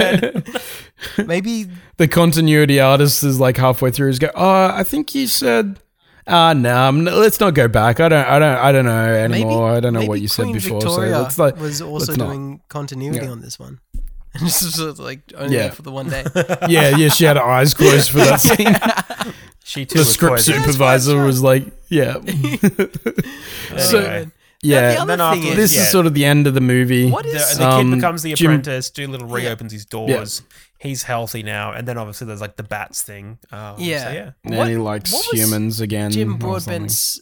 Speaker 3: fine. Maybe
Speaker 1: The continuity artist is like halfway through. Is go. Oh, I think you said. Ah, no. I'm n- let's not go back. I don't. I don't. I don't know
Speaker 3: maybe
Speaker 1: anymore. I don't know
Speaker 3: maybe
Speaker 1: what you
Speaker 3: Queen
Speaker 1: said before.
Speaker 3: Victoria
Speaker 1: so let's like.
Speaker 3: was also
Speaker 1: let's not.
Speaker 3: doing continuity
Speaker 1: Yeah.
Speaker 3: on this one. And this is sort of like only
Speaker 1: Yeah.
Speaker 3: for the one day.
Speaker 1: Yeah, yeah. She had her eyes closed for that scene.
Speaker 4: she too
Speaker 1: the
Speaker 4: was
Speaker 1: script
Speaker 4: poisoned.
Speaker 1: supervisor was like, yeah, so-
Speaker 4: Anyway,
Speaker 1: yeah.
Speaker 3: other
Speaker 4: then
Speaker 3: thing
Speaker 4: afterwards,
Speaker 1: This
Speaker 4: yeah,
Speaker 1: is sort of the end of the movie.
Speaker 3: What
Speaker 4: the,
Speaker 3: is
Speaker 4: the
Speaker 1: Um,
Speaker 4: kid becomes the
Speaker 1: Jim-
Speaker 4: apprentice. Doolittle reopens his doors. He's healthy now, and then obviously there's like the bats thing. Um, so
Speaker 3: Yeah.
Speaker 4: yeah.
Speaker 1: And then
Speaker 3: what-
Speaker 1: he likes
Speaker 3: what was
Speaker 1: humans again. or
Speaker 3: Jim
Speaker 1: Mm, something.
Speaker 3: Broadbent's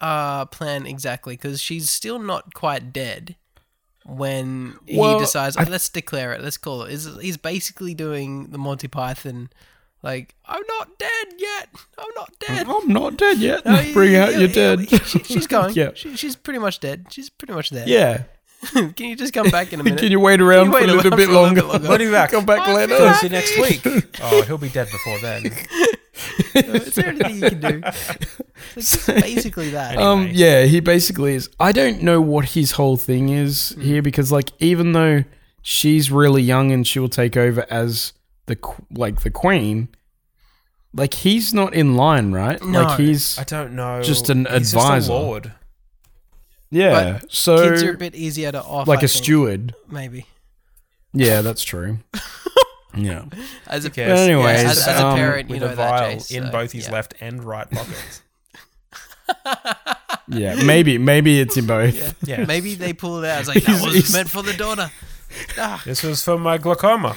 Speaker 3: uh, plan exactly because she's still not quite dead when
Speaker 1: Well,
Speaker 3: he decides
Speaker 1: I-
Speaker 3: "Oh, let's declare it, let's call it. He's, he's basically doing the Monty Python, like I'm not dead yet, I'm not dead.
Speaker 1: I'm not dead yet.
Speaker 3: No, he-
Speaker 1: Mm, Bring out
Speaker 3: he-
Speaker 1: your
Speaker 3: he-
Speaker 1: dead.
Speaker 3: she- she's going.
Speaker 1: Yeah.
Speaker 3: she, she's pretty much dead. She's pretty much there.
Speaker 1: yeah.
Speaker 3: Can you just come back in a minute?
Speaker 1: Can you wait around
Speaker 3: You
Speaker 1: for
Speaker 3: wait
Speaker 1: a little
Speaker 3: around
Speaker 1: bit
Speaker 3: for a little
Speaker 1: longer?
Speaker 3: bit longer. When
Speaker 4: are you back?
Speaker 1: Come back
Speaker 3: I'll be
Speaker 1: later.
Speaker 3: back.
Speaker 4: Thursday next week. Oh, he'll be dead before then.
Speaker 3: Is there anything you can do? It's like, basically that.
Speaker 1: Um,
Speaker 4: Anyway.
Speaker 1: yeah, he basically is. I don't know what his whole thing is
Speaker 3: Hmm.
Speaker 1: here because, like, even though she's really young and she will take over as the qu- like the queen, like he's not in line, right?
Speaker 3: No.
Speaker 1: Like he's
Speaker 4: I don't know.
Speaker 1: Just an
Speaker 4: He's Just
Speaker 1: advisor.
Speaker 4: a lord.
Speaker 1: yeah, so
Speaker 3: Kids are a bit easier to off.
Speaker 1: like
Speaker 3: a
Speaker 1: a steward.
Speaker 3: maybe.
Speaker 1: Yeah, that's true. yeah,
Speaker 3: As a
Speaker 4: cares?
Speaker 1: anyways,
Speaker 3: as, as a
Speaker 1: um,
Speaker 3: parent, you
Speaker 4: with
Speaker 3: know that,
Speaker 4: a vial
Speaker 3: Jace,
Speaker 4: in
Speaker 3: so,
Speaker 4: both his
Speaker 3: yeah.
Speaker 4: left and right pockets.
Speaker 1: yeah. Maybe, maybe it's in both.
Speaker 4: yeah.
Speaker 3: Maybe they pulled it out. It's like
Speaker 1: He's-
Speaker 3: that was
Speaker 1: he's-
Speaker 3: meant for the daughter.
Speaker 4: This was for my glaucoma.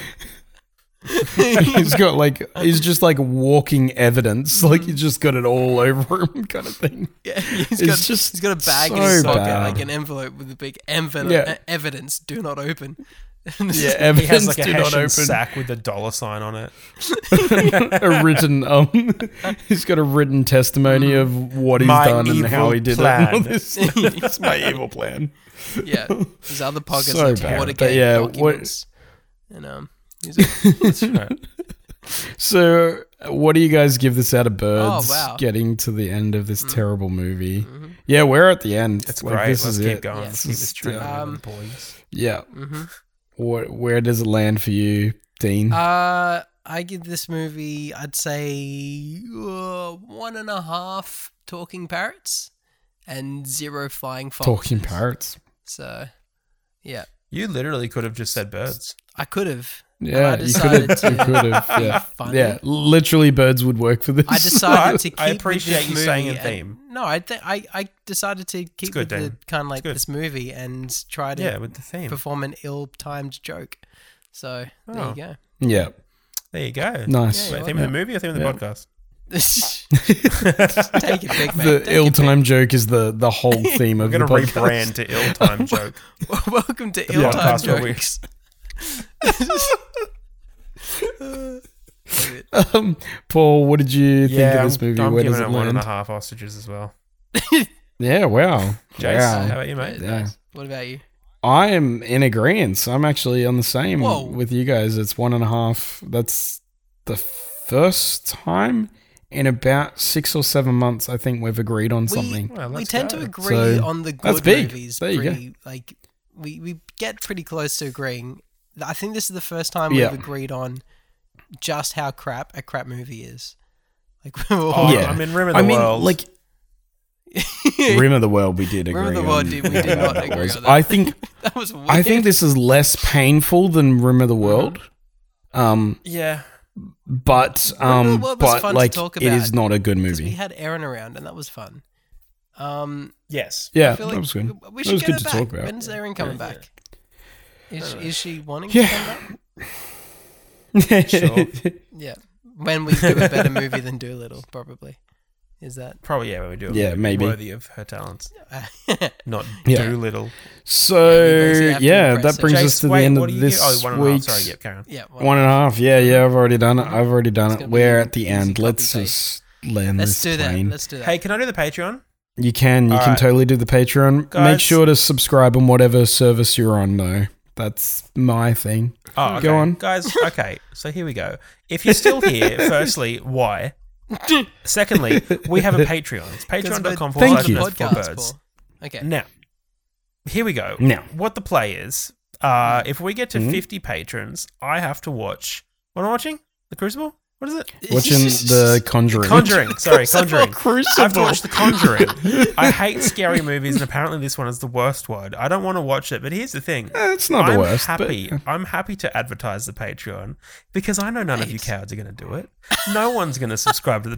Speaker 1: he's got like he's just like walking evidence. Like he's just got it all over him, kind of thing.
Speaker 3: Yeah,
Speaker 1: It's
Speaker 3: he's got,
Speaker 1: just
Speaker 3: he's got a bag in
Speaker 1: so
Speaker 3: his pocket,
Speaker 1: bad.
Speaker 3: like an envelope with a big envelope, e-,
Speaker 1: Yeah.
Speaker 3: evidence, do not open.
Speaker 1: Yeah,
Speaker 4: He has
Speaker 1: evidence
Speaker 4: like a
Speaker 1: did not
Speaker 4: Hessian
Speaker 1: open.
Speaker 4: sack with a dollar sign on it.
Speaker 1: a written um, he's got a written testimony of what he's
Speaker 4: My
Speaker 1: done and how
Speaker 4: evil
Speaker 1: he did
Speaker 4: plan.
Speaker 1: it. All this- That's my evil plan.
Speaker 3: yeah. His other pockets
Speaker 1: So
Speaker 3: are
Speaker 1: bad.
Speaker 3: Watergate
Speaker 1: But yeah, what-
Speaker 3: documents. And, um, he's a-
Speaker 4: That's right.
Speaker 1: So, what do you guys give this out of birds?
Speaker 4: Oh,
Speaker 3: wow.
Speaker 1: Getting to the end of this terrible movie. Yeah, we're at the end.
Speaker 4: Mm. Mm-hmm. It's
Speaker 1: Like,
Speaker 4: great.
Speaker 1: This
Speaker 4: Let's
Speaker 1: is
Speaker 4: keep
Speaker 1: it.
Speaker 4: going.
Speaker 3: Yeah.
Speaker 4: Let's keep this train
Speaker 1: Yeah.
Speaker 4: moving,
Speaker 3: Um,
Speaker 4: boys.
Speaker 1: Yeah.
Speaker 3: mhm.
Speaker 1: What, where does it land for you, Dean?
Speaker 3: Uh, I give this movie, I'd say uh, one and a half talking parrots and zero flying foxes.
Speaker 1: Talking parrots.
Speaker 3: So, yeah,
Speaker 4: You literally could have just said birds.
Speaker 3: I could have.
Speaker 1: Yeah,
Speaker 3: I
Speaker 1: you could
Speaker 3: decided
Speaker 1: have. You
Speaker 3: to
Speaker 1: could have. Yeah.
Speaker 3: funny.
Speaker 1: Ah, yeah, literally, birds would work for this.
Speaker 3: I decided to keep.
Speaker 4: I
Speaker 3: with
Speaker 4: appreciate
Speaker 3: this
Speaker 4: you saying
Speaker 3: movie
Speaker 4: a
Speaker 3: and-
Speaker 4: theme.
Speaker 3: No, I think I I decided to keep
Speaker 4: good,
Speaker 3: with the
Speaker 4: Dan.
Speaker 3: kind of like
Speaker 4: good.
Speaker 3: this movie and try to
Speaker 4: Yeah, with the theme.
Speaker 3: perform an ill-timed joke. So there
Speaker 4: Oh.
Speaker 3: you go.
Speaker 1: yeah,
Speaker 4: There you go.
Speaker 1: nice.
Speaker 4: Wait,
Speaker 3: Yeah,
Speaker 4: theme of the movie or theme of the
Speaker 1: Yeah.
Speaker 4: podcast?
Speaker 3: Take it, big man.
Speaker 1: The
Speaker 3: Take it
Speaker 1: ill
Speaker 3: big.
Speaker 1: time joke is the the whole theme of
Speaker 4: We're
Speaker 1: the
Speaker 4: going to
Speaker 1: podcast.
Speaker 4: rebrand to ill time joke.
Speaker 3: Welcome to ill-timed
Speaker 4: podcast where we-
Speaker 3: jokes.
Speaker 1: Um, Paul, what did you think
Speaker 4: yeah,
Speaker 1: of this
Speaker 4: I'm,
Speaker 1: movie?
Speaker 4: I'm
Speaker 1: where
Speaker 4: giving
Speaker 1: does
Speaker 4: it
Speaker 1: it
Speaker 4: one and a
Speaker 1: land?
Speaker 4: half ostriches as well.
Speaker 1: Yeah, wow.
Speaker 4: Jace, how
Speaker 1: wow.
Speaker 4: about you, mate?
Speaker 1: Yeah.
Speaker 3: What about you?
Speaker 1: I am in agreement. I'm actually on the same
Speaker 3: Whoa.
Speaker 1: with you guys. It's one and a half. That's the first time in about six or seven months I think we've agreed on something.
Speaker 4: Well,
Speaker 3: we
Speaker 4: let's
Speaker 3: tend
Speaker 4: go.
Speaker 3: to agree
Speaker 1: So,
Speaker 3: on the
Speaker 1: that's
Speaker 3: good
Speaker 1: big.
Speaker 3: movies.
Speaker 1: There you go.
Speaker 3: pretty, Like we, we get pretty close to agreeing. I think this is the first time
Speaker 1: Yeah.
Speaker 3: we've agreed on just how crap a crap movie is. Like we're all,
Speaker 4: Oh,
Speaker 1: Yeah.
Speaker 4: I'm in Rim of the
Speaker 1: I mean,
Speaker 4: World.
Speaker 1: like Rim of the World, we did agree.
Speaker 3: Rim of the World
Speaker 1: on.
Speaker 3: did- we did not
Speaker 1: Yeah,
Speaker 3: agree
Speaker 1: was-
Speaker 3: on that.
Speaker 1: I think
Speaker 3: that was weird.
Speaker 1: I think this is less painful than Rim of
Speaker 3: Uh-huh.
Speaker 1: the World. Um,
Speaker 4: yeah.
Speaker 1: but
Speaker 3: the
Speaker 1: um,
Speaker 3: World was fun
Speaker 1: but
Speaker 3: to
Speaker 1: like
Speaker 3: talk
Speaker 1: it is
Speaker 3: about
Speaker 1: not a good
Speaker 3: because we
Speaker 1: movie.
Speaker 3: had Aaron around and that was fun. Um,
Speaker 4: Yes.
Speaker 1: Yeah,
Speaker 3: I feel
Speaker 1: that
Speaker 3: like
Speaker 1: was good.
Speaker 3: We
Speaker 1: That
Speaker 3: should
Speaker 1: was
Speaker 3: get
Speaker 1: good
Speaker 3: her
Speaker 1: to
Speaker 3: back.
Speaker 1: talk about.
Speaker 3: When's Erin coming
Speaker 4: Yeah.
Speaker 3: back? Is, is she wanting
Speaker 1: Yeah.
Speaker 3: to come back?
Speaker 4: Sure.
Speaker 3: Yeah. When we do a better movie than Doolittle, probably. Is that?
Speaker 4: Probably, yeah, when we do it.
Speaker 1: Yeah, maybe.
Speaker 4: Worthy of her talents, not
Speaker 1: Yeah.
Speaker 4: Doolittle.
Speaker 3: You guys
Speaker 1: So
Speaker 3: have to
Speaker 1: yeah,
Speaker 3: impress
Speaker 1: that
Speaker 3: it.
Speaker 1: brings
Speaker 4: Jace,
Speaker 1: us to the
Speaker 4: wait,
Speaker 1: end
Speaker 4: what
Speaker 1: of
Speaker 4: do you
Speaker 1: this
Speaker 4: do? Oh, one and a half.
Speaker 1: week's
Speaker 4: Sorry, yeah, Karen.
Speaker 3: yeah. well,
Speaker 1: one and a half. Yeah, yeah, I've already done it. I've already done
Speaker 3: It's
Speaker 1: it.
Speaker 3: gonna
Speaker 1: We're
Speaker 3: be
Speaker 1: at the
Speaker 3: easy
Speaker 1: end.
Speaker 3: copy
Speaker 1: Let's
Speaker 3: paste.
Speaker 1: just land
Speaker 3: let's
Speaker 1: this
Speaker 3: do that.
Speaker 1: plane.
Speaker 3: Let's do that.
Speaker 4: Hey, can I do the Patreon?
Speaker 1: You can. You
Speaker 4: All
Speaker 1: can
Speaker 4: right.
Speaker 1: totally do the Patreon. Make
Speaker 4: Guys.
Speaker 1: sure to subscribe on whatever service you're on, though. That's my thing.
Speaker 4: Oh, okay.
Speaker 1: Go on.
Speaker 4: guys. Okay, so here we go. If you're still here, firstly, why? Secondly, we have a Patreon. It's
Speaker 3: 'Cause we're
Speaker 4: patreon.com
Speaker 1: Thank
Speaker 4: forward
Speaker 1: you.
Speaker 4: slash for
Speaker 3: podcast,
Speaker 4: birds.
Speaker 3: Paul. Okay.
Speaker 4: Now, here we go.
Speaker 1: Now.
Speaker 4: what the play is? Uh, if we get to
Speaker 1: Mhm.
Speaker 4: 50 patrons, I have to watch. What am I watching? The Crucible. What is it?
Speaker 1: Watching The Conjuring.
Speaker 4: Conjuring. Sorry, Conjuring.
Speaker 1: Crucible.
Speaker 4: I've watched The Conjuring. I hate scary movies, and apparently this one is the worst one. I don't want to watch it, but here's the thing.
Speaker 1: Eh, it's not
Speaker 4: I'm
Speaker 1: the worst. but-
Speaker 4: happy. I'm happy to advertise the Patreon because I know none of you cowards are going to do it. No one's going to subscribe to the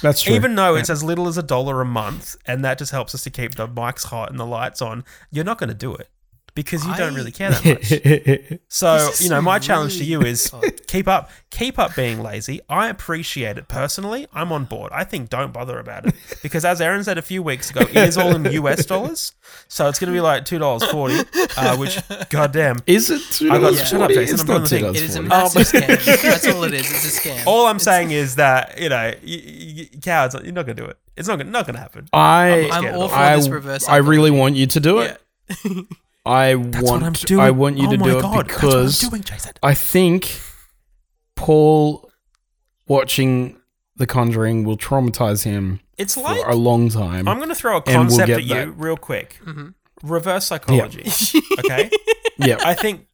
Speaker 1: That's true.
Speaker 4: Even though it's as little as a dollar a month, and that just helps us to keep the mics hot and the lights on. You're not going to do it because you don't
Speaker 3: I-
Speaker 4: really care that much. So
Speaker 3: This is
Speaker 4: you know, my
Speaker 3: really
Speaker 4: challenge to you is
Speaker 3: odd.
Speaker 4: keep up, keep up being lazy. I appreciate it personally. I'm on board. I think don't bother about it because, as Aaron said a few weeks ago, it is all in US dollars, so it's going to be like two dollars forty, uh, which goddamn.
Speaker 1: Is it two
Speaker 4: I got-
Speaker 1: dollars
Speaker 4: shut up,
Speaker 1: forty?
Speaker 4: Jason,
Speaker 1: It's
Speaker 4: I'm
Speaker 1: not
Speaker 4: doing the
Speaker 1: two
Speaker 4: thing.
Speaker 1: dollars
Speaker 3: It is a
Speaker 1: forty.
Speaker 3: massive scam. That's all it is. It's a scam.
Speaker 4: Oh All I'm saying is that you know, you, you, you cowards, you're not going to do it. It's not gonna- not going to happen.
Speaker 1: I
Speaker 4: I'm
Speaker 1: i
Speaker 4: scared all of
Speaker 3: for this reverse
Speaker 1: I really want you to do it. I
Speaker 4: what I'm
Speaker 1: want
Speaker 4: doing.
Speaker 1: I want you
Speaker 4: Oh
Speaker 1: to
Speaker 4: my
Speaker 1: do
Speaker 4: God,
Speaker 1: it
Speaker 4: that's what I'm
Speaker 1: because
Speaker 4: doing, Jason.
Speaker 1: I think Paul watching The Conjuring will traumatize him
Speaker 4: It's like
Speaker 1: for a long time.
Speaker 4: I'm going to throw a
Speaker 1: we'll
Speaker 4: concept
Speaker 1: get
Speaker 4: at you
Speaker 1: that. Mm-hmm.
Speaker 4: real quick.
Speaker 3: Mhm.
Speaker 4: Reverse psychology. okay.
Speaker 1: yeah.
Speaker 4: I think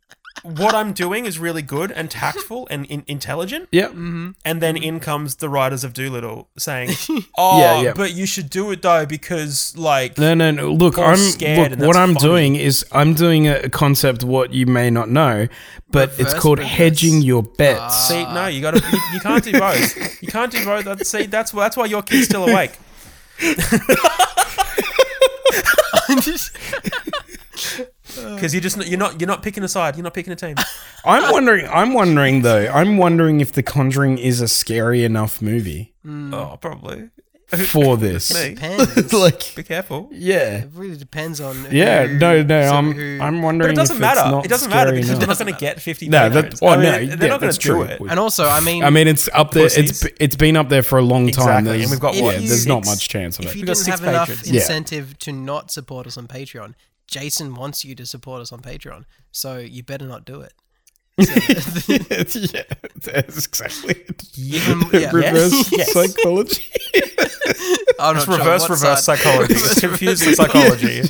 Speaker 4: what I'm doing is really good and tactful and in- intelligent.
Speaker 1: yeah.
Speaker 4: And then in comes the writers of Doolittle saying, "Oh,
Speaker 1: Yeah, yeah.
Speaker 4: but you should do it though because like
Speaker 1: No, no, no. Look,
Speaker 4: Paul's
Speaker 1: I'm
Speaker 4: scared
Speaker 1: look,
Speaker 4: and
Speaker 1: what
Speaker 4: that's
Speaker 1: I'm
Speaker 4: funny.
Speaker 1: doing is I'm doing a concept what you may not know, but it's
Speaker 3: Reverse
Speaker 1: called
Speaker 3: reverse.
Speaker 1: hedging your bets.
Speaker 4: see no you got to you, you can't do both. You can't do both. That's, see that's why that's why your kid's still awake.
Speaker 3: Mhm.
Speaker 4: because because you're just you're not you're not picking a side. You're not picking a team.
Speaker 1: I'm wondering. I'm wondering though. I'm wondering if The Conjuring is a scary enough movie
Speaker 4: oh, probably.
Speaker 1: Mm. for this.
Speaker 4: Me.
Speaker 3: Depends.
Speaker 1: like,
Speaker 4: Be careful.
Speaker 1: yeah,
Speaker 3: it really depends on.
Speaker 1: yeah.
Speaker 3: who-
Speaker 1: No, no.
Speaker 3: so
Speaker 1: I'm.
Speaker 3: who-
Speaker 1: I'm wondering.
Speaker 4: But it doesn't
Speaker 1: if it's
Speaker 4: matter.
Speaker 1: not
Speaker 4: It doesn't matter
Speaker 1: scary
Speaker 4: because
Speaker 1: enough.
Speaker 4: they're not going to get 50
Speaker 1: No,
Speaker 4: Tino's.
Speaker 1: that's. Oh
Speaker 4: I mean,
Speaker 1: no,
Speaker 4: they're
Speaker 1: yeah,
Speaker 4: not going
Speaker 1: that's
Speaker 4: to do
Speaker 1: true.
Speaker 4: it.
Speaker 3: And also, I mean,
Speaker 1: I mean, it's up there. It's
Speaker 4: Pussies.
Speaker 1: it's been up there for a long time.
Speaker 4: Exactly, and
Speaker 1: There's-
Speaker 4: we've got,
Speaker 1: yeah,
Speaker 4: what,
Speaker 1: there's not
Speaker 4: six?
Speaker 1: much chance of
Speaker 3: if
Speaker 1: it.
Speaker 3: you
Speaker 4: We've got
Speaker 3: didn't
Speaker 4: six
Speaker 3: have enough
Speaker 4: patrons.
Speaker 1: Yeah.
Speaker 3: incentive to not support us on Patreon, Jason wants you to support us on Patreon, so you better not do it.
Speaker 1: yeah, that's exactly. It.
Speaker 3: Um, yeah.
Speaker 1: Reverse
Speaker 4: Yes.
Speaker 1: psychology.
Speaker 3: I'm not
Speaker 4: It's
Speaker 3: sure
Speaker 4: reverse
Speaker 3: what
Speaker 4: reverse
Speaker 3: side-
Speaker 4: psychology. It's confusing psychology.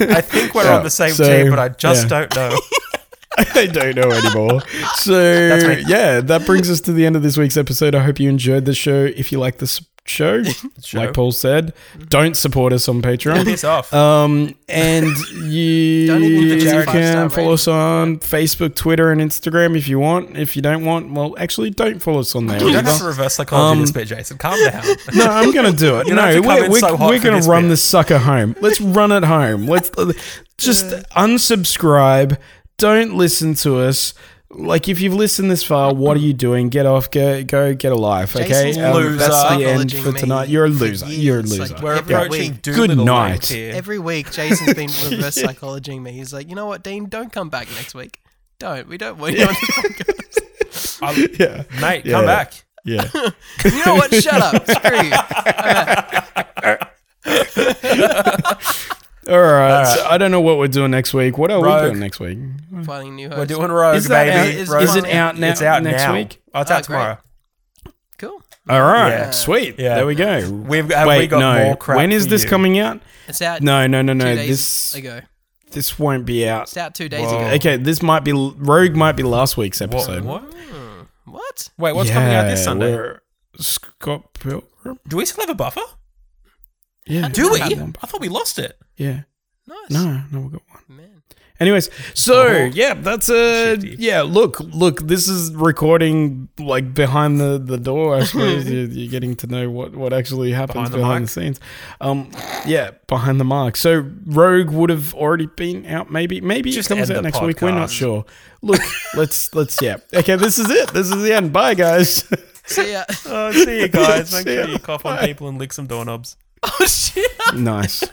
Speaker 4: I think we're on the same
Speaker 1: So,
Speaker 4: team, but I just
Speaker 1: yeah.
Speaker 4: don't know.
Speaker 1: I don't know anymore. So
Speaker 4: me.
Speaker 1: yeah, that brings us to the end of this week's episode. I hope you enjoyed the show. If you like this show,
Speaker 4: Show.
Speaker 1: like Paul said, don't support us on Patreon.
Speaker 4: Piss off.
Speaker 1: Um, and you
Speaker 3: Don't even give us a
Speaker 1: you
Speaker 3: five-star
Speaker 1: can follow
Speaker 3: rating.
Speaker 1: us on Facebook, Twitter, and Instagram if you want. If you don't want, well, actually, don't follow us on there.
Speaker 4: you don't
Speaker 1: either.
Speaker 4: have to reverse psychology
Speaker 1: Um,
Speaker 4: this bit, Jason. Calm down.
Speaker 1: No, I'm gonna do it.
Speaker 4: You don't have
Speaker 1: no,
Speaker 4: to come
Speaker 1: we're,
Speaker 4: in
Speaker 1: we're,
Speaker 4: so hot
Speaker 1: we're
Speaker 4: for
Speaker 1: gonna
Speaker 4: this
Speaker 1: run
Speaker 4: bit.
Speaker 1: this sucker home. Let's run it home. Let's uh, just unsubscribe. Don't listen to us. Like if you've listened this far, what are you doing? Get off. Go go. Get a life. Okay. um,
Speaker 3: Jason's
Speaker 1: That's the
Speaker 4: loser.
Speaker 1: end for
Speaker 3: Acknowledging me
Speaker 1: tonight. You're a
Speaker 3: for
Speaker 1: loser. You're a
Speaker 3: years,
Speaker 1: loser.
Speaker 3: like,
Speaker 4: We're
Speaker 3: every
Speaker 4: approaching
Speaker 3: week-
Speaker 4: Doolittle
Speaker 1: Good night.
Speaker 4: length here.
Speaker 3: Every week, Jason's been reverse psychologying me. He's like, you know what, Dean, don't come back next week. Don't. We don't want you on this podcast.
Speaker 4: I'm-
Speaker 1: Yeah.
Speaker 4: Um, Mate,
Speaker 1: Yeah.
Speaker 4: come back.
Speaker 1: Yeah.
Speaker 3: You know what? Shut up. Screw you.
Speaker 1: All right. So I don't know what we're doing next week. What are
Speaker 4: Rogue.
Speaker 1: we doing next week?
Speaker 3: Finding new hosts.
Speaker 4: We're doing Rogue,
Speaker 1: Is that
Speaker 4: baby.
Speaker 1: out-
Speaker 3: is-
Speaker 4: Rogue.
Speaker 1: Is it out now?
Speaker 4: it's out
Speaker 1: next
Speaker 4: now.
Speaker 1: week.
Speaker 4: Oh, it's
Speaker 3: Oh,
Speaker 4: out
Speaker 3: great.
Speaker 4: tomorrow.
Speaker 3: cool.
Speaker 1: All right.
Speaker 4: Yeah.
Speaker 1: Sweet.
Speaker 4: Yeah.
Speaker 1: There we go.
Speaker 4: We've have
Speaker 1: Wait,
Speaker 4: we got
Speaker 1: no.
Speaker 4: more crap.
Speaker 1: when is
Speaker 4: for
Speaker 1: this
Speaker 4: you?
Speaker 1: coming out?
Speaker 3: It's out
Speaker 1: No, no, no,
Speaker 3: two
Speaker 1: no.
Speaker 3: days
Speaker 1: This
Speaker 3: ago.
Speaker 1: this won't be out.
Speaker 3: It's out two days
Speaker 4: Whoa.
Speaker 3: ago.
Speaker 1: Okay, this might be Rogue. Might be last week's episode.
Speaker 4: Oh. What? what?
Speaker 3: What?
Speaker 4: Wait, what's coming out this Sunday?
Speaker 1: we're- Scott Pilgrim.
Speaker 4: Do we still have a buffer?
Speaker 1: Yeah.
Speaker 4: Do we? I
Speaker 1: Yeah.
Speaker 4: thought we lost it.
Speaker 1: Yeah.
Speaker 3: Nice.
Speaker 1: No, no, we got one.
Speaker 3: Man.
Speaker 1: Anyways, so
Speaker 4: Oh.
Speaker 1: yeah, that's a
Speaker 4: Shifty.
Speaker 1: Uh, yeah. Look, look, this is recording like behind the the door. I suppose you're, you're getting to know what what actually happens behind
Speaker 4: Behind
Speaker 1: the,
Speaker 4: the mic.
Speaker 1: scenes. Um, yeah, behind the mark. So Rogue would have already been out. Maybe maybe
Speaker 4: Just
Speaker 1: it comes
Speaker 4: end
Speaker 1: out
Speaker 4: the
Speaker 1: next week. We're not
Speaker 4: podcast.
Speaker 1: sure. Look, let's let's yeah. Okay, this is it. This is the end. Bye, guys.
Speaker 3: See ya.
Speaker 4: Oh, see you guys. Make
Speaker 1: See
Speaker 4: sure
Speaker 1: ya.
Speaker 4: you cough on
Speaker 1: Bye.
Speaker 4: people and lick some doorknobs.
Speaker 3: oh, shit.
Speaker 1: nice.